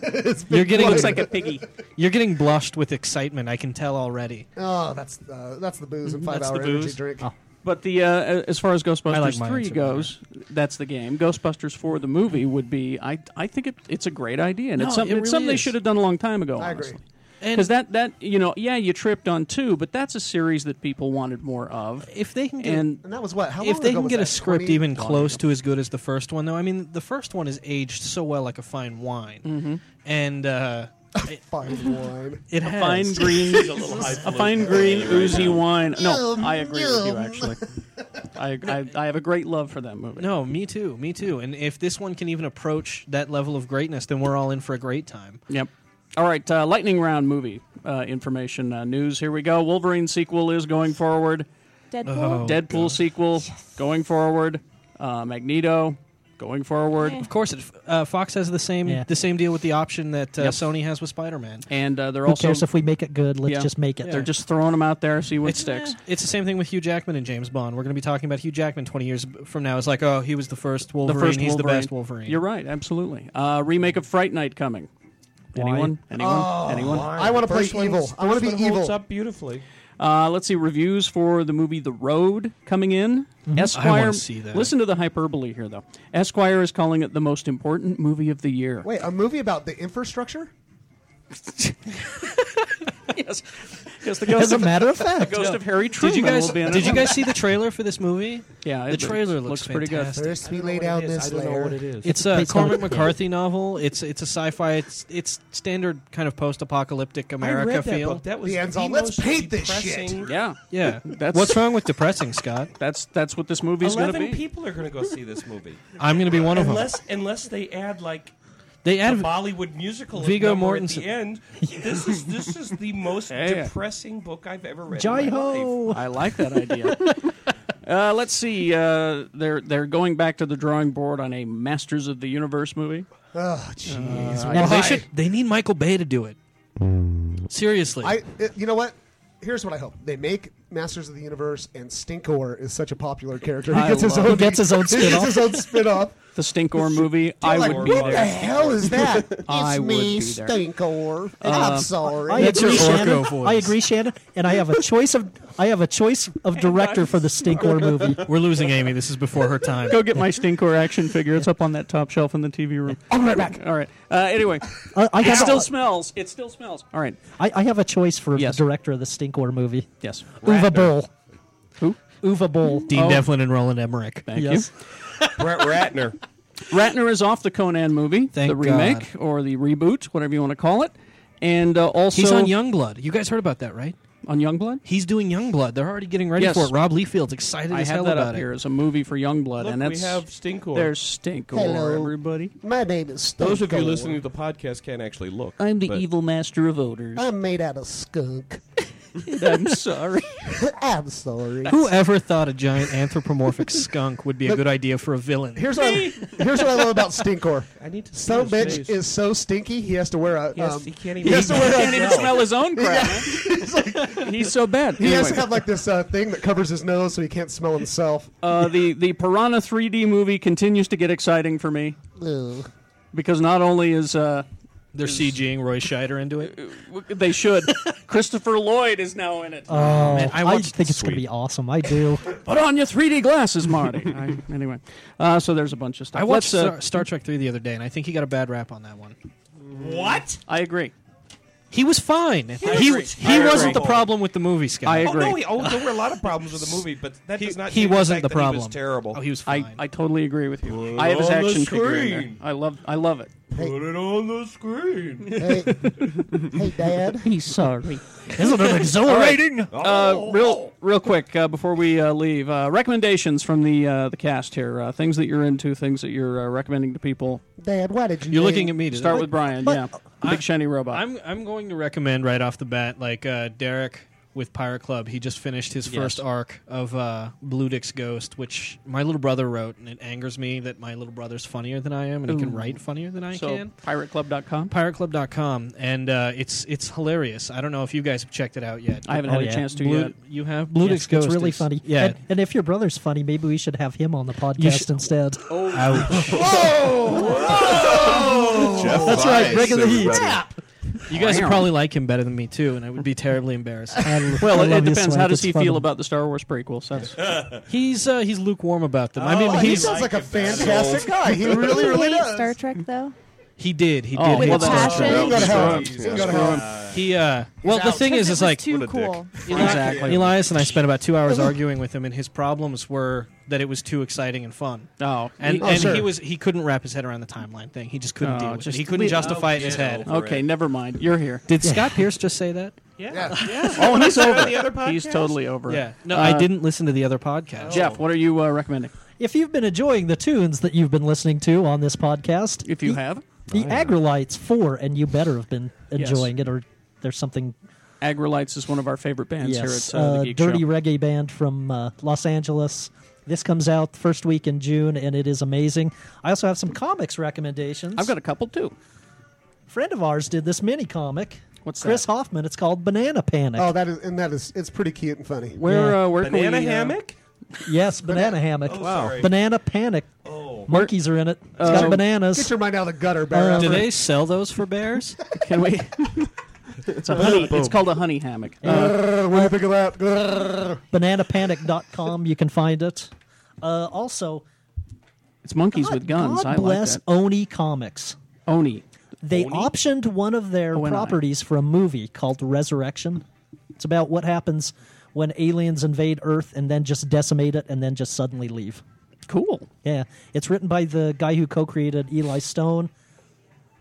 Speaker 9: you're getting
Speaker 4: piggy.
Speaker 9: You're getting blushed with excitement. I can tell already.
Speaker 6: Oh, that's uh, that's the booze and five
Speaker 4: That's
Speaker 6: hour
Speaker 4: the
Speaker 6: energy
Speaker 4: booze.
Speaker 5: Oh.
Speaker 6: drink.
Speaker 4: But the uh, as far as
Speaker 9: I
Speaker 4: Ghostbusters
Speaker 9: like my
Speaker 4: three
Speaker 9: answer
Speaker 4: goes, that's the game. Ghostbusters four, the movie would be. I I think it, it's a great idea, and
Speaker 9: No,
Speaker 4: it's something,
Speaker 9: it
Speaker 4: it's
Speaker 9: really
Speaker 4: something they
Speaker 9: is.
Speaker 4: should have done a long time ago.
Speaker 9: I agree.
Speaker 4: honestly. Because that that you know, yeah, you tripped on two, but that's a series that people wanted more of.
Speaker 9: If they can
Speaker 4: and
Speaker 6: And that was what? How long
Speaker 9: if they
Speaker 6: ago
Speaker 9: can
Speaker 6: was
Speaker 9: get
Speaker 6: that?
Speaker 9: a script
Speaker 6: 20?
Speaker 9: even close to as good as the first one, though, I mean, the first one is aged so well like a fine wine,
Speaker 4: Mhm.
Speaker 9: and uh, it,
Speaker 6: fine wine,
Speaker 9: it
Speaker 4: a
Speaker 9: has
Speaker 4: fine green, a fine green oozy wine. No, I agree with you.
Speaker 9: Yum.
Speaker 4: Actually, I, I I have a great love for that movie.
Speaker 9: No, me too, me too. And if this one can even approach that level of greatness, then we're all in for a great time.
Speaker 4: Yep. All right, uh, lightning round movie uh, information uh, news. Here we go. Wolverine sequel is going forward.
Speaker 2: Deadpool? Oh,
Speaker 4: Deadpool sequel going forward. Uh, Magneto going forward.
Speaker 9: Of course, it, uh, Fox has the same
Speaker 4: Yeah.
Speaker 9: the same deal with the option that uh,
Speaker 4: Yep.
Speaker 9: Sony has with Spider Man.
Speaker 4: And uh, they're
Speaker 5: Who
Speaker 4: also
Speaker 5: cares if we make it good? Let's
Speaker 4: Yeah.
Speaker 5: just make it.
Speaker 4: They're just throwing them out there, see what
Speaker 9: It's- eh,
Speaker 4: sticks.
Speaker 9: It's the same thing with Hugh Jackman and James Bond. We're going to be talking about Hugh Jackman 20 years b- from now. It's like, oh, he was the first Wolverine.
Speaker 4: the first
Speaker 9: He's
Speaker 4: Wolverine.
Speaker 9: the best Wolverine.
Speaker 4: You're right, absolutely. Uh, remake of Fright Night coming. Anyone? Anyone?
Speaker 7: Oh,
Speaker 4: Anyone?
Speaker 7: why?
Speaker 6: I wanna
Speaker 7: The
Speaker 6: play
Speaker 7: first one-
Speaker 6: evil. I wanna
Speaker 7: first
Speaker 6: be
Speaker 7: one holds
Speaker 6: evil.
Speaker 7: up beautifully.
Speaker 4: Uh, let's see reviews for the movie The Road coming in. Esquire,
Speaker 9: Mm-hmm. I wanna see that.
Speaker 4: listen to the hyperbole here though. Esquire is calling it the most important movie of the year.
Speaker 6: Wait, a movie about the infrastructure?
Speaker 4: yes. Yes,
Speaker 5: As a matter of fact.
Speaker 4: the ghost of Harry Truman.
Speaker 9: Did you guys
Speaker 4: will be in it.
Speaker 9: did you guys see the trailer for this movie?
Speaker 4: Yeah,
Speaker 9: the
Speaker 4: it
Speaker 9: trailer
Speaker 4: looks
Speaker 9: looks,
Speaker 4: pretty good.
Speaker 9: fantastic.
Speaker 6: First we lay down this layer.
Speaker 9: It's a Cormac McCarthy novel. It's it's a sci-fi. It's it's standard kind of post-apocalyptic America
Speaker 7: I read that
Speaker 9: feel.
Speaker 7: book. That was
Speaker 6: The end's
Speaker 7: the
Speaker 6: all, "Let's
Speaker 7: most
Speaker 6: paint this
Speaker 7: depressing-
Speaker 6: shit."
Speaker 4: Yeah,
Speaker 9: Yeah,
Speaker 4: That's-
Speaker 9: what's wrong with depressing, Scott?
Speaker 4: That's that's what this movie's going to
Speaker 7: Eleven
Speaker 4: be.
Speaker 7: people are going to go see this movie.
Speaker 9: I'm going to be one of them.
Speaker 7: unless unless they add like
Speaker 9: They add
Speaker 7: the Bollywood musical
Speaker 9: Viggo
Speaker 7: number at
Speaker 9: Mortensen.
Speaker 7: the end. This is this is the most
Speaker 4: Hey.
Speaker 7: depressing book I've ever read. in my
Speaker 4: Jai
Speaker 7: life.
Speaker 4: ho! I like that idea. Uh, let's see. Uh, they're they're going back to the drawing board on a Masters of the Universe movie.
Speaker 6: Oh, jeez.
Speaker 4: Uh,
Speaker 9: Well,
Speaker 6: why?
Speaker 9: they should. They need Michael Bay to do it. Seriously,
Speaker 6: I, it- you know what? Here's what I hope. They make Masters of the Universe, and Stinkor is such a popular character. He
Speaker 4: I
Speaker 6: gets his
Speaker 4: love
Speaker 6: own.
Speaker 4: it. He gets his own
Speaker 6: He gets
Speaker 4: spin-off.
Speaker 6: his own spin-off.
Speaker 4: The Stinkor movie. I
Speaker 6: like,
Speaker 4: would be
Speaker 6: what
Speaker 4: there.
Speaker 6: the hell is that?
Speaker 4: I
Speaker 6: it's
Speaker 4: would
Speaker 6: me,
Speaker 4: be there.
Speaker 6: Stinkor.
Speaker 4: Uh,
Speaker 6: I'm sorry.
Speaker 5: I agree, Shannon. I agree, Shannon. And I have a choice of I have a choice of director for the Stinkor movie.
Speaker 9: we're losing Amy. This is before her time.
Speaker 4: Go get my Stinkor action figure. It's up on that top shelf in the TV room.
Speaker 5: I'll be right back.
Speaker 4: All right. Uh, anyway,
Speaker 5: I- I
Speaker 4: it
Speaker 5: got-
Speaker 4: still smells. It still smells. All right.
Speaker 5: I, I have a choice for the director of the Stinkor movie.
Speaker 4: Yes.
Speaker 5: Uva
Speaker 4: Ratner.
Speaker 5: Boll.
Speaker 4: Who?
Speaker 5: Uva Boll. Oh.
Speaker 9: Dean Devlin and Roland Emmerich.
Speaker 4: Thank
Speaker 5: Yes.
Speaker 4: you.
Speaker 7: Brett Ratner.
Speaker 4: Ratner is off the Conan movie,
Speaker 9: Thank
Speaker 4: the remake or the reboot, whatever you want to call it, and uh, also
Speaker 9: He's on Youngblood. You guys heard about that, right?
Speaker 4: On Youngblood,
Speaker 9: he's doing Youngblood. They're already getting ready
Speaker 4: Yes.
Speaker 9: for it. Rob Leefield's excited
Speaker 4: I
Speaker 9: as
Speaker 4: have
Speaker 9: hell
Speaker 4: that
Speaker 9: about
Speaker 4: up
Speaker 9: it.
Speaker 4: here as a movie for Youngblood,
Speaker 7: Look,
Speaker 4: and
Speaker 7: we
Speaker 4: that's
Speaker 7: have Stinkor.
Speaker 4: There's Stinkor,
Speaker 6: Hello.
Speaker 4: everybody.
Speaker 6: My name is Stinkor.
Speaker 7: Those of you listening to the podcast can't actually look. but-
Speaker 4: master of odors.
Speaker 6: I'm made out of skunk.
Speaker 4: I'm sorry.
Speaker 6: I'm sorry.
Speaker 9: Whoever thought a giant anthropomorphic skunk would be a
Speaker 6: Look,
Speaker 9: good idea for a villain?
Speaker 6: Here's what, I, here's what I love about Stinkor.
Speaker 7: I need to see
Speaker 6: Some
Speaker 7: his
Speaker 6: bitch
Speaker 7: face.
Speaker 6: is so stinky he has to wear a.
Speaker 7: He has-
Speaker 6: um,
Speaker 7: he can't
Speaker 6: He
Speaker 7: even-
Speaker 6: has to
Speaker 7: he
Speaker 6: wear
Speaker 7: can't
Speaker 6: a,
Speaker 7: even smell
Speaker 4: his own crap. He's so bad.
Speaker 6: He has to
Speaker 4: Anyway.
Speaker 6: have like this uh, thing that covers his nose so he can't smell himself.
Speaker 4: Uh, the the Piranha 3D movie continues to get exciting for me because not only is uh,
Speaker 9: They're CGing Roy Scheider into it.
Speaker 4: they should Christopher Lloyd is now in it.
Speaker 5: Oh, I, think it's going to be awesome. I do.
Speaker 4: Put on your 3D glasses, Marty. I, anyway, uh, so there's a bunch of stuff.
Speaker 9: I watched
Speaker 4: Let's, uh,
Speaker 9: Star, Star Trek three the other day, and I think he got a bad rap on that one.
Speaker 4: I agree.
Speaker 9: He was fine.
Speaker 7: I
Speaker 9: he
Speaker 7: agree.
Speaker 9: he
Speaker 7: I
Speaker 9: wasn't
Speaker 7: agree.
Speaker 9: the problem with the movie, Scott.
Speaker 7: Oh, no, he, oh, there were a lot of problems with the movie, but that does not.
Speaker 9: he
Speaker 7: change fact
Speaker 9: wasn't the
Speaker 7: that He
Speaker 9: problem.
Speaker 7: was terrible.
Speaker 9: Oh, he was
Speaker 4: I, I totally agree with you.
Speaker 7: it
Speaker 4: I have his
Speaker 7: on the
Speaker 4: action figure. in there.
Speaker 7: screen.
Speaker 4: I love I love it.
Speaker 7: Put it on the screen.
Speaker 4: Hey.
Speaker 6: hey, Dad.
Speaker 4: He's sorry.
Speaker 5: Isn't it exhilarating?
Speaker 9: Oh.
Speaker 4: Uh, real, real quick uh, before we uh, leave, uh, recommendations from the uh, the cast here. Uh, things that you're into, things that you're uh, recommending to people.
Speaker 6: Dad, why did you?
Speaker 9: You're looking at me.
Speaker 4: Start
Speaker 9: today.
Speaker 4: with Brian.
Speaker 9: But-
Speaker 4: yeah, big shiny robot.
Speaker 9: I'm I'm going to recommend right off the bat, like uh, Derek with Pirate Club. He just finished his
Speaker 4: Yes.
Speaker 9: first arc of uh, Blue Dick's Ghost, which my little brother wrote, and it angers me that my little brother's funnier than I am, and he can
Speaker 4: Ooh.
Speaker 9: write funnier than I
Speaker 4: so,
Speaker 9: can.
Speaker 4: PirateClub.com.
Speaker 9: PirateClub.com, and uh, it's it's hilarious. I don't know if you guys have checked it out yet.
Speaker 4: I haven't
Speaker 5: Oh,
Speaker 4: had
Speaker 5: yeah.
Speaker 4: a chance to
Speaker 9: Blue-
Speaker 4: yet.
Speaker 9: You have Blue
Speaker 5: It's,
Speaker 9: Dick's Ghost.
Speaker 5: it's really
Speaker 9: is-
Speaker 5: funny.
Speaker 9: Yeah,
Speaker 5: And, and if your brother's funny, maybe we should have him on the podcast
Speaker 9: should-
Speaker 5: instead.
Speaker 9: Oh. Ouch.
Speaker 6: Oh!
Speaker 5: Jeff That's right, Oh, Weiss, breaking the heat. everybody.
Speaker 9: You guys would
Speaker 4: Wow.
Speaker 9: probably like him better than me too, and I would be terribly embarrassed.
Speaker 4: Well, it, it depends. How does he feel about the Star Wars prequels? That's
Speaker 9: He's uh, he's lukewarm about them. I mean,
Speaker 4: Oh, he
Speaker 9: he's,
Speaker 4: sounds like a
Speaker 6: fantastic guy. He really, really
Speaker 2: hate
Speaker 6: does.
Speaker 2: Star Trek though.
Speaker 9: He did. He
Speaker 4: Oh,
Speaker 9: did.
Speaker 4: well,
Speaker 9: hate Star
Speaker 4: that's
Speaker 9: Trek.
Speaker 4: true. You gotta help him. You gotta
Speaker 9: Screw
Speaker 4: help
Speaker 9: him. He. Uh, well, the
Speaker 2: out.
Speaker 9: thing
Speaker 2: Because
Speaker 9: is, is
Speaker 2: it was
Speaker 9: like
Speaker 2: too What a dick. cool.
Speaker 9: Eli-
Speaker 4: Exactly.
Speaker 9: Elias and I spent about two hours arguing with him, and his problems were that it was too exciting and fun.
Speaker 4: Oh,
Speaker 9: and
Speaker 4: Oh,
Speaker 9: and
Speaker 4: sure.
Speaker 9: he was he couldn't wrap his head around the timeline thing. He just couldn't
Speaker 4: Oh,
Speaker 9: deal with it.
Speaker 4: just
Speaker 9: He couldn't
Speaker 4: leave-
Speaker 9: justify it in his head.
Speaker 4: okay. Never mind. You're here.
Speaker 9: Did Scott Pierce just say that?
Speaker 7: Yeah.
Speaker 4: Oh, and he's
Speaker 7: Is that
Speaker 4: over.
Speaker 7: on the other
Speaker 4: it. He's
Speaker 7: podcast?
Speaker 4: totally over. it.
Speaker 9: Yeah. No,
Speaker 4: Uh,
Speaker 9: I didn't listen to the other podcast.
Speaker 4: Jeff, what are you uh, recommending?
Speaker 5: If you've been enjoying the tunes that you've been listening to on this podcast,
Speaker 4: If you
Speaker 5: the,
Speaker 4: have.
Speaker 5: the Agrolites four, and you better have been
Speaker 4: Yes.
Speaker 5: enjoying it, or there's something.
Speaker 4: Agrolites is one of our favorite bands
Speaker 5: yes,
Speaker 4: here at uh,
Speaker 5: uh,
Speaker 4: the Geek
Speaker 5: dirty
Speaker 4: Show.
Speaker 5: reggae band from uh, Los Angeles. This comes out the first week in June, and it is amazing. I also have some comics recommendations.
Speaker 4: I've got a couple too.
Speaker 5: friend of ours did this mini comic.
Speaker 4: What's
Speaker 5: Chris Hoffman? It's called Banana Panic.
Speaker 6: Oh, that is and that is it's pretty cute and funny.
Speaker 4: Where
Speaker 5: Yeah.
Speaker 4: uh, where can
Speaker 7: Banana
Speaker 4: we, uh,
Speaker 7: hammock.
Speaker 5: Yes, banana hammock.
Speaker 7: Oh, Wow. sorry.
Speaker 5: Banana panic. Monkeys are in it. It's
Speaker 4: Uh,
Speaker 5: got bananas.
Speaker 6: Get your mind out of the gutter,
Speaker 5: Uh,
Speaker 6: Barry.
Speaker 9: Do they sell those for bears?
Speaker 4: Can we? it's a honey. It's called a honey hammock. Uh,
Speaker 6: Grr, what do you think of that? Grr.
Speaker 5: Bananapanic.com. You can find it. Uh, also,
Speaker 4: it's monkeys
Speaker 5: God,
Speaker 4: with guns.
Speaker 5: God
Speaker 4: I
Speaker 5: bless
Speaker 4: like
Speaker 5: Oni Comics.
Speaker 4: that. Oni.
Speaker 5: They optioned one of their
Speaker 4: O N I.
Speaker 5: properties for a movie called Resurrection. It's about what happens when aliens invade Earth and then just decimate it and then just suddenly leave.
Speaker 4: Cool.
Speaker 5: Yeah, it's written by the guy who co-created Eli Stone.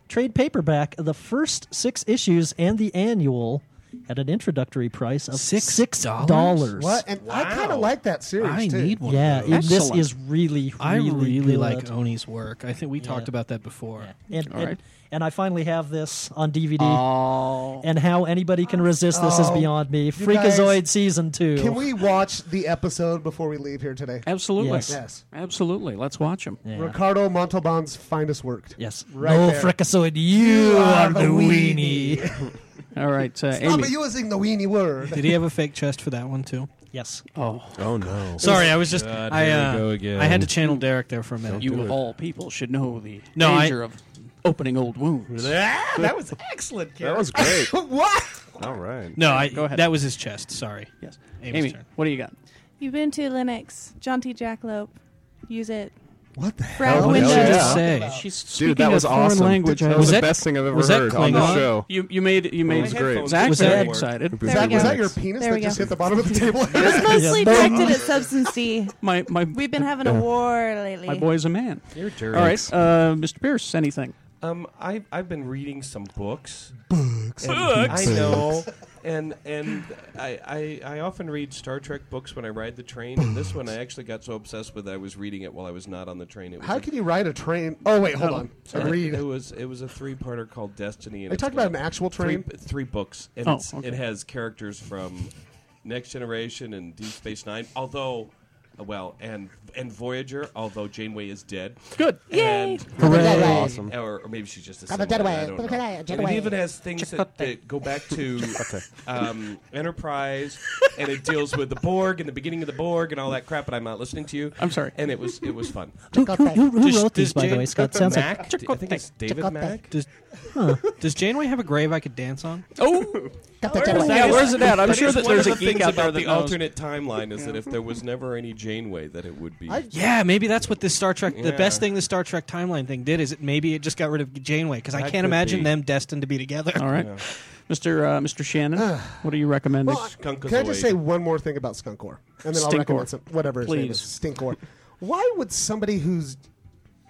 Speaker 5: Trade paperback, the first six issues and the annual, at an introductory price of
Speaker 9: Six
Speaker 5: six
Speaker 9: dollars?
Speaker 5: dollars.
Speaker 6: What? And I kind of like that series
Speaker 9: I
Speaker 6: too.
Speaker 9: need one.
Speaker 5: Yeah,
Speaker 9: of
Speaker 5: it-
Speaker 9: those.
Speaker 5: this
Speaker 4: Excellent.
Speaker 5: is really, really
Speaker 9: I really
Speaker 5: good.
Speaker 9: like Oni's work. I think we talked about that before.
Speaker 5: and,
Speaker 4: All
Speaker 5: and,
Speaker 4: right.
Speaker 5: and I finally have this on DVD.
Speaker 4: Oh.
Speaker 5: and how anybody can resist this is
Speaker 6: Oh,
Speaker 5: beyond me.
Speaker 6: you guys-
Speaker 5: Freakazoid season two.
Speaker 6: Can we watch the episode before we leave here today?
Speaker 4: Absolutely.
Speaker 5: Yes.
Speaker 6: Yes.
Speaker 4: Absolutely. Let's watch them.
Speaker 5: Yeah.
Speaker 6: Ricardo Montalban's finest work.
Speaker 5: Yes.
Speaker 6: Right
Speaker 5: no,
Speaker 6: there.
Speaker 5: Freakazoid, you, are the weenie.
Speaker 4: All right, uh,
Speaker 6: Stop
Speaker 4: Amy.
Speaker 6: using the weenie word.
Speaker 9: Did he have a fake chest for that one too?
Speaker 5: yes.
Speaker 4: Oh,
Speaker 8: Oh no.
Speaker 9: Sorry, I was just
Speaker 12: God,
Speaker 9: I
Speaker 12: here we
Speaker 9: uh,
Speaker 12: go again.
Speaker 9: I had to channel Derek there for a minute.
Speaker 4: you of all people should know the
Speaker 9: No, I-
Speaker 4: danger of opening old wounds.
Speaker 7: Ah, that was excellent, kid.
Speaker 8: That was great.
Speaker 6: what?
Speaker 8: All right.
Speaker 9: no, I
Speaker 4: Go ahead.
Speaker 9: that was his chest. Sorry.
Speaker 4: Yes.
Speaker 9: Amy's
Speaker 4: Amy,
Speaker 9: turn.
Speaker 4: what do you got?
Speaker 2: Ubuntu Linux, John T. Jackalope. Use it.
Speaker 6: What the hell?
Speaker 2: Browse
Speaker 8: Hell
Speaker 2: Windows.
Speaker 9: What did you
Speaker 8: yeah.
Speaker 9: just say?
Speaker 4: She's speaking
Speaker 8: Dude, that was
Speaker 4: a foreign
Speaker 8: awesome.
Speaker 4: language.
Speaker 8: That
Speaker 4: I
Speaker 8: was
Speaker 9: Was
Speaker 8: the
Speaker 9: that-
Speaker 8: best thing I've ever
Speaker 9: was that
Speaker 8: heard on the
Speaker 9: Klingon?
Speaker 8: show.
Speaker 4: You you made you made
Speaker 7: was great.
Speaker 4: Zach
Speaker 9: Was
Speaker 4: very
Speaker 9: that-
Speaker 4: excited.
Speaker 2: There we
Speaker 6: Was
Speaker 2: go.
Speaker 6: that your penis
Speaker 2: There we
Speaker 6: that just
Speaker 2: go.
Speaker 6: hit the bottom of the table?
Speaker 2: It was mostly
Speaker 5: Yeah.
Speaker 2: directed at Substance D.
Speaker 4: My my
Speaker 2: We've been having a war lately.
Speaker 4: my boy's a man.
Speaker 7: You're
Speaker 4: All right, uh, Mr. Pierce, anything?
Speaker 7: Um, I've I've been reading some books. Books. I know. And and I, I I often read Star Trek books when I ride the train. And this one I actually got so obsessed with I was reading it while I was not on the train. It was
Speaker 6: How
Speaker 7: a-
Speaker 6: can you ride a train? Oh wait, hold
Speaker 4: No.
Speaker 6: on.
Speaker 7: it-
Speaker 6: Read.
Speaker 7: It was it was a three parter called Destiny. And
Speaker 6: Are you
Speaker 7: it's
Speaker 6: talking about
Speaker 7: like
Speaker 6: an actual
Speaker 7: three,
Speaker 6: train?
Speaker 7: three books, and
Speaker 4: Oh,
Speaker 7: it's,
Speaker 4: okay.
Speaker 7: it has characters from Next Generation and Deep Space Nine. Although, uh, well, and and Voyager. Although Janeway is dead.
Speaker 4: Good.
Speaker 2: Yay!
Speaker 7: And
Speaker 6: Hooray.
Speaker 7: Awesome. Or, or maybe she's just a
Speaker 6: I'm a
Speaker 7: Jedi.
Speaker 6: Jedi.
Speaker 7: I don't know.
Speaker 6: I'm a Jedi.
Speaker 7: And it
Speaker 6: Jedi.
Speaker 7: even has things that, that go back to um, Enterprise, and it deals with the Borg and the beginning of the Borg and all that crap. But I'm not listening to you.
Speaker 4: I'm sorry.
Speaker 7: And it was it was fun.
Speaker 5: Who, who, who, who
Speaker 7: Does-
Speaker 5: wrote these,
Speaker 7: does
Speaker 5: by the
Speaker 7: Jane
Speaker 5: way, Scott?
Speaker 7: Kirkman
Speaker 5: Sounds like
Speaker 7: Mack, I think it's David Mack.
Speaker 9: Does Does Janeway have a grave I could dance on?
Speaker 4: Oh, yeah, where's it at? I'm
Speaker 7: That
Speaker 4: sure
Speaker 7: is
Speaker 4: that
Speaker 7: one
Speaker 4: there's
Speaker 7: of
Speaker 4: a
Speaker 7: the
Speaker 4: geek
Speaker 7: things
Speaker 4: out there
Speaker 7: about
Speaker 4: that
Speaker 7: the
Speaker 4: knows.
Speaker 7: alternate timeline is that if there was never any Janeway that it would be.
Speaker 9: yeah, maybe that's what this Star Trek. The
Speaker 7: Yeah.
Speaker 9: best thing the Star Trek timeline thing did is it maybe it just got rid of Janeway because I
Speaker 4: That
Speaker 9: can't
Speaker 4: could
Speaker 9: imagine
Speaker 4: be.
Speaker 9: them destined to be together.
Speaker 4: All right, Mr. Uh, Mr. Shannon, what do you recommend?
Speaker 6: Well, can I just say one more thing about Skunkor? And then I'll
Speaker 4: Stinkor.
Speaker 6: recommend some, whatever his name is. Stinkor. Why would somebody whose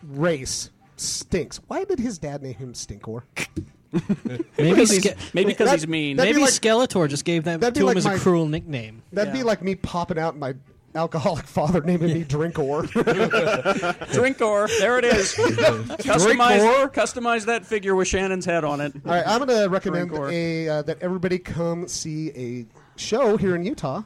Speaker 6: race stinks, why did his dad name him Stinkor?
Speaker 9: Maybe
Speaker 6: Because
Speaker 9: Ske-
Speaker 6: he's-
Speaker 9: maybe 'cause
Speaker 6: that-
Speaker 9: he's mean.
Speaker 6: that'd be
Speaker 9: Maybe Skeletor just gave that
Speaker 6: that'd be
Speaker 9: to him
Speaker 6: like
Speaker 9: as a
Speaker 6: my-
Speaker 9: cruel nickname.
Speaker 6: That'd be like me popping out my alcoholic father naming me Drinkor.
Speaker 4: Drinkor, there it is. customize,
Speaker 6: Drinkor?
Speaker 4: customize that figure with Shannon's head on it.
Speaker 6: All right, I'm going to recommend
Speaker 4: Drinkor.
Speaker 6: a, uh, that everybody come see a show here in Utah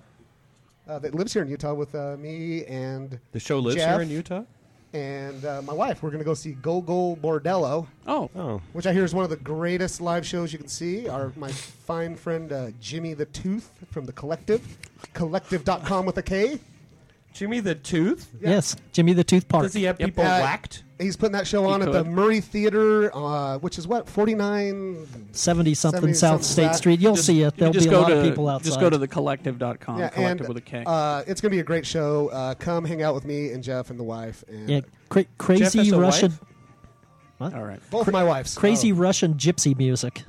Speaker 6: uh, that lives here in Utah with uh, me and
Speaker 7: The show lives
Speaker 6: Jeff
Speaker 7: here in Utah.
Speaker 6: and uh, my wife. We're going to go see Gogol Bordello.
Speaker 4: Oh.
Speaker 7: Oh.
Speaker 6: Which I hear is one of the greatest live shows you can see. Our my fine friend uh, Jimmy the Tooth from the Collective, collective.com with a K.
Speaker 7: Jimmy the Tooth?
Speaker 5: Yes, Jimmy the Tooth Park.
Speaker 6: Uh, He's putting that show
Speaker 5: He
Speaker 6: on at the
Speaker 5: could.
Speaker 6: Murray Theater, uh, which is what forty nine
Speaker 5: 70 something
Speaker 6: 70
Speaker 5: South
Speaker 6: something
Speaker 5: State
Speaker 6: that.
Speaker 5: Street. You'll
Speaker 6: Just-
Speaker 5: see
Speaker 6: you
Speaker 5: it. There'll
Speaker 4: just
Speaker 5: be a
Speaker 4: go
Speaker 5: lot of
Speaker 4: to-
Speaker 5: people outside.
Speaker 4: Just go to thecollective.com,
Speaker 6: Yeah,
Speaker 4: um, collective
Speaker 6: and,
Speaker 4: with a K.
Speaker 6: Uh, it's going to be a great show. Uh, come hang out with me and Jeff and the wife. And
Speaker 5: yeah, cra- crazy
Speaker 6: has a
Speaker 5: Russian.
Speaker 6: wife?
Speaker 5: What?
Speaker 4: All right.
Speaker 6: Both my wives. Oh.
Speaker 5: Crazy Russian gypsy music.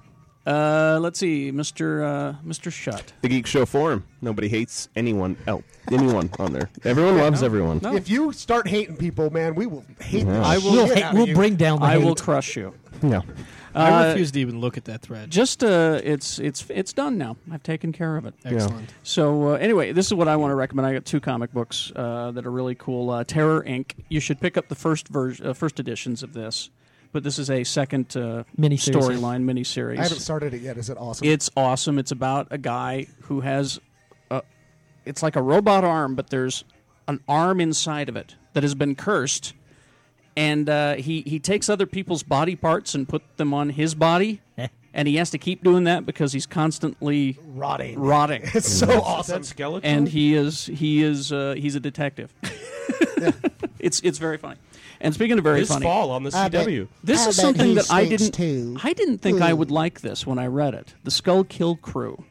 Speaker 4: Uh, let's see, Mr. Uh, Mr. Shutt.
Speaker 8: The Geek Show forum. Nobody hates anyone else. Anyone on there. Everyone loves everyone.
Speaker 6: If you start hating people, man, we will hate.
Speaker 8: Yeah.
Speaker 6: The
Speaker 8: I
Speaker 6: shit
Speaker 8: will
Speaker 6: out
Speaker 8: hate-
Speaker 6: of
Speaker 8: we'll
Speaker 6: you.
Speaker 8: bring down the
Speaker 4: I will
Speaker 8: hate.
Speaker 4: crush you.
Speaker 8: Yeah.
Speaker 9: I
Speaker 4: Uh,
Speaker 9: refuse to even look at that thread.
Speaker 4: Just uh, it's it's it's done now. I've taken care of it.
Speaker 9: Excellent.
Speaker 4: So uh, anyway, this is what I want to recommend. I got two comic books uh, that are really cool. Uh, Terror Inc. You should pick up the first version, uh, first editions of this, but this is a second uh,
Speaker 5: Miniseries.
Speaker 4: storyline miniseries.
Speaker 6: I haven't started it yet. Is it awesome?
Speaker 4: It's awesome. It's about a guy who has, a, it's like a robot arm, but there's an arm inside of it that has been cursed, and uh, he he takes other people's body parts and put them on his body, and he has to keep doing that because he's constantly
Speaker 6: rotting.
Speaker 4: Rotting.
Speaker 6: It's so Is that awesome. Skeletor?
Speaker 4: And he is he is uh, he's a detective. it's it's very funny. And speaking of very
Speaker 7: His
Speaker 4: funny,
Speaker 7: fall on the I bet- CW.
Speaker 4: this
Speaker 7: I
Speaker 4: is
Speaker 7: bet
Speaker 4: something
Speaker 7: he
Speaker 4: that I
Speaker 7: stinks Hmm.
Speaker 4: didn't. I didn't think I
Speaker 7: Ooh.
Speaker 4: would like this when I read it. The Skull Kill Crew.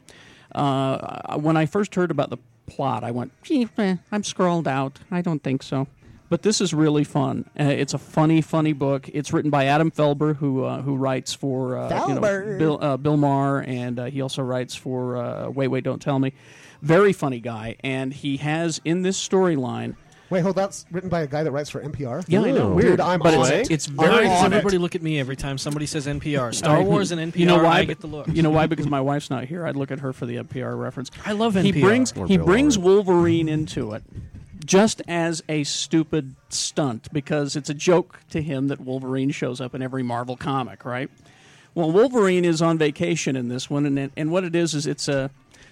Speaker 4: Uh, when I first heard about the plot, I went, "Gee, eh, I'm scrolled out. I don't think so. But this is really fun. Uh, it's a funny, funny book. It's written by Adam Felber, who uh, who writes for uh, you know,
Speaker 13: Felber.
Speaker 4: Bill uh, Bill Maher, and uh, he also writes for uh, Wait Wait Don't Tell Me. Very funny guy, and he has in this storyline
Speaker 6: Wait, hold. That's written by a guy that writes for NPR.
Speaker 4: Yeah, I know.
Speaker 6: Dude,
Speaker 4: Weird.
Speaker 6: I'm
Speaker 4: But
Speaker 6: on
Speaker 4: it's-
Speaker 6: it.
Speaker 4: it's
Speaker 6: I'm
Speaker 4: very-
Speaker 6: on it.
Speaker 9: Everybody look at me every time somebody says NPR. Star
Speaker 4: I-
Speaker 9: Wars and NPR.
Speaker 4: You know why?
Speaker 9: I get the look.
Speaker 4: You know why? Because my wife's not here. I'd look at her for the NPR reference.
Speaker 9: I love
Speaker 4: He
Speaker 9: NPR.
Speaker 4: brings
Speaker 9: Or
Speaker 4: he
Speaker 9: Bill
Speaker 4: brings Wolverine into it, just as a stupid stunt because it's a joke to him that Wolverine shows up in every Marvel comic, right? Well, Wolverine is on vacation in this one, and it, and what it is is it's a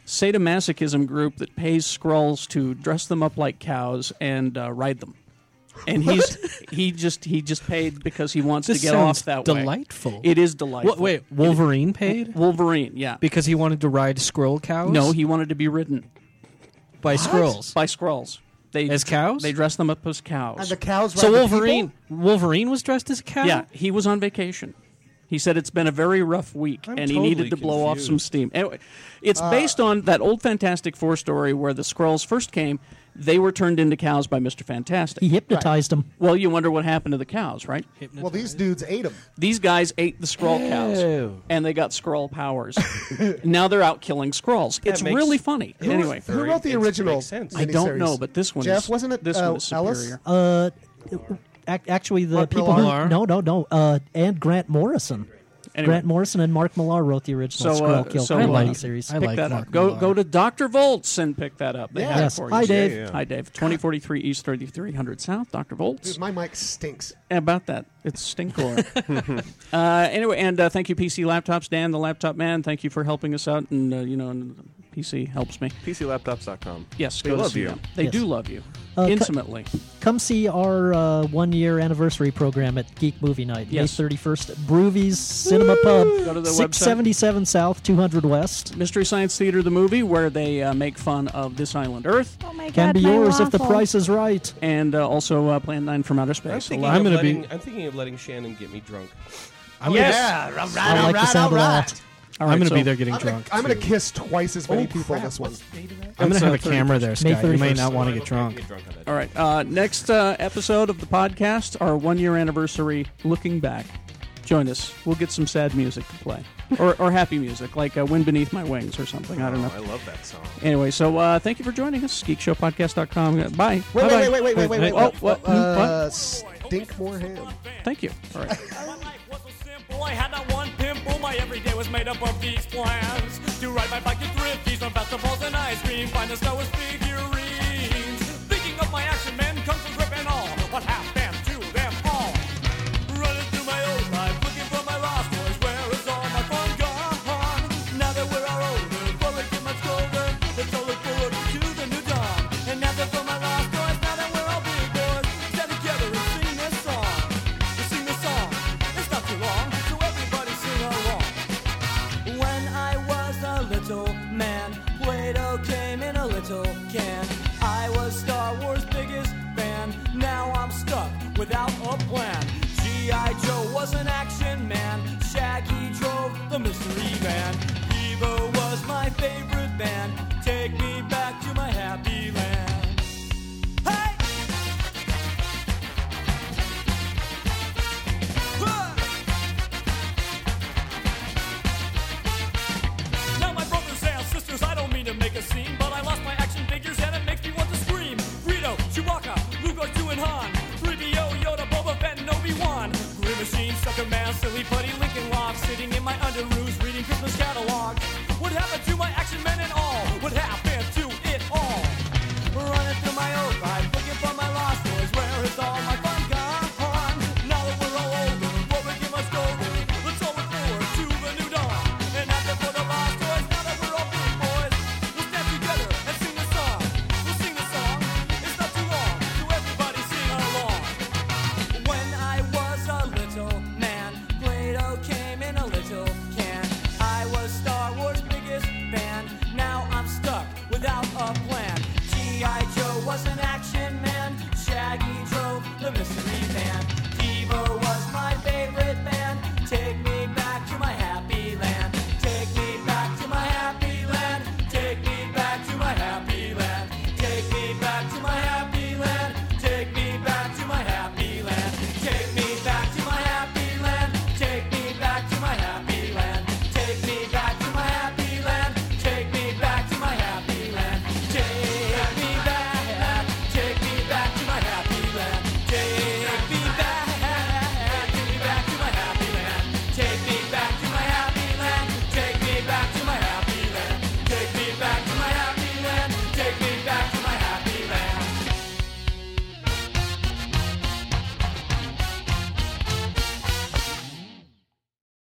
Speaker 4: sadomasochism group that pays Skrulls to dress them up like cows and uh, ride them. And he's he just he just paid because he wants
Speaker 9: This
Speaker 4: to get off
Speaker 9: sounds
Speaker 4: that way.
Speaker 9: delightful.
Speaker 4: It is delightful.
Speaker 9: Wha- wait,
Speaker 4: It-
Speaker 9: Wolverine paid?
Speaker 4: Wolverine, yeah.
Speaker 9: Because he wanted to ride Skrull cows.
Speaker 4: No, he wanted to be ridden
Speaker 9: by Skrulls.
Speaker 4: By Skrulls. They
Speaker 9: as cows.
Speaker 4: They dress them up as cows.
Speaker 9: And the cows So ride the Wolverine- Wolverine was dressed as a cow.
Speaker 4: Yeah, he was on vacation. He said it's been a very rough week,
Speaker 9: I'm
Speaker 4: and
Speaker 9: totally
Speaker 4: he needed to blow off some
Speaker 9: confused.
Speaker 4: steam. Anyway, it's
Speaker 9: Uh,
Speaker 4: based on that old Fantastic Four story where the Skrulls first came. They were turned into cows by Mister Fantastic.
Speaker 5: He hypnotized them.
Speaker 4: Well, you wonder what happened to the cows, right?
Speaker 6: Well, these dudes ate him.
Speaker 4: These guys ate the Skrull cows, and they got Skrull powers. now they're out killing Skrulls.
Speaker 6: That
Speaker 4: It's
Speaker 6: makes-
Speaker 4: really funny.
Speaker 6: Who-
Speaker 4: anyway,
Speaker 6: who wrote the original?
Speaker 4: I don't know, but this one
Speaker 6: Jeff
Speaker 4: is,
Speaker 6: wasn't it?
Speaker 4: This
Speaker 6: uh,
Speaker 4: one is superior.
Speaker 6: Ellis?
Speaker 5: Uh, ac- actually, the
Speaker 6: Mark
Speaker 5: people
Speaker 6: Millar?
Speaker 5: who no, no, no, uh, and Grant Morrison.
Speaker 4: Anyway.
Speaker 5: Grant Morrison and Mark Millar wrote the original
Speaker 4: So,
Speaker 5: Skrull
Speaker 4: uh,
Speaker 5: Kill
Speaker 4: so
Speaker 5: Crew
Speaker 4: uh,
Speaker 5: series.
Speaker 4: Pick that up. Go go to Doctor Volts and pick that up. They
Speaker 5: Yeah.
Speaker 4: have it
Speaker 5: Yes.
Speaker 4: for you.
Speaker 5: Hi, Dave. Yeah, yeah.
Speaker 4: Hi Dave. Twenty forty three East thirty three hundred South. Doctor Volts.
Speaker 6: Dude, my mic stinks.
Speaker 4: About that, it's stinkor. uh, anyway, and uh, thank you, PC Laptops, Dan the Laptop Man. Thank you for helping us out, and uh, you know, and PC helps me.
Speaker 8: PCLaptops.com.
Speaker 4: Yes,
Speaker 8: They
Speaker 4: go to
Speaker 8: love
Speaker 4: see
Speaker 8: you.
Speaker 4: them. They
Speaker 5: Yes.
Speaker 4: do love you
Speaker 5: Uh, cu-
Speaker 4: intimately.
Speaker 5: Come see our uh, one year anniversary program at Geek Movie Night,
Speaker 4: Yes.
Speaker 5: May 31st, Broovies Cinema Pub,
Speaker 4: Go to the website.
Speaker 5: 677 South, 200 West.
Speaker 4: Mystery Science Theater, the movie where they uh, make fun of this island Earth. Oh
Speaker 5: my Can God, be my yours if the waffle. price is right.
Speaker 4: And uh, also uh, Plan 9 from Outer Space.
Speaker 7: I'm thinking, of
Speaker 4: Allow-
Speaker 7: letting, I'm thinking of letting Shannon get me drunk.
Speaker 4: I like- Yes!
Speaker 7: all
Speaker 4: I like the sound of that. All right,
Speaker 9: I'm gonna
Speaker 4: so-
Speaker 9: be there getting
Speaker 6: I'm
Speaker 9: drunk.
Speaker 6: Gonna, I'm gonna kiss twice as many
Speaker 4: Oh,
Speaker 6: people
Speaker 4: crap,
Speaker 6: this one.
Speaker 9: I'm gonna
Speaker 4: That's,
Speaker 9: have
Speaker 4: uh,
Speaker 9: a camera
Speaker 4: 31st.
Speaker 9: there,
Speaker 4: May
Speaker 9: Scott. You may
Speaker 4: 31st.
Speaker 9: not want to get drunk.
Speaker 4: All right. Uh, next uh, episode of the podcast, our one year anniversary, looking back. Join us. We'll get some sad music to play, or, or happy music, like uh, "Wind Beneath My Wings" or something. I don't know.
Speaker 7: I love that song.
Speaker 4: Anyway, so uh, thank you for joining us. GeekShowPodcast.com. Bye.
Speaker 6: Wait, wait,
Speaker 4: Bye-bye.
Speaker 6: wait, wait, wait, wait, wait, wait.
Speaker 4: Oh, what?
Speaker 6: Uh, Stink more ham.
Speaker 4: What? Thank you. All right.
Speaker 13: Well, I had not one pimple. My everyday was made up of these plans. To ride my bike to thrifties on festivals and ice cream. Find the Star Wars figurines. Thinking of my action men, kung fu grip and all. What half them to them all. Running through my old life, looking for my lost boys. Where is all my fun gone? Now that we're all older, full of get much colder. Let's all look forward to the new dawn. And now that for my lost boys, now that we're all big boys, stand together and sing this song. We sing this song. It's not too long, so everybody sing along. When I was a little man, Play-Doh came in a little can. I was Star Wars' biggest fan. Now I'm stuck without a plan. G.I. Joe was an action man. Shaggy drove the mystery van. Evo was my favorite band. Take me back to my happy land. Hey! Huh! Now my brothers and sisters, I don't mean to make a scene, but I lost my action figures and it makes me want to scream. Frito, Chewbacca, Luke, R2, and Han, 3PO, Yoda, Boba Fett, and Obi-Wan. Green Machine, Sucker Man, Silly Putty, Lincoln Lob, sitting in my underoos.